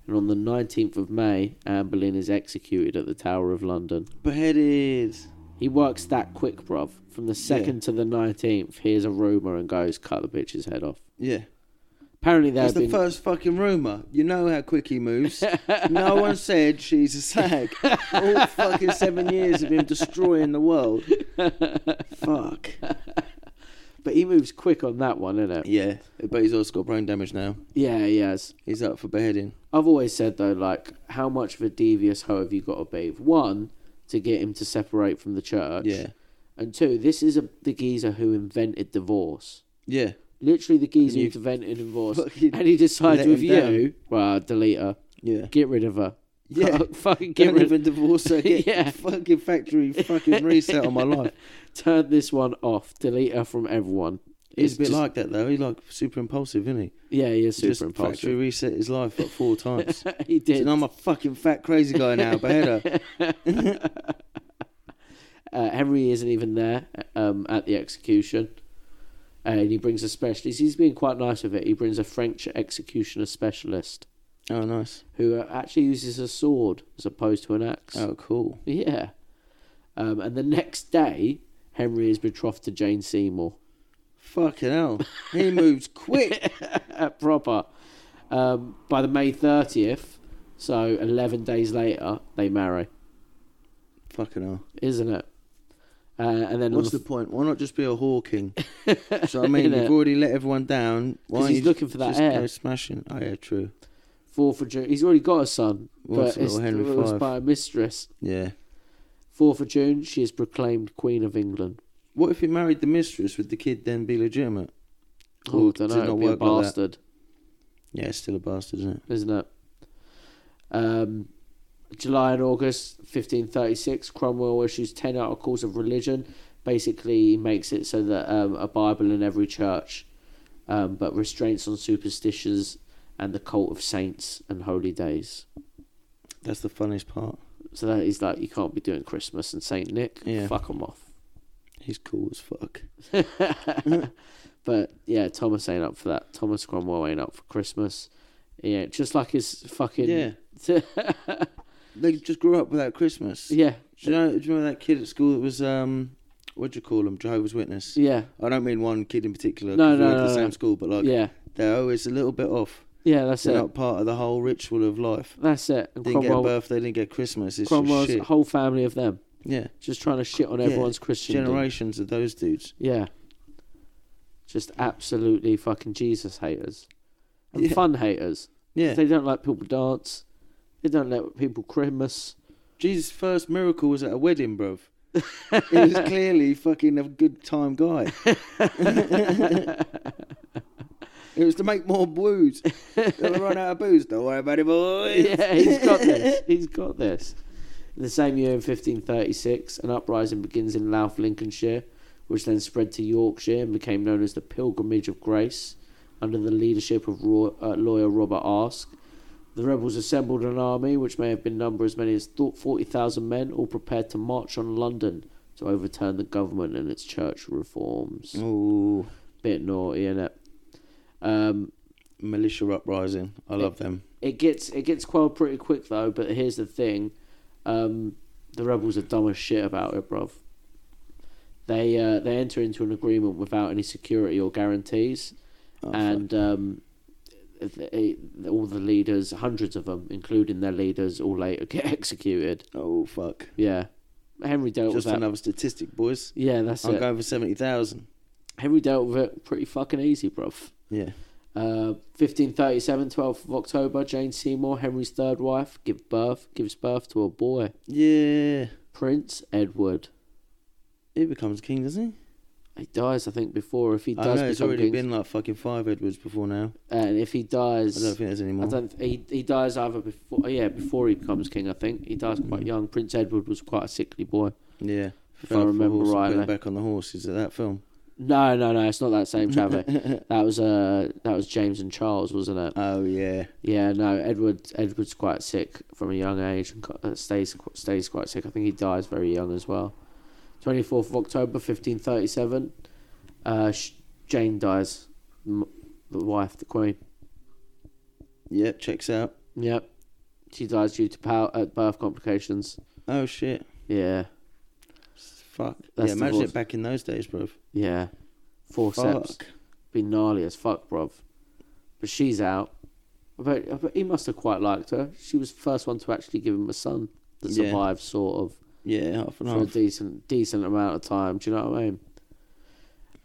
Speaker 1: and on the 19th of May, Anne Boleyn is executed at the Tower of London.
Speaker 3: Beheaded.
Speaker 1: He works that quick, bruv. From the 2nd to the 19th, hears a rumour and goes, cut the bitch's head off.
Speaker 3: Yeah.
Speaker 1: Apparently, there
Speaker 3: That's
Speaker 1: have
Speaker 3: the
Speaker 1: been.
Speaker 3: first fucking rumour. You know how quick he moves. no one said she's a sag. All fucking seven years of him destroying the world. Fuck.
Speaker 1: But he moves quick on that one, innit?
Speaker 3: Yeah. But he's also got brain damage now.
Speaker 1: Yeah, he has.
Speaker 3: He's up for beheading.
Speaker 1: I've always said, though, like, how much of a devious hoe have you got to be? One, to get him to separate from the church.
Speaker 3: Yeah.
Speaker 1: And two, this is a, the geezer who invented divorce.
Speaker 3: Yeah.
Speaker 1: Literally, the geezer
Speaker 3: And
Speaker 1: who
Speaker 3: you
Speaker 1: invented divorce,
Speaker 3: fucking
Speaker 1: and he decides
Speaker 3: let
Speaker 1: with
Speaker 3: him
Speaker 1: you, well, delete her,
Speaker 3: Yeah.
Speaker 1: get rid of her,
Speaker 3: Yeah.
Speaker 1: fucking get
Speaker 3: Get
Speaker 1: rid, of,
Speaker 3: rid of divorce. so I Get
Speaker 1: Yeah.
Speaker 3: fucking factory fucking reset on my life.
Speaker 1: turn this one off, delete her from everyone.
Speaker 3: He's a bit
Speaker 1: just-
Speaker 3: like that though. He's like super impulsive, isn't he?
Speaker 1: yeah, he is super
Speaker 3: Just factory
Speaker 1: impulsive.
Speaker 3: reset his life like four times.
Speaker 1: he
Speaker 3: and
Speaker 1: did.
Speaker 3: I'm a fucking fat crazy guy now, beheader.
Speaker 1: Uh, Henry isn't even there um, at the execution, Uh, and he brings a specialist. He's being quite nice with it. He brings a French executioner specialist
Speaker 3: Oh, nice.
Speaker 1: who uh, actually uses a sword as opposed to an axe.
Speaker 3: Oh, cool.
Speaker 1: Yeah. Um, and the next day, Henry is betrothed to Jane Seymour.
Speaker 3: Fucking hell. He moves quick.
Speaker 1: Proper. Um, by the May 30th, so 11 days later, they marry,
Speaker 3: fucking hell.
Speaker 1: isn't it? Uh, and then on
Speaker 3: What's the
Speaker 1: the,
Speaker 3: point? Why not just be a hawking? so I mean,
Speaker 1: Innit?
Speaker 3: you've already let everyone down. Why
Speaker 1: 'Cause
Speaker 3: don't
Speaker 1: he's
Speaker 3: you
Speaker 1: looking for that
Speaker 3: just
Speaker 1: heir.
Speaker 3: Go smashing. Oh yeah, true.
Speaker 1: 4th of June, he's already got a son,
Speaker 3: What's
Speaker 1: but it's,
Speaker 3: little Henry
Speaker 1: it was
Speaker 3: five?
Speaker 1: by a mistress.
Speaker 3: Yeah.
Speaker 1: 4th of June, she is proclaimed Queen of England.
Speaker 3: What if he married the mistress? Would the kid then be legitimate?
Speaker 1: Oh,
Speaker 3: Or
Speaker 1: I don't
Speaker 3: does it
Speaker 1: know, it'd
Speaker 3: not
Speaker 1: be a
Speaker 3: work like that?
Speaker 1: bastard,
Speaker 3: Yeah, it's still a bastard, isn't it?
Speaker 1: isn't it? Um, July and August 1536, Cromwell issues 10 articles of religion. Basically, he makes it so that um, a Bible in every church, um, but restraints on superstitions and the cult of saints and holy days.
Speaker 3: That's the funniest part.
Speaker 1: So that is like, you can't be doing Christmas and Saint Nick.
Speaker 3: Yeah.
Speaker 1: Fuck 'em off.
Speaker 3: He's cool as fuck.
Speaker 1: But yeah, Thomas ain't up for that. Thomas Cromwell ain't up for Christmas. Yeah, just like his fucking.
Speaker 3: Yeah. They just grew up without Christmas.
Speaker 1: yeah.
Speaker 3: Do you know? Do you remember that kid at school that was um, what do you call him? Jehovah's Witness.
Speaker 1: Yeah.
Speaker 3: I don't mean one kid in particular.
Speaker 1: No,
Speaker 3: 'cause we
Speaker 1: no,
Speaker 3: went to
Speaker 1: no,
Speaker 3: the
Speaker 1: no.
Speaker 3: same school, but like
Speaker 1: Yeah.
Speaker 3: they're always a little bit off.
Speaker 1: Yeah, that's
Speaker 3: They're
Speaker 1: it.
Speaker 3: not part of the whole ritual of life.
Speaker 1: That's it. And
Speaker 3: Didn't get a
Speaker 1: Cromwell,
Speaker 3: birthday, didn't get Christmas. It's just
Speaker 1: Cromwell's
Speaker 3: shit.
Speaker 1: whole family of them
Speaker 3: Yeah,
Speaker 1: just trying to shit on
Speaker 3: Yeah.
Speaker 1: everyone's Christian.
Speaker 3: generations of those dudes.
Speaker 1: Yeah. Just absolutely fucking Jesus haters and
Speaker 3: Yeah.
Speaker 1: fun haters.
Speaker 3: Yeah,
Speaker 1: They don't like people dance. They don't let people Christmas.
Speaker 3: Jesus' first miracle was at a wedding, bruv. he was clearly fucking a good time guy. it was to make more booze. They'll run out of booze. Don't worry about it, boys.
Speaker 1: yeah, he's got this. He's got this. In the same year, in 1536, an uprising begins in Louth, Lincolnshire, which then spread to Yorkshire and became known as the Pilgrimage of Grace, under the leadership of Roy, uh, lawyer Robert Ask. The rebels assembled an army, which may have been numbered as many as thou- 40,000 men, all prepared to
Speaker 3: Mm.
Speaker 1: march on London to overturn the government and its church reforms.
Speaker 3: Ooh,
Speaker 1: bit naughty in it. Um,
Speaker 3: Militia Uprising. I love them.
Speaker 1: it gets it gets quelled pretty quick though. But here's the thing: um, the rebels are dumb as shit about it, bruv. They uh, they enter into an agreement without any security or guarantees,
Speaker 3: Oh, fuck.
Speaker 1: and um, they, all the leaders, hundreds of them, including their leaders, all later get executed.
Speaker 3: oh fuck.
Speaker 1: Yeah, Henry dealt
Speaker 3: Just
Speaker 1: with that.
Speaker 3: another statistic, boys.
Speaker 1: Yeah, that's
Speaker 3: I'm
Speaker 1: it.
Speaker 3: going for seventy thousand.
Speaker 1: Henry dealt with it pretty fucking easy, bruv.
Speaker 3: Yeah.
Speaker 1: Uh, 1537, 12th of October, Jane Seymour, Henry's third wife, give birth, gives birth to a boy.
Speaker 3: Yeah.
Speaker 1: Prince Edward.
Speaker 3: He becomes king, doesn't he?
Speaker 1: He dies, I think, before if he
Speaker 3: I
Speaker 1: does
Speaker 3: know it's
Speaker 1: become
Speaker 3: already
Speaker 1: king,
Speaker 3: been like fucking five Edwards before now.
Speaker 1: and if he
Speaker 3: I don't
Speaker 1: dies,
Speaker 3: think there's any
Speaker 1: I
Speaker 3: more.
Speaker 1: don't. He he dies either before, yeah, before he becomes king. I think he dies
Speaker 3: Mm.
Speaker 1: quite young. Prince Edward was quite a sickly boy.
Speaker 3: Yeah.
Speaker 1: If I remember
Speaker 3: horse and put him
Speaker 1: rightly.
Speaker 3: Back on the horse. Is it that film?
Speaker 1: No, no, no. It's not that same Travis. that was uh, that was James and Charles, wasn't it?
Speaker 3: Oh yeah.
Speaker 1: Yeah, no. Edward Edward's quite sick from a young age and co- uh, stays qu- stays quite sick. I think he dies very young as well. Twenty fourth of October, fifteen thirty seven. Uh, sh- Jane dies, m- the wife, the queen.
Speaker 3: Yep. Checks out.
Speaker 1: Yep. She dies due to power, uh, birth complications.
Speaker 3: Oh shit.
Speaker 1: Yeah,
Speaker 3: Fuck.
Speaker 1: That's
Speaker 3: yeah. Imagine
Speaker 1: divorce.
Speaker 3: it back in those days, bro.
Speaker 1: yeah. Forceps.
Speaker 3: Fuck.
Speaker 1: Be gnarly as fuck, bruv. But she's out. But, but he must have quite liked her. She was the first one to actually give him a son that
Speaker 3: Yeah.
Speaker 1: survived, sort of,
Speaker 3: Yeah. Half and
Speaker 1: for a
Speaker 3: half.
Speaker 1: decent decent amount of time. Do you know what I mean?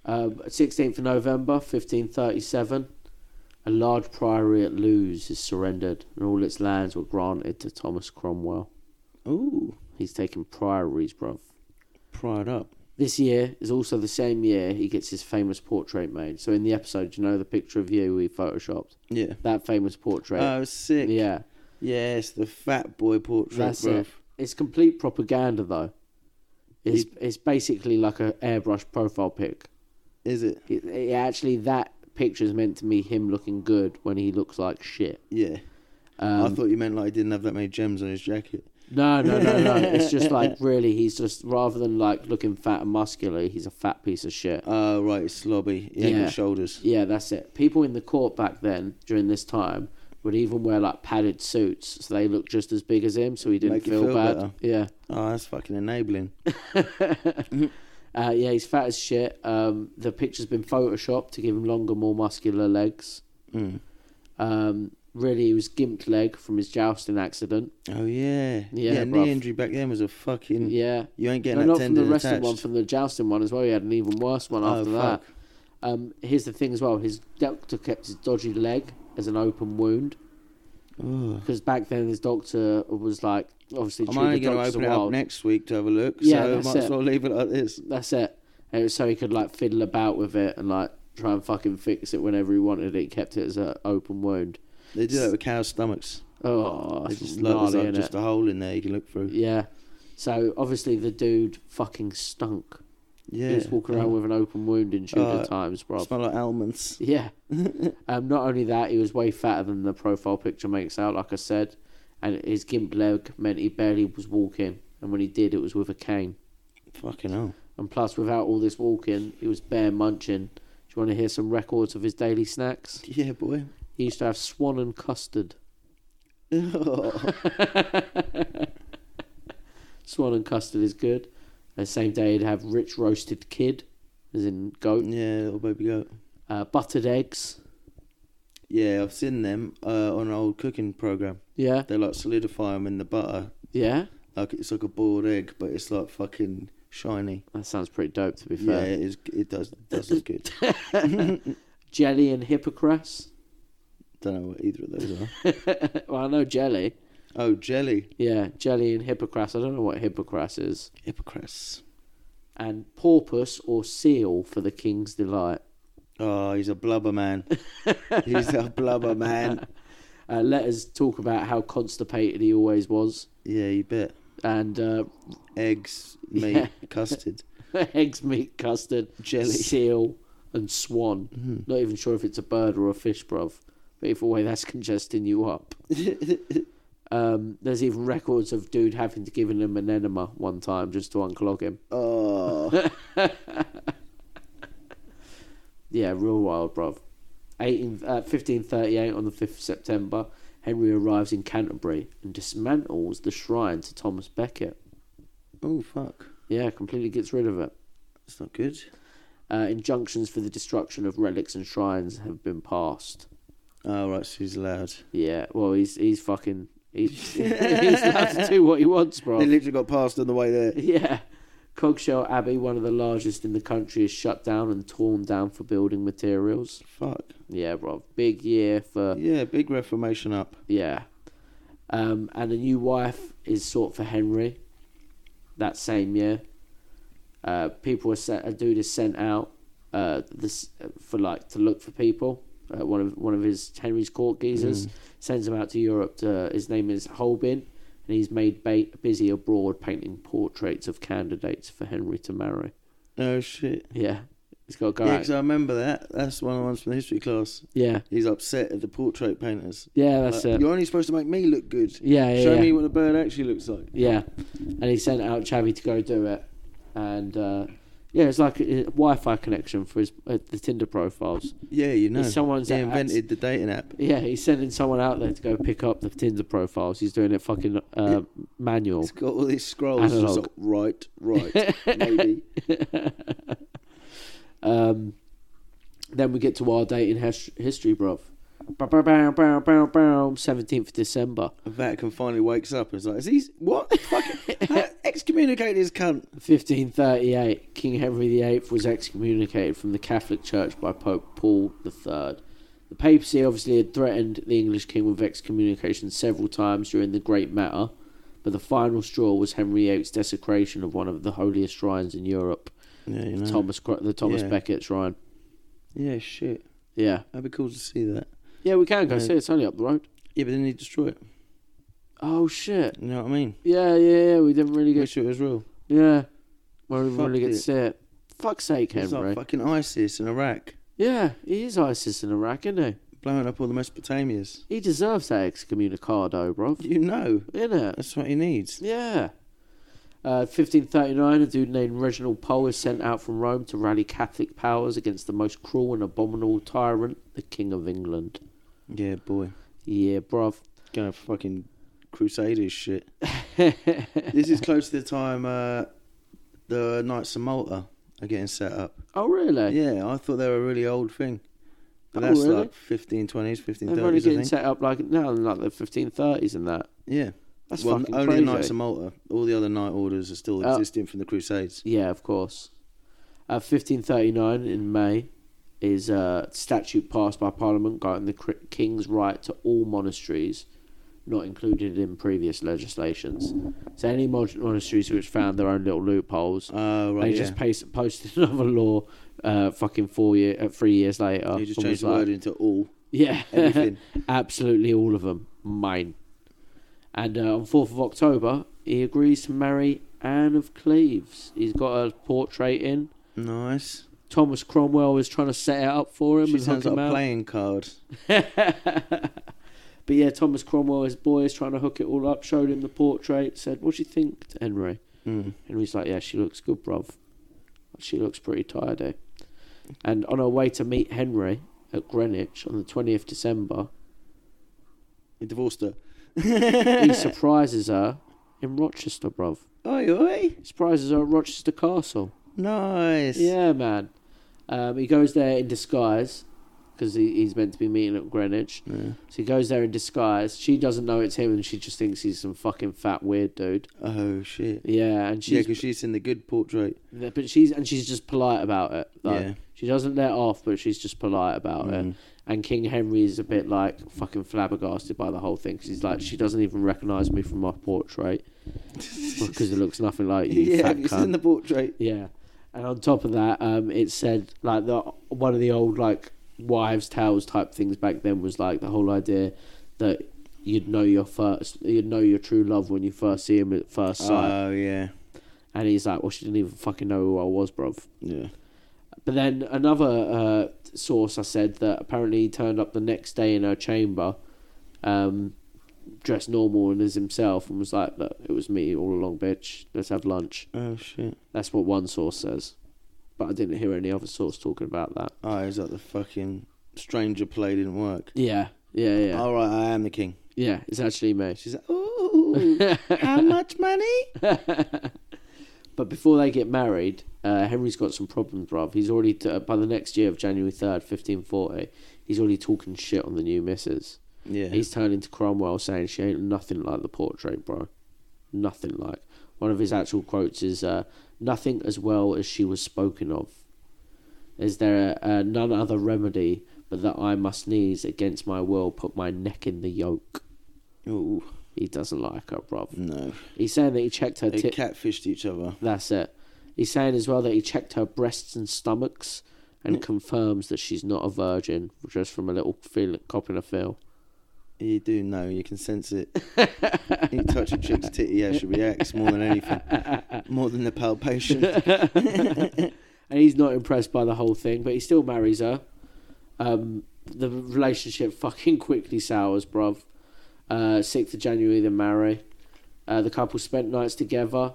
Speaker 1: Um, 16th of November, 1537. A large priory at Lewes is surrendered, and all its lands were granted to Thomas Cromwell.
Speaker 3: Ooh.
Speaker 1: He's taking priories, bruv.
Speaker 3: Pried up.
Speaker 1: This year is also the same year he gets his famous portrait made. So in the episode, you know the picture of you we photoshopped.
Speaker 3: Yeah.
Speaker 1: That famous portrait.
Speaker 3: Oh sick.
Speaker 1: yeah,
Speaker 3: Yes. The fat boy portrait,
Speaker 1: that's
Speaker 3: bro.
Speaker 1: it. It's complete propaganda though. It's it's basically like a airbrush profile pic.
Speaker 3: Is it?
Speaker 1: It, it actually that picture is meant to be him looking good when he looks like shit. Um,
Speaker 3: Yeah. I thought you meant like he didn't have that many gems on his jacket.
Speaker 1: No, no, no, no. it's just like really, he's just rather than like looking fat and muscular, he's a fat piece of shit.
Speaker 3: Oh, right, it's slobby. He ain't
Speaker 1: Yeah.
Speaker 3: got shoulders.
Speaker 1: Yeah, that's it. People in the court back then, during this time, would even wear like padded suits, so they looked just as big as him, so he didn't
Speaker 3: Make you
Speaker 1: feel,
Speaker 3: feel
Speaker 1: bad.
Speaker 3: better.
Speaker 1: Yeah,
Speaker 3: Oh, that's fucking enabling.
Speaker 1: uh, yeah, he's fat as shit. Um, the picture's been photoshopped to give him longer, more muscular legs.
Speaker 3: Mm.
Speaker 1: Um, really, he was gimped leg from his jousting accident.
Speaker 3: Oh, yeah.
Speaker 1: Yeah,
Speaker 3: Yeah,
Speaker 1: bruv.
Speaker 3: knee injury back then was a fucking.
Speaker 1: Yeah,
Speaker 3: You ain't Mm.
Speaker 1: no,
Speaker 3: getting that
Speaker 1: not from the
Speaker 3: tendon
Speaker 1: wrestling
Speaker 3: attached.
Speaker 1: one, from the jousting one as well. He had an even worse one
Speaker 3: Oh,
Speaker 1: after that.
Speaker 3: fuck.
Speaker 1: Um, here's the thing as well. His doctor kept his dodgy leg as an open wound.
Speaker 3: Ugh.
Speaker 1: because back then his doctor was like obviously
Speaker 3: I'm
Speaker 1: treated
Speaker 3: only going to
Speaker 1: doctors
Speaker 3: open
Speaker 1: are
Speaker 3: it up
Speaker 1: wild.
Speaker 3: next week to have a look,
Speaker 1: Yeah,
Speaker 3: so I
Speaker 1: that's
Speaker 3: might
Speaker 1: it.
Speaker 3: as well leave it like this.
Speaker 1: That's it. And it was so he could like fiddle about with it and like try and fucking fix it whenever he wanted. It He kept it as an open wound.
Speaker 3: They do that with cows' stomachs.
Speaker 1: Oh,
Speaker 3: They
Speaker 1: it's
Speaker 3: just like, there's
Speaker 1: gnarly,
Speaker 3: like
Speaker 1: innit?
Speaker 3: just a hole in there you can look through.
Speaker 1: Yeah. So obviously the dude fucking stunk.
Speaker 3: Yeah. Uh-huh.
Speaker 1: He was walking around with an open wound in Tudor
Speaker 3: Uh,
Speaker 1: times, bro.
Speaker 3: Smell like almonds.
Speaker 1: Yeah. um, not only that, he was way fatter than the profile picture makes out, like I said. And his gimp leg meant he barely was walking. And when he did, it was with a cane.
Speaker 3: Fucking hell.
Speaker 1: And plus, without all this walking, he was bare munching. Do you want to hear some records of his daily snacks?
Speaker 3: Yeah, boy.
Speaker 1: He used to have swan and custard. Swan and custard is good. The same day, he'd have rich roasted kid, as in goat,
Speaker 3: yeah, little baby goat.
Speaker 1: uh, buttered eggs.
Speaker 3: Yeah, I've seen them uh, on an old cooking program.
Speaker 1: Yeah,
Speaker 3: They like solidify them in the butter.
Speaker 1: yeah.
Speaker 3: Like it's like a boiled egg, but it's like fucking shiny.
Speaker 1: That sounds pretty dope, to be
Speaker 3: Yeah,
Speaker 1: fair.
Speaker 3: it, is, it does does look good.
Speaker 1: Jelly and hippocras.
Speaker 3: Don't know what either of those are.
Speaker 1: well, I know jelly.
Speaker 3: Oh, jelly
Speaker 1: Yeah, jelly and hippocras. I don't know what hippocras is.
Speaker 3: hypocras.
Speaker 1: And porpoise or seal for the king's delight.
Speaker 3: Oh, he's a blubber man. he's a blubber man.
Speaker 1: Uh, letters talk about how constipated he always was,
Speaker 3: Yeah, you bet.
Speaker 1: and uh,
Speaker 3: Eggs, meat,
Speaker 1: Yeah.
Speaker 3: custard,
Speaker 1: eggs, meat, custard,
Speaker 3: Jelly.
Speaker 1: seal, and swan. Not even sure if it's a bird or a fish, bruv. But either way, that's congesting you up. um, there's even records of dude having to give him an enema one Oh. time just to unclog him.
Speaker 3: Oh,
Speaker 1: yeah, real wild, bruv. 18, uh, 1538 on the 5th of September, Henry arrives in Canterbury and dismantles the shrine to Thomas Becket.
Speaker 3: Oh fuck,
Speaker 1: Yeah, completely gets rid of it.
Speaker 3: that's not good.
Speaker 1: Uh, injunctions for the destruction of relics and shrines have been passed.
Speaker 3: Oh right, she's allowed.
Speaker 1: Yeah, well, he's he's fucking he's, he's allowed to do what he wants, bro.
Speaker 3: They literally got passed on the way there.
Speaker 1: Yeah. Cogshell Abbey, one of the largest in the country, is shut down and torn down for building materials.
Speaker 3: Fuck.
Speaker 1: Yeah, bro. Big year for
Speaker 3: Yeah, big reformation up.
Speaker 1: yeah. Um, and a new wife is sought for Henry. That same year, uh, people are sent. A dude is sent out uh, this for like to look for people. Uh, one of one of his Henry's court geezers sends him out to Europe. To, his name is Holbin, and he's made ba- busy abroad painting portraits of candidates for Henry to marry.
Speaker 3: Oh shit.
Speaker 1: Yeah, he's got to go
Speaker 3: Yeah, 'cause
Speaker 1: out.
Speaker 3: I remember that. That's one of the ones from the history class.
Speaker 1: Yeah,
Speaker 3: He's upset at the portrait painters.
Speaker 1: yeah, that's
Speaker 3: Like,
Speaker 1: it.
Speaker 3: You're only supposed to make me look good.
Speaker 1: Yeah, yeah,
Speaker 3: Show
Speaker 1: yeah.
Speaker 3: me what a bird actually looks like.
Speaker 1: Yeah, and he sent out Chavy to go do it, and uh, yeah, it's like a, Wi-Fi connection for his uh, the Tinder profiles.
Speaker 3: Yeah, you know.
Speaker 1: someone's
Speaker 3: he
Speaker 1: that-
Speaker 3: invented the dating app.
Speaker 1: Yeah, he's sending someone out there to go pick up the Tinder profiles. He's doing it fucking uh, manual.
Speaker 3: It's got all these scrolls. It's
Speaker 1: Analog.
Speaker 3: like, right, right, maybe.
Speaker 1: Um, then we get to our date in his- history, bruv. Bow, bow, bow, bow, bow, bow, 17th of December,
Speaker 3: The Vatican finally wakes up and is like, is he, what? Fucking, how- excommunicate this cunt.
Speaker 1: 1538. King Henry VIII was excommunicated from the Catholic Church by Pope Paul III. The papacy obviously had threatened the English king with excommunication several times during the Great Matter, but the final straw was Henry VIII's desecration of one of the holiest shrines in Europe,
Speaker 3: Yeah, you
Speaker 1: the
Speaker 3: know.
Speaker 1: Thomas Cro- the Thomas
Speaker 3: Mm. Yeah.
Speaker 1: Becket Shrine.
Speaker 3: Yeah, shit.
Speaker 1: Yeah,
Speaker 3: That'd be cool to see that.
Speaker 1: yeah, we can go
Speaker 3: Yeah.
Speaker 1: see. it, It's only up the road.
Speaker 3: Yeah, but then he destroy it.
Speaker 1: Oh shit!
Speaker 3: You know what I mean?
Speaker 1: Yeah, yeah, yeah. We didn't really
Speaker 3: Make
Speaker 1: get.
Speaker 3: sure it was real.
Speaker 1: Yeah, well, we didn't
Speaker 3: Fuck
Speaker 1: really get to
Speaker 3: it.
Speaker 1: see it. Fuck's sake,
Speaker 3: It's
Speaker 1: Henry.
Speaker 3: like fucking ISIS in Iraq,
Speaker 1: Yeah, he is ISIS in Iraq, isn't he?
Speaker 3: blowing up all the Mesopotamias.
Speaker 1: He deserves that excommunicado, bruv.
Speaker 3: You know,
Speaker 1: Innit?
Speaker 3: that's what he needs.
Speaker 1: Yeah. Uh, 1539, a dude named Reginald Pole is sent out from Rome to rally Catholic powers against the most cruel and abominable tyrant, the King of England.
Speaker 3: Yeah, boy.
Speaker 1: Yeah, bruv.
Speaker 3: Going fucking Crusaders shit.
Speaker 1: Oh,
Speaker 3: this is close to the time uh, the Knights of Malta are getting set up.
Speaker 1: Oh, really?
Speaker 3: Yeah, I thought they were a really old thing. But
Speaker 1: Oh,
Speaker 3: that's
Speaker 1: really?
Speaker 3: like 1520s, 1530s,
Speaker 1: They're only
Speaker 3: I
Speaker 1: getting
Speaker 3: think.
Speaker 1: set up like now, in like the 1530s and that.
Speaker 3: Yeah.
Speaker 1: That's
Speaker 3: well,
Speaker 1: fucking
Speaker 3: only
Speaker 1: crazy.
Speaker 3: the Knights of Malta. All the other Knight Orders are still
Speaker 1: Oh.
Speaker 3: existing from the Crusades.
Speaker 1: Yeah, of course. Uh, 1539 in May is a statute passed by Parliament guarding the cri- king's right to all monasteries not included in previous legislations. So any mon- monasteries which found their own little loopholes,
Speaker 3: Oh,
Speaker 1: they
Speaker 3: right, yeah.
Speaker 1: just paste- posted another law uh, fucking four year, uh, three years later.
Speaker 3: you just
Speaker 1: and was
Speaker 3: changed the
Speaker 1: like-
Speaker 3: word into all.
Speaker 1: yeah,
Speaker 3: Everything.
Speaker 1: absolutely all of them. Mine. And uh, on fourth of October, he agrees to marry Anne of Cleves. He's got a portrait in.
Speaker 3: Nice.
Speaker 1: Thomas Cromwell is trying to set it up for him.
Speaker 3: She
Speaker 1: and hook
Speaker 3: sounds like
Speaker 1: him
Speaker 3: a
Speaker 1: out.
Speaker 3: playing card.
Speaker 1: But yeah, Thomas Cromwell, his boy, is trying to hook it all up. Showed him the portrait. Said, "What do you think, to Henry?"
Speaker 3: Mm.
Speaker 1: Henry's like, "Yeah, she looks good, bruv. She looks pretty tired." Eh? And on her way to meet Henry at Greenwich on the twentieth December,
Speaker 3: He divorced her.
Speaker 1: he surprises her in Rochester, bruv.
Speaker 3: Oi, oi.
Speaker 1: He surprises her at Rochester Castle.
Speaker 3: Nice.
Speaker 1: Yeah, man. Um, he goes there in disguise because he, he's meant to be meeting at Greenwich.
Speaker 3: Yeah.
Speaker 1: So he goes there in disguise. She doesn't know it's him, and she just thinks he's some fucking fat weird dude.
Speaker 3: Oh, shit.
Speaker 1: Yeah, and
Speaker 3: Yeah,
Speaker 1: she's
Speaker 3: because she's in the good portrait.
Speaker 1: but she's and she's just polite about it. Like,
Speaker 3: Yeah. Mm.
Speaker 1: She doesn't let off, but she's just polite about it. And King Henry is a bit like fucking flabbergasted by the whole thing 'cause he's like, she doesn't even recognise me from my portrait because it looks nothing like you.
Speaker 3: yeah,
Speaker 1: fat
Speaker 3: it's
Speaker 1: cunt."
Speaker 3: in the portrait.
Speaker 1: Yeah, and on top of that, um, it said like the one of the old like wives' tales type things back then was like the whole idea that you'd know your first, you'd know your true love when you first see him at first sight.
Speaker 3: Oh, yeah.
Speaker 1: and he's like, well, she didn't even fucking know who I was, bruv.
Speaker 3: Yeah.
Speaker 1: But then another uh, source I said that apparently he turned up the next day in her chamber, um, dressed normal and as himself, and was like, look, it was me all along, bitch. Let's have lunch.
Speaker 3: Oh, shit.
Speaker 1: That's what one source says. but I didn't hear any other source talking about that.
Speaker 3: Oh, is that the fucking stranger play didn't work?
Speaker 1: Yeah, yeah, yeah,
Speaker 3: All right, I am the king.
Speaker 1: yeah. It's actually me.
Speaker 3: She's like, ooh, how much money?
Speaker 1: But before they get married, uh, Henry's got some problems, bruv. He's already t- uh, by the next year of January third, fifteen forty. He's already talking shit on the new missus.
Speaker 3: Yeah.
Speaker 1: He's turning to Cromwell saying she ain't nothing like the portrait, bro. Nothing like. One of his actual quotes is uh, nothing as well as she was spoken of. Is there uh, none other remedy but that I must needs against my will put my neck in the yoke?
Speaker 3: Ooh,
Speaker 1: He doesn't like her, bro.
Speaker 3: no.
Speaker 1: He's saying that he checked her
Speaker 3: They
Speaker 1: tip.
Speaker 3: catfished each other.
Speaker 1: That's it. He's saying as well that he checked her breasts and stomachs and confirms that she's not a virgin just from a little feel, cop in a feel.
Speaker 3: You do know, you can sense it. you touch a chick's titty, yeah, she reacts more than anything. More than the palpation.
Speaker 1: And he's not impressed by the whole thing, but he still marries her. Um, the relationship fucking quickly sours, bruv. Uh, 6th of January, they marry. Uh, the couple spent nights together,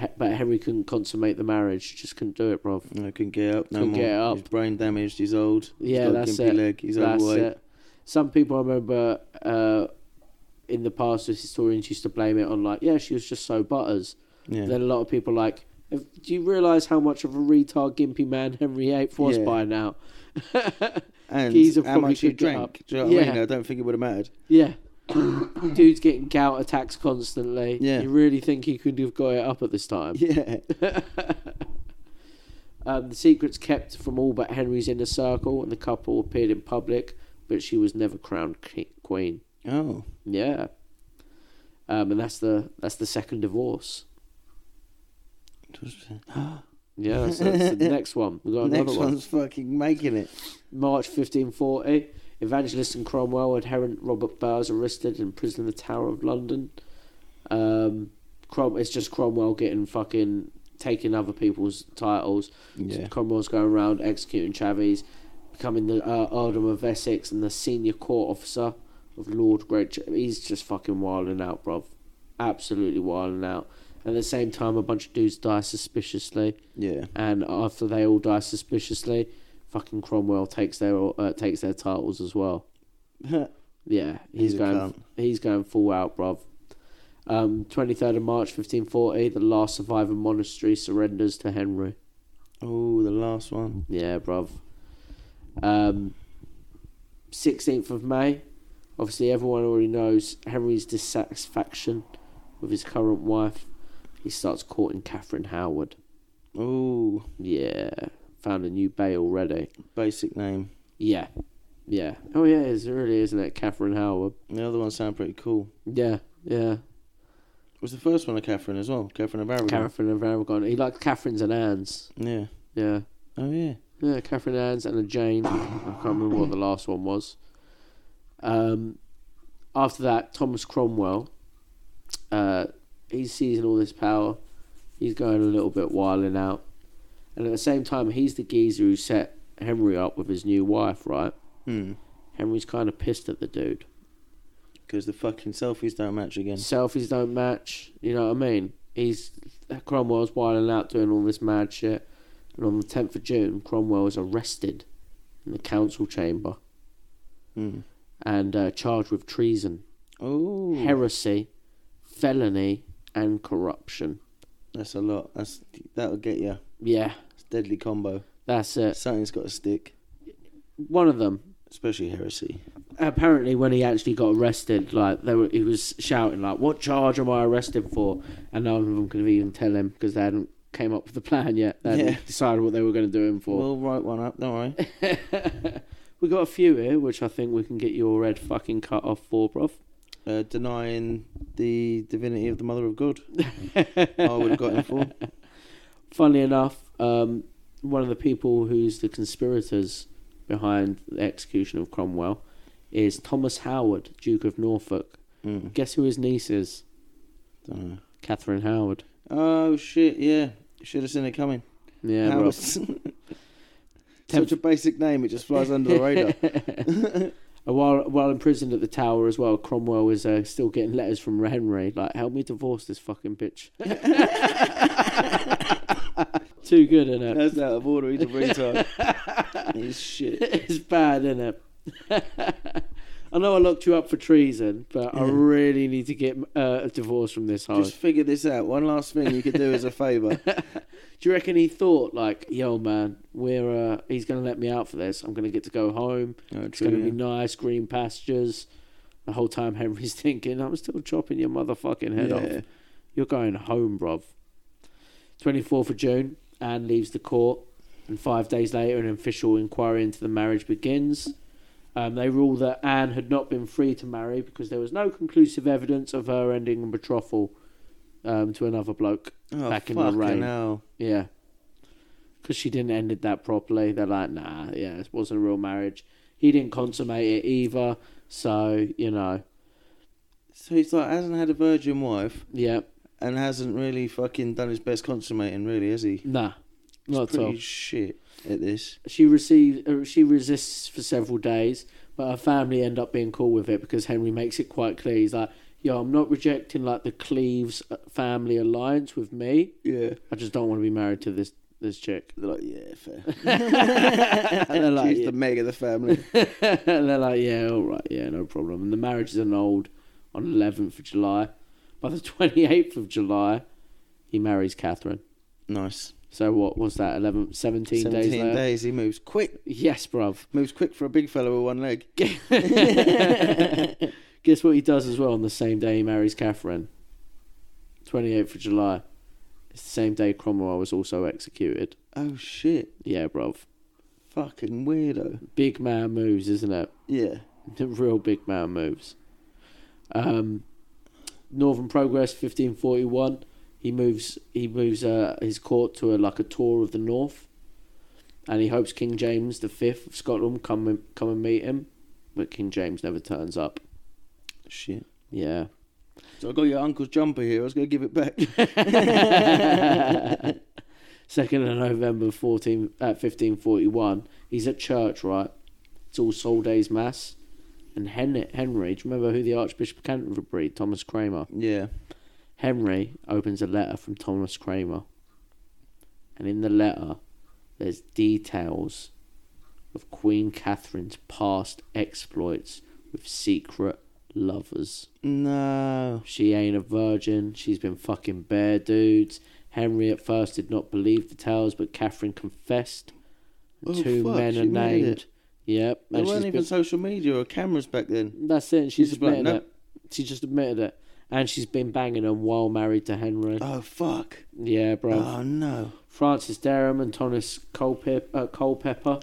Speaker 1: he- but Henry couldn't consummate the marriage. Just couldn't do it, bruv.
Speaker 3: No, couldn't get up no
Speaker 1: Couldn't
Speaker 3: more.
Speaker 1: get up.
Speaker 3: He's brain damaged, he's old.
Speaker 1: Yeah,
Speaker 3: he's got
Speaker 1: that's
Speaker 3: a gimpy
Speaker 1: it.
Speaker 3: leg, he's
Speaker 1: That's
Speaker 3: overweight.
Speaker 1: it. Some people I remember uh, in the past, as historians used to blame it on like, yeah, she was just so butters.
Speaker 3: Yeah.
Speaker 1: Then a lot of people like, "If- do you realise how much of a retard gimpy man Henry VIII was
Speaker 3: Yeah.
Speaker 1: by now?
Speaker 3: and
Speaker 1: geezer
Speaker 3: how
Speaker 1: probably
Speaker 3: much he
Speaker 1: could get up.
Speaker 3: drank. Do you know what I
Speaker 1: Yeah.
Speaker 3: mean? I don't think it would have mattered.
Speaker 1: Yeah. Dude's getting gout attacks constantly.
Speaker 3: Yeah.
Speaker 1: You really think he could have got it up at this time?
Speaker 3: Yeah.
Speaker 1: Um, the secret's kept from all but Henry's inner circle, and the couple appeared in public, but she was never crowned ki- queen.
Speaker 3: Oh.
Speaker 1: Yeah. Um, and that's the that's the second divorce. Yeah, that's, that's the next one. We've got another
Speaker 3: Next
Speaker 1: one.
Speaker 3: one's fucking making it.
Speaker 1: March 1540. Evangelist and Cromwell adherent Robert Bowers arrested and imprisoned in the Tower of London. Um, Crom- it's just Cromwell getting fucking taking other people's titles.
Speaker 3: Yeah.
Speaker 1: Cromwell's going around executing Chavies, becoming the uh, Earldom of Essex and the senior court officer of Lord Great. Ch- He's just fucking wilding out, bruv. Absolutely wilding out. At the same time, a bunch of dudes die suspiciously
Speaker 3: Yeah.
Speaker 1: and after they all die suspiciously, fucking Cromwell takes their uh, takes their titles as well. Yeah, he's,
Speaker 3: He's a
Speaker 1: going
Speaker 3: cunt.
Speaker 1: he's going full out, bruv. Um, twenty third of March, fifteen forty, the last surviving monastery surrenders to Henry.
Speaker 3: oh, the last one.
Speaker 1: Yeah, bruv. Um, 16th of May. Obviously, everyone already knows Henry's dissatisfaction with his current wife. He starts courting Catherine Howard.
Speaker 3: Oh,
Speaker 1: Yeah, found a new bay already.
Speaker 3: basic name.
Speaker 1: Yeah, yeah. Oh yeah, it is, it really isn't it, Catherine Howard?
Speaker 3: The other one sound pretty cool.
Speaker 1: Yeah, yeah.
Speaker 3: Was the first one a Catherine as well? Catherine of Aragon.
Speaker 1: Catherine of Aragon. He liked Catherines and Annes.
Speaker 3: Yeah.
Speaker 1: Yeah,
Speaker 3: Oh yeah.
Speaker 1: yeah. Catherine Annes and a Jane. I can't remember what the last one was. Um, after that, Thomas Cromwell. Uh, he's seizing all this power. He's going a little bit wilding out, and at the same time, he's the geezer who set Henry up with his new wife, right?
Speaker 3: Hmm.
Speaker 1: Henry's kind of pissed at the dude.
Speaker 3: Because the fucking selfies don't match again.
Speaker 1: selfies don't match. You know what I mean? He's Cromwell's wilding out doing all this mad shit, and on the tenth of June, Cromwell is arrested in the council chamber
Speaker 3: Hmm.
Speaker 1: and uh, charged with treason,
Speaker 3: Oh.
Speaker 1: heresy, felony, and corruption.
Speaker 3: That's a lot. That's that'll get you.
Speaker 1: Yeah,
Speaker 3: It's a deadly combo.
Speaker 1: that's it.
Speaker 3: Something's got to stick,
Speaker 1: One of them.
Speaker 3: especially heresy.
Speaker 1: Apparently, when he actually got arrested, like they were, he was shouting like, "What charge am I arrested for?" And none of them could even tell him because they hadn't came up with the plan yet. They hadn't
Speaker 3: Yeah.
Speaker 1: decided what they were going to do him for.
Speaker 3: We'll write one up. Don't worry.
Speaker 1: we got a few here, which I think we can get your red fucking cut off for, bruv.
Speaker 3: Uh, denying the divinity of the Mother of God. I would have got him for.
Speaker 1: Funnily enough, um, one of the people who's the conspirators behind the execution of Cromwell is Thomas Howard, Duke of Norfolk.
Speaker 3: Mm,
Speaker 1: Guess who his niece is?
Speaker 3: don't know.
Speaker 1: Catherine Howard.
Speaker 3: Oh shit! Yeah, should have seen it coming.
Speaker 1: Yeah,
Speaker 3: How
Speaker 1: bruv.
Speaker 3: was- Such a basic name, it just flies under the radar.
Speaker 1: And While while imprisoned at the Tower as well, Cromwell is uh, still getting letters from Henry like, "Help me divorce this fucking bitch." Too good, isn't it?
Speaker 2: That's out of order. He's a retard. He's shit.
Speaker 1: it's bad, isn't it? I know I locked you up for treason, but I really need to get uh, a divorce from this hard.
Speaker 2: Just figure this out. One last thing you could do as a favour.
Speaker 1: Do you reckon he thought like, "Yo, man, we're uh, he's gonna let me out for this. I'm gonna get to go home. It's gonna be nice, green pastures." The whole time Henry's thinking, "I'm still chopping your motherfucking head
Speaker 2: Yeah.
Speaker 1: off. You're going home, bruv." Twenty fourth of June, Anne leaves the court, and five days later, an official inquiry into the marriage begins. Um, they rule that Anne had not been free to marry because there was no conclusive evidence of her ending in betrothal um, to another bloke.
Speaker 2: Oh,
Speaker 1: Back in the
Speaker 2: fucking
Speaker 1: rain.
Speaker 2: hell.
Speaker 1: Yeah. Because she didn't end it that properly. They're like, nah, yeah, it wasn't a real marriage. He didn't consummate it either. So, you know,
Speaker 2: So he's like, hasn't had a virgin wife
Speaker 1: yeah,
Speaker 2: and hasn't really fucking done his best consummating, really, has he?
Speaker 1: nah,
Speaker 2: He's
Speaker 1: not at
Speaker 2: pretty
Speaker 1: all.
Speaker 2: shit at this.
Speaker 1: She, received, uh, she resists for several days, but her family end up being cool with it because Henry makes it quite clear. He's like, yo, I'm not rejecting, like, the Cleves uh, family alliance with me.
Speaker 2: Yeah.
Speaker 1: I just don't want to be married to this, this chick.
Speaker 2: They're like, yeah, fair.
Speaker 1: They're like,
Speaker 2: She's
Speaker 1: yeah.
Speaker 2: the meg of the family.
Speaker 1: and they're like, yeah, all right, yeah, no problem. And the marriage is annulled on 11th of July. By the 28th of July, he marries Catherine.
Speaker 2: nice.
Speaker 1: So what was that? 11, 17,
Speaker 2: 17
Speaker 1: days later?
Speaker 2: days. He moves quick.
Speaker 1: Yes, bruv.
Speaker 2: Moves quick for a big fella with one leg.
Speaker 1: Guess what he does as well on the same day he marries Catherine? 28th of July. It's the same day Cromwell was also executed.
Speaker 2: Oh, shit.
Speaker 1: Yeah, bruv.
Speaker 2: Fucking weirdo.
Speaker 1: Big man moves, isn't it?
Speaker 2: Yeah.
Speaker 1: the real big man moves. Um, Northern Progress, fifteen forty one. He moves. He moves uh, his court to a, like a tour of the north, and he hopes King James the fifth of Scotland come and, come and meet him, but King James never turns up.
Speaker 2: Shit.
Speaker 1: Yeah.
Speaker 2: So I got your uncle's jumper here. I was going to give it back.
Speaker 1: Second of November, fourteen uh, fifteen forty one. He's at church, right? It's all Soul Day's mass, and Hen- Henry. Do you remember who the Archbishop of Canterbury? Thomas Cramer.
Speaker 2: yeah.
Speaker 1: Henry opens a letter from Thomas Kramer, and in the letter, there's details of Queen Catherine's past exploits with secret lovers.
Speaker 2: No.
Speaker 1: She ain't a virgin. She's been fucking bear dudes. Henry at first did not believe the tales, but Catherine confessed.
Speaker 2: Oh,
Speaker 1: Two
Speaker 2: fuck,
Speaker 1: men
Speaker 2: she made
Speaker 1: are
Speaker 2: it.
Speaker 1: named. Yep.
Speaker 2: There
Speaker 1: and she's
Speaker 2: weren't even
Speaker 1: been-
Speaker 2: social media or cameras back then.
Speaker 1: That's it. She's
Speaker 2: She's just like,
Speaker 1: admitted it. She just admitted it. And she's been banging him while married to Henry.
Speaker 2: Oh, fuck.
Speaker 1: yeah, bro.
Speaker 2: Oh, no.
Speaker 1: Francis Derham and Thomas Culpep- uh, Culpepper.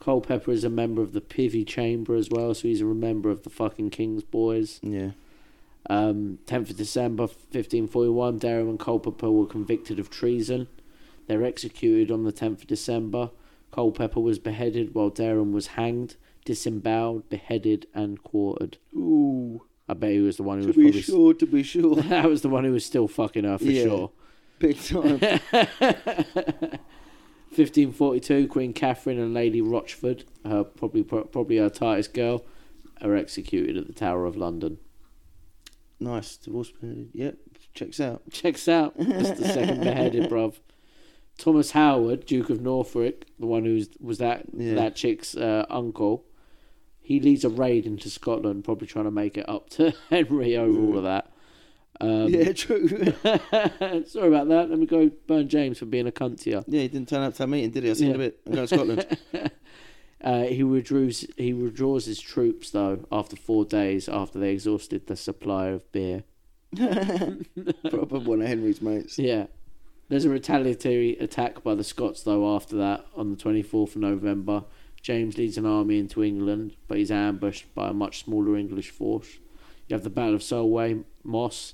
Speaker 1: Culpepper is a member of the Privy Chamber as well, so he's a member of the fucking King's Boys.
Speaker 2: Yeah.
Speaker 1: Um, 10th of December 1541, Derham and Culpepper were convicted of treason. They're executed on the 10th of December. Culpepper was beheaded while Derham was hanged, disemboweled, beheaded, and quartered.
Speaker 2: Ooh.
Speaker 1: I bet he was the one who
Speaker 2: To
Speaker 1: was
Speaker 2: be
Speaker 1: probably.
Speaker 2: sure, to be sure.
Speaker 1: that was the one who was still fucking her for
Speaker 2: Yeah.
Speaker 1: sure.
Speaker 2: Big time.
Speaker 1: 1542, Queen Catherine and Lady Rochford, her probably probably her tightest girl, are executed at the Tower of London.
Speaker 2: nice. Divorce. period. Yep. Checks out.
Speaker 1: Checks out. That's the second beheaded, bruv. Thomas Howard, Duke of Norfolk, the one who was, was that
Speaker 2: Yeah.
Speaker 1: that chick's uh, uncle, he leads a raid into Scotland, probably trying to make it up to Henry over all of that. Um,
Speaker 2: yeah, true.
Speaker 1: sorry about that. Let me go burn James for being a cunt to you.
Speaker 2: yeah, he didn't turn up to our meeting, did he? I seen
Speaker 1: Yeah.
Speaker 2: a bit. I'm going to Scotland.
Speaker 1: Uh, he withdraws. He withdraws his troops though after four days after they exhausted the supply of beer.
Speaker 2: Proper one of Henry's mates.
Speaker 1: Yeah, there's a retaliatory attack by the Scots though after that on the 24th of November. James leads an army into England, but he's ambushed by a much smaller English force. You have the Battle of Solway, Moss.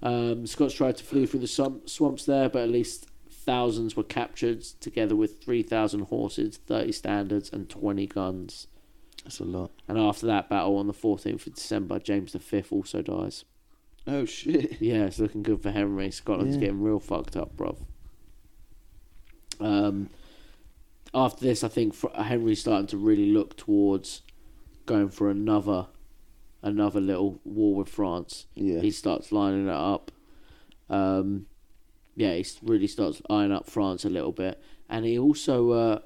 Speaker 1: Um, Scots tried to flee through the swamp, swamps there, but at least thousands were captured, together with 3,000 horses, 30 standards, and 20 guns.
Speaker 2: That's a lot.
Speaker 1: And after that battle on the 14th of December, James V also dies.
Speaker 2: Oh, shit.
Speaker 1: Yeah, it's looking good for Henry. Scotland's
Speaker 2: Yeah.
Speaker 1: getting real fucked up, bruv. Um, after this, I think Fr- Henry's starting to really look towards going for another another little war with France.
Speaker 2: Yeah.
Speaker 1: He starts lining it up. Um, yeah, he really starts eyeing up France a little bit, and he also uh,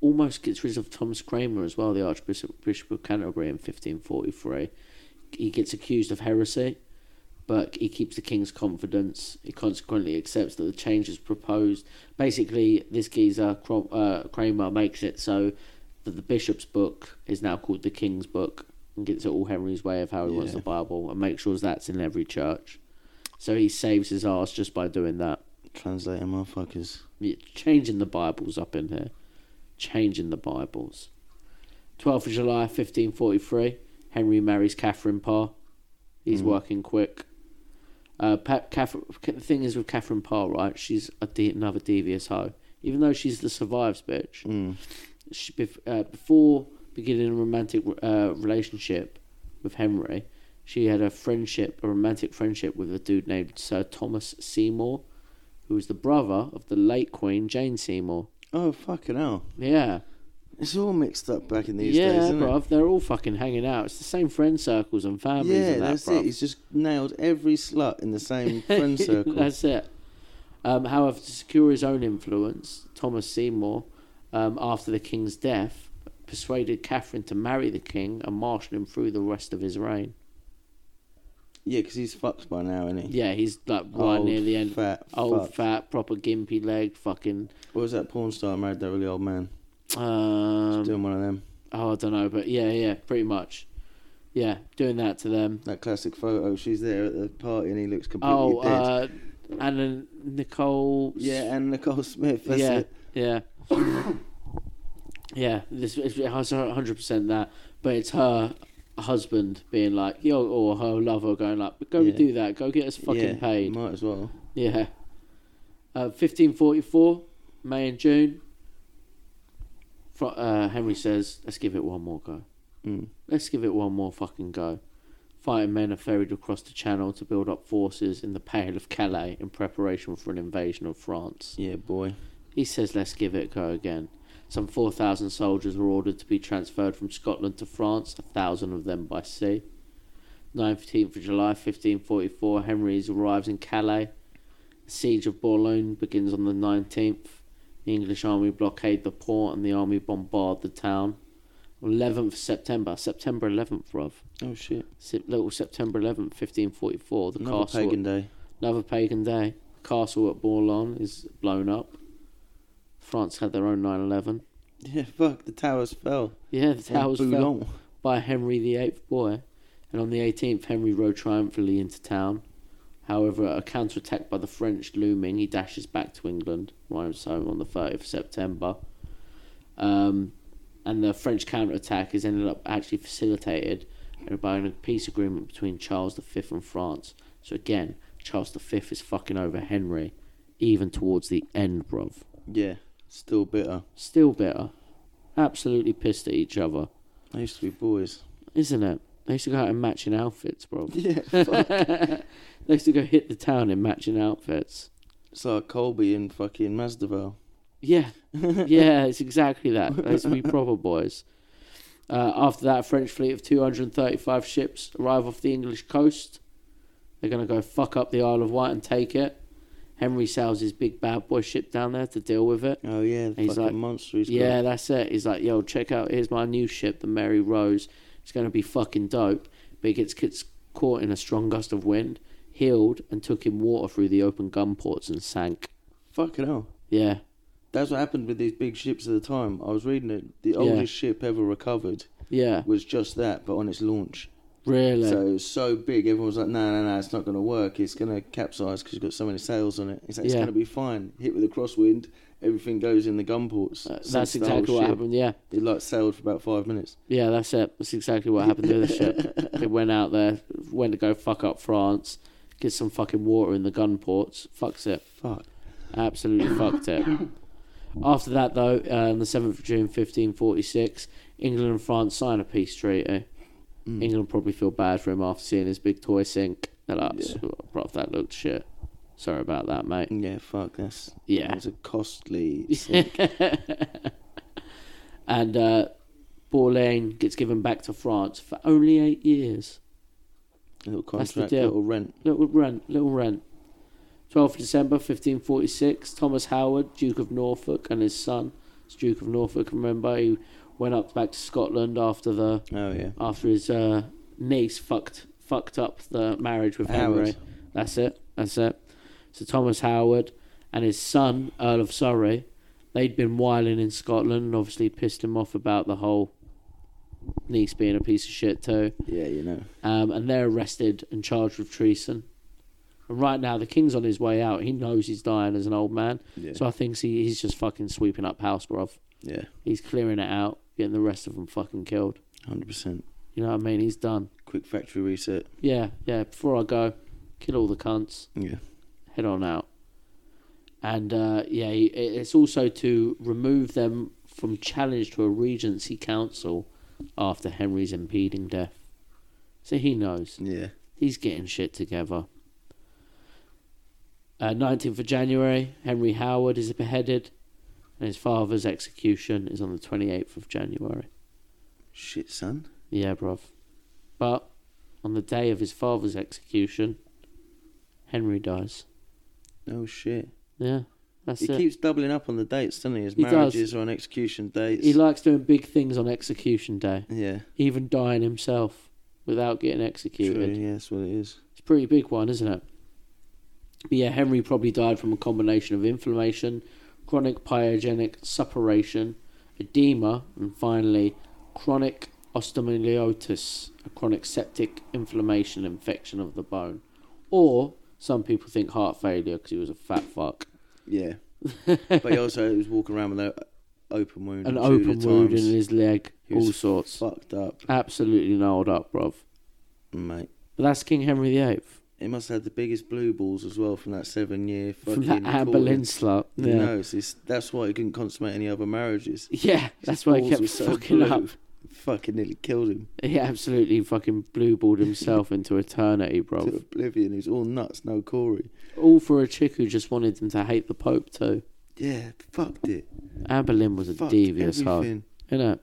Speaker 1: almost gets rid of Thomas Cramer as well, the Archbishop Bishop of Canterbury in 1543. He gets accused of heresy, but he keeps the king's confidence. He consequently accepts that the changes proposed. Basically, this geezer Crom- uh, Cramer makes it so that the bishop's book is now called the king's book, and gets it all Henry's way of how he wants
Speaker 3: Yeah.
Speaker 1: the Bible, and makes sure that's in every church. So he saves his ass just by doing that.
Speaker 3: Translating motherfuckers.
Speaker 1: Yeah, changing the Bibles up in here. Changing the Bibles. 12th of July, 1543. Henry marries Catherine Parr. He's working quick. Uh, pa- Catherine, the thing is with Catherine Parr, right? She's a de- another devious hoe. Even though she's the survives bitch, she, bef- uh, before beginning a romantic uh, relationship with Henry, she had a friendship, a romantic friendship with a dude named Sir Thomas Seymour, who was the brother of the late Queen Jane Seymour.
Speaker 3: Oh, fucking hell.
Speaker 1: Yeah,
Speaker 3: It's all mixed up back in these
Speaker 1: yeah,
Speaker 3: days, isn't
Speaker 1: bruv. They're all fucking hanging out. It's the same friend circles and
Speaker 3: it?
Speaker 1: families.
Speaker 3: Yeah,
Speaker 1: and that,
Speaker 3: that's
Speaker 1: bruv.
Speaker 3: it. He's just nailed every slut in the same friend circle.
Speaker 1: That's it. Um, however, to secure his own influence, Thomas Seymour, um, after the king's death, persuaded Catherine to marry the king and marshal him through the rest of his reign.
Speaker 3: Yeah, because he's fucked by now, isn't he?
Speaker 1: Yeah, he's like right
Speaker 3: Old,
Speaker 1: near the end.
Speaker 3: fat
Speaker 1: old
Speaker 3: fuck.
Speaker 1: fat, proper gimpy leg, fucking.
Speaker 3: What was that porn star married that really old man?
Speaker 1: Um,
Speaker 3: Doing one of them.
Speaker 1: oh, I don't know, but yeah, yeah, pretty much. Yeah, doing that to them.
Speaker 3: That classic photo. She's there at the party and he looks completely
Speaker 1: Oh,
Speaker 3: dead.
Speaker 1: uh, and then Nicole.
Speaker 3: yeah, and Nicole Smith. That's
Speaker 1: yeah,
Speaker 3: it.
Speaker 1: yeah, yeah. This it's hundred percent that, but it's her husband being like, yo, or her lover going like, go
Speaker 3: Yeah.
Speaker 1: do that, go get us fucking
Speaker 3: yeah,
Speaker 1: paid.
Speaker 3: Might as well.
Speaker 1: Yeah. Uh, 1544, May and June. Fro- uh, Henry says, let's give it one more go.
Speaker 3: Mm.
Speaker 1: Let's give it one more fucking go. Fighting men are ferried across the channel to build up forces in the Pale of Calais in preparation for an invasion of France.
Speaker 3: Yeah, boy.
Speaker 1: He says, let's give it a go again. Some 4,000 soldiers were ordered to be transferred from Scotland to France, a 1,000 of them by sea. 19th of July 1544, Henry's arrives in Calais. The siege of Boulogne begins on the 19th. The English army blockade the port and the army bombard the town. 11th September, September 11th, Rob.
Speaker 3: Oh shit.
Speaker 1: Little September 11th, 1544. The
Speaker 3: Another
Speaker 1: castle
Speaker 3: pagan day.
Speaker 1: another pagan day. Castle at Bourlon is blown up. France had their own 9/11.
Speaker 3: Yeah, fuck. The towers fell.
Speaker 1: Yeah, the towers
Speaker 3: On
Speaker 1: fell
Speaker 3: Boulogne.
Speaker 1: by Henry VIII boy, and on the 18th Henry rode triumphantly into town. However, a counterattack by the French looming, he dashes back to England. Right, so on the 30th of September, um, and the French counterattack is ended up actually facilitated by a peace agreement between Charles V and France. So again, Charles V is fucking over Henry, even towards the end, bruv.
Speaker 3: Yeah, still bitter.
Speaker 1: Still bitter, absolutely pissed at each other,
Speaker 3: They used to be boys.
Speaker 1: isn't it? They used to go out in matching outfits, bro.
Speaker 3: Yeah.
Speaker 1: they used to go hit the town in matching outfits.
Speaker 3: It's like Colby and fucking Masdeville.
Speaker 1: Yeah, yeah, it's exactly that. They used to be proper boys. Uh, after that, a French fleet of 235 ships arrive off the English coast. They're going to go fuck up the Isle of Wight and take it. Henry sails his big bad boy ship down there to deal with it.
Speaker 3: Oh yeah, the
Speaker 1: He's
Speaker 3: fucking
Speaker 1: like-
Speaker 3: monster. He's
Speaker 1: yeah, that's it. He's like, yo, check out, here's my new ship, the Mary Rose. It's going to be fucking dope. But he gets, gets caught in a strong gust of wind, healed, and took in water through the open gun ports and sank.
Speaker 3: Got. Fucking hell.
Speaker 1: Yeah,
Speaker 3: That's what happened with these big ships at the time. I was reading it. The oldest ship ever recovered
Speaker 1: yeah,
Speaker 3: was just that, but on its launch.
Speaker 1: really.
Speaker 3: So it was so big, everyone was like, "No, no, no, it's not going to work. It's going to capsize because it's got so many sails on it. It's, like, it's
Speaker 1: Yeah.
Speaker 3: going to be fine. Hit with a crosswind, everything goes in the gun ports.
Speaker 1: Uh,
Speaker 3: Sinks
Speaker 1: that's
Speaker 3: the whole
Speaker 1: exactly what
Speaker 3: ship.
Speaker 1: happened. Yeah,
Speaker 3: It like sailed for about five minutes.
Speaker 1: yeah, that's it. That's exactly what happened to the ship. They went out there, went to go fuck up France, get some fucking water in the gun ports, fucks it.
Speaker 3: Fuck.
Speaker 1: Absolutely fucked it. After that, though, uh, on the 7th of June 1546, England and France sign a peace treaty.
Speaker 3: Mm.
Speaker 1: England probably feel bad for him after seeing his big toy sink. They're like,
Speaker 3: Yeah.
Speaker 1: "Bruv, that looked shit. Sorry about that, mate.
Speaker 3: Yeah, fuck. That's
Speaker 1: Yeah.
Speaker 3: It's a costly.
Speaker 1: and uh, Bourlain gets given back to France for only eight years.
Speaker 3: little
Speaker 1: That's the
Speaker 3: contract,
Speaker 1: deal.
Speaker 3: little rent.
Speaker 1: Little rent, little rent. 12th of December 1546, Thomas Howard, Duke of Norfolk, and his son, it's Duke of Norfolk, remember, he went up back to Scotland after the
Speaker 3: Oh yeah.
Speaker 1: after his uh, niece fucked fucked up the marriage with Henry.
Speaker 3: Howard.
Speaker 1: That's it. That's it. So Thomas Howard and his son Earl of Surrey, they'd been whiling in Scotland and obviously pissed him off about the whole niece being a piece of shit too.
Speaker 3: Yeah, you know.
Speaker 1: Um, and they're arrested and charged with treason. And right now, the king's on his way out. He knows he's dying as an old man,
Speaker 3: Yeah.
Speaker 1: so I think he, he's just fucking sweeping up house, bruv.
Speaker 3: yeah.
Speaker 1: He's clearing it out, getting the rest of them fucking killed.
Speaker 3: Hundred percent.
Speaker 1: You know what I mean? He's done.
Speaker 3: Quick factory reset.
Speaker 1: Yeah, yeah. Before I go, kill all the cunts,
Speaker 3: Yeah.
Speaker 1: head on out. And uh, yeah, he- it- it's also to remove them from challenge to a regency council after Henry's impeding death. So he knows
Speaker 3: Yeah.
Speaker 1: he's getting shit together. Uh, 19th of January, Henry Howard is beheaded, and his father's execution is on the 28th of January.
Speaker 3: Shit, son.
Speaker 1: Yeah, bruv. But on the day of his father's execution, Henry dies.
Speaker 3: Oh shit.
Speaker 1: Yeah, that's
Speaker 3: he
Speaker 1: it.
Speaker 3: keeps doubling up on the dates, doesn't he? His
Speaker 1: He does.
Speaker 3: marriages are on execution dates.
Speaker 1: he likes doing big things on execution day,
Speaker 3: yeah.
Speaker 1: even dying himself without getting
Speaker 3: True.
Speaker 1: executed.
Speaker 3: Yeah, that's what it is.
Speaker 1: It's a pretty big one, isn't it? But yeah, Henry probably died from a combination of inflammation, chronic pyogenic suppuration, edema, and finally chronic osteomyelitis, a chronic septic inflammation infection of the bone. Or some people think heart failure because he was a fat fuck.
Speaker 3: Yeah. but he also was walking around with an open wound.
Speaker 1: An
Speaker 3: at
Speaker 1: open
Speaker 3: Tudor
Speaker 1: wound in
Speaker 3: times.
Speaker 1: his leg,
Speaker 3: He was
Speaker 1: all sorts.
Speaker 3: Fucked up,
Speaker 1: Absolutely gnarled up, bruv.
Speaker 3: mate.
Speaker 1: But that's King Henry VIII
Speaker 3: He must have had the biggest blue balls as well from that seven year fucking.
Speaker 1: from that Anne
Speaker 3: recording.
Speaker 1: Boleyn slut.
Speaker 3: You
Speaker 1: Yeah.
Speaker 3: know, it's, it's, that's why he couldn't consummate any other marriages.
Speaker 1: Yeah, that's why he
Speaker 3: balls
Speaker 1: kept
Speaker 3: were so
Speaker 1: fucking
Speaker 3: blue.
Speaker 1: up.
Speaker 3: Fucking nearly killed him
Speaker 1: He absolutely fucking blue balled himself into eternity,
Speaker 3: to
Speaker 1: bro.
Speaker 3: oblivion. He's all nuts, no Corey.
Speaker 1: All for a chick who just wanted them to hate the Pope too.
Speaker 3: Yeah, fucked it.
Speaker 1: Anne Boleyn was a
Speaker 3: Fucked
Speaker 1: devious hoe,
Speaker 3: everything,
Speaker 1: innit?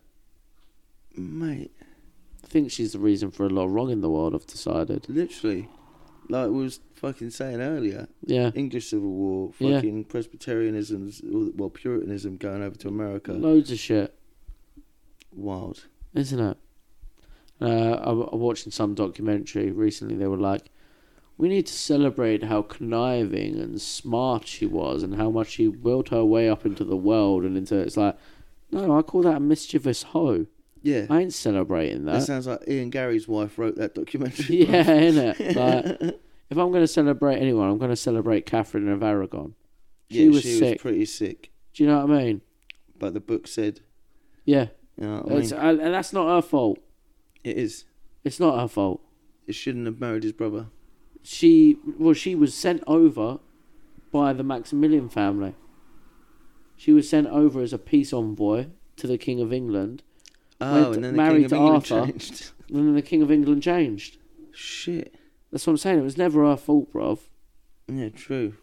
Speaker 3: mate.
Speaker 1: I think she's the reason for a lot wrong in the world. I've decided.
Speaker 3: Literally, like we was fucking saying earlier,
Speaker 1: Yeah,
Speaker 3: English Civil War,
Speaker 1: Yeah.
Speaker 3: fucking Presbyterianism, well Puritanism going over to America.
Speaker 1: loads of shit,
Speaker 3: Wild.
Speaker 1: isn't it? Uh, I, w- I watching some documentary recently. They were like, "We need to celebrate how conniving and smart she was, and how much she willed her way up into the world and into." It's like, no, I call that a mischievous hoe.
Speaker 3: Yeah,
Speaker 1: I ain't celebrating
Speaker 3: that sounds like Ian Gary's wife wrote that documentary.
Speaker 1: Yeah, innit? Like, if I'm going to celebrate anyone, I'm going to celebrate Catherine of Aragon. She
Speaker 3: yeah,
Speaker 1: was
Speaker 3: she
Speaker 1: sick.
Speaker 3: was pretty sick,
Speaker 1: Do you know what I mean?
Speaker 3: but the book said,
Speaker 1: Yeah,
Speaker 3: you know what I mean?
Speaker 1: it's, and and that's not her fault.
Speaker 3: it is.
Speaker 1: It's not her fault.
Speaker 3: It shouldn't have married his brother.
Speaker 1: She well, she was sent over by the Maximilian family. She was sent over as a peace envoy to the King of England.
Speaker 3: Oh,
Speaker 1: Went
Speaker 3: and then the
Speaker 1: married
Speaker 3: King of
Speaker 1: to
Speaker 3: England
Speaker 1: Arthur.
Speaker 3: changed.
Speaker 1: And then the King of England changed.
Speaker 3: Shit.
Speaker 1: That's what I'm saying. It was never her fault, bruv.
Speaker 3: Yeah, true.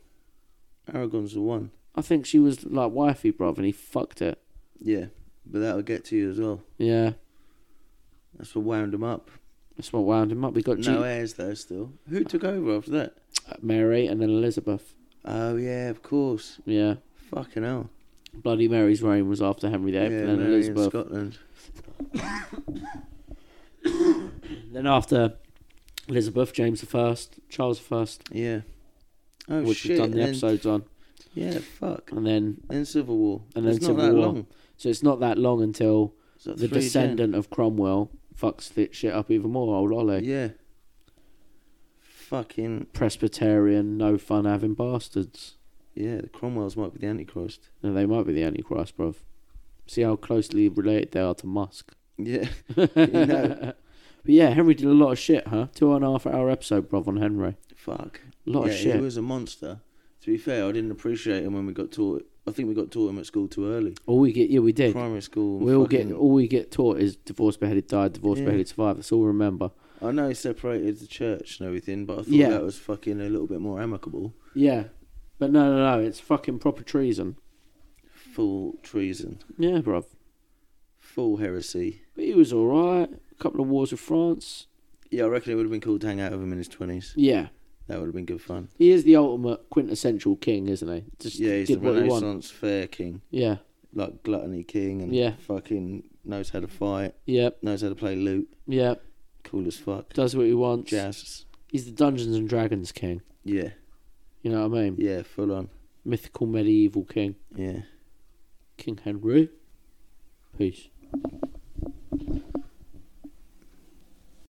Speaker 3: Aragon's the one.
Speaker 1: I think she was like wifey, bruv, and he fucked it.
Speaker 3: Yeah, but that'll get to you as well.
Speaker 1: Yeah,
Speaker 3: That's what wound him up.
Speaker 1: that's what wound him up. We got
Speaker 3: No
Speaker 1: Duke-
Speaker 3: heirs though. Still, who took over after that?
Speaker 1: Mary and then Elizabeth.
Speaker 3: Oh yeah, of course.
Speaker 1: Yeah.
Speaker 3: Fucking hell.
Speaker 1: Bloody Mary's reign was after Henry VIII
Speaker 3: Yeah,
Speaker 1: and then
Speaker 3: Mary in
Speaker 1: Elizabeth.
Speaker 3: Scotland.
Speaker 1: Then after Elizabeth, James I, Charles I,
Speaker 3: Yeah. Oh
Speaker 1: which
Speaker 3: shit.
Speaker 1: we've done the
Speaker 3: and then-
Speaker 1: episodes on,
Speaker 3: yeah, fuck.
Speaker 1: and then
Speaker 3: Then Civil War.
Speaker 1: And then
Speaker 3: it's
Speaker 1: Civil
Speaker 3: not that
Speaker 1: War.
Speaker 3: long.
Speaker 1: so it's not that long until
Speaker 3: It's like
Speaker 1: the
Speaker 3: three
Speaker 1: descendant of Cromwell fucks this shit up even more. Old
Speaker 3: gen-
Speaker 1: Ollie,
Speaker 3: Yeah. Fucking
Speaker 1: Presbyterian, no fun having bastards.
Speaker 3: yeah. The Cromwells might be the Antichrist.
Speaker 1: Now they might be the Antichrist, bruv. See how closely related they are to Musk.
Speaker 3: Yeah. you know.
Speaker 1: But yeah, Henry did a lot of shit, huh? Two and a half hour episode, bruv, on Henry.
Speaker 3: Fuck.
Speaker 1: A lot
Speaker 3: yeah,
Speaker 1: of shit.
Speaker 3: he was a monster. To be fair, I didn't appreciate him when we got taught. I think we got taught him at school too early.
Speaker 1: All we get, yeah, we did.
Speaker 3: Primary school.
Speaker 1: We all
Speaker 3: fucking-
Speaker 1: get all we get taught is divorce beheaded died, divorce
Speaker 3: Yeah.
Speaker 1: beheaded survived. That's all we remember.
Speaker 3: I know he separated the church and everything, but I thought
Speaker 1: Yeah.
Speaker 3: that was fucking a little bit more amicable.
Speaker 1: Yeah, but no, no, no. It's fucking proper treason.
Speaker 3: Full treason,
Speaker 1: Yeah, bruv.
Speaker 3: full heresy.
Speaker 1: But he was all right. A couple of wars with France.
Speaker 3: Yeah, I reckon it would have been cool to hang out with him in his twenties.
Speaker 1: Yeah,
Speaker 3: That would have been good fun.
Speaker 1: He is the ultimate quintessential king, isn't he? Just
Speaker 3: Yeah, he's the
Speaker 1: did what he wanted.
Speaker 3: Renaissance fair king,
Speaker 1: Yeah,
Speaker 3: like gluttony king, and
Speaker 1: Yeah.
Speaker 3: fucking knows how to fight,
Speaker 1: yeah,
Speaker 3: knows how to play lute,
Speaker 1: yeah.
Speaker 3: cool as fuck,
Speaker 1: Does what he wants.
Speaker 3: jazz.
Speaker 1: He's the Dungeons and Dragons king.
Speaker 3: Yeah,
Speaker 1: You know what I mean?
Speaker 3: yeah, full on.
Speaker 1: Mythical medieval king,
Speaker 3: Yeah.
Speaker 1: King Henry. Peace.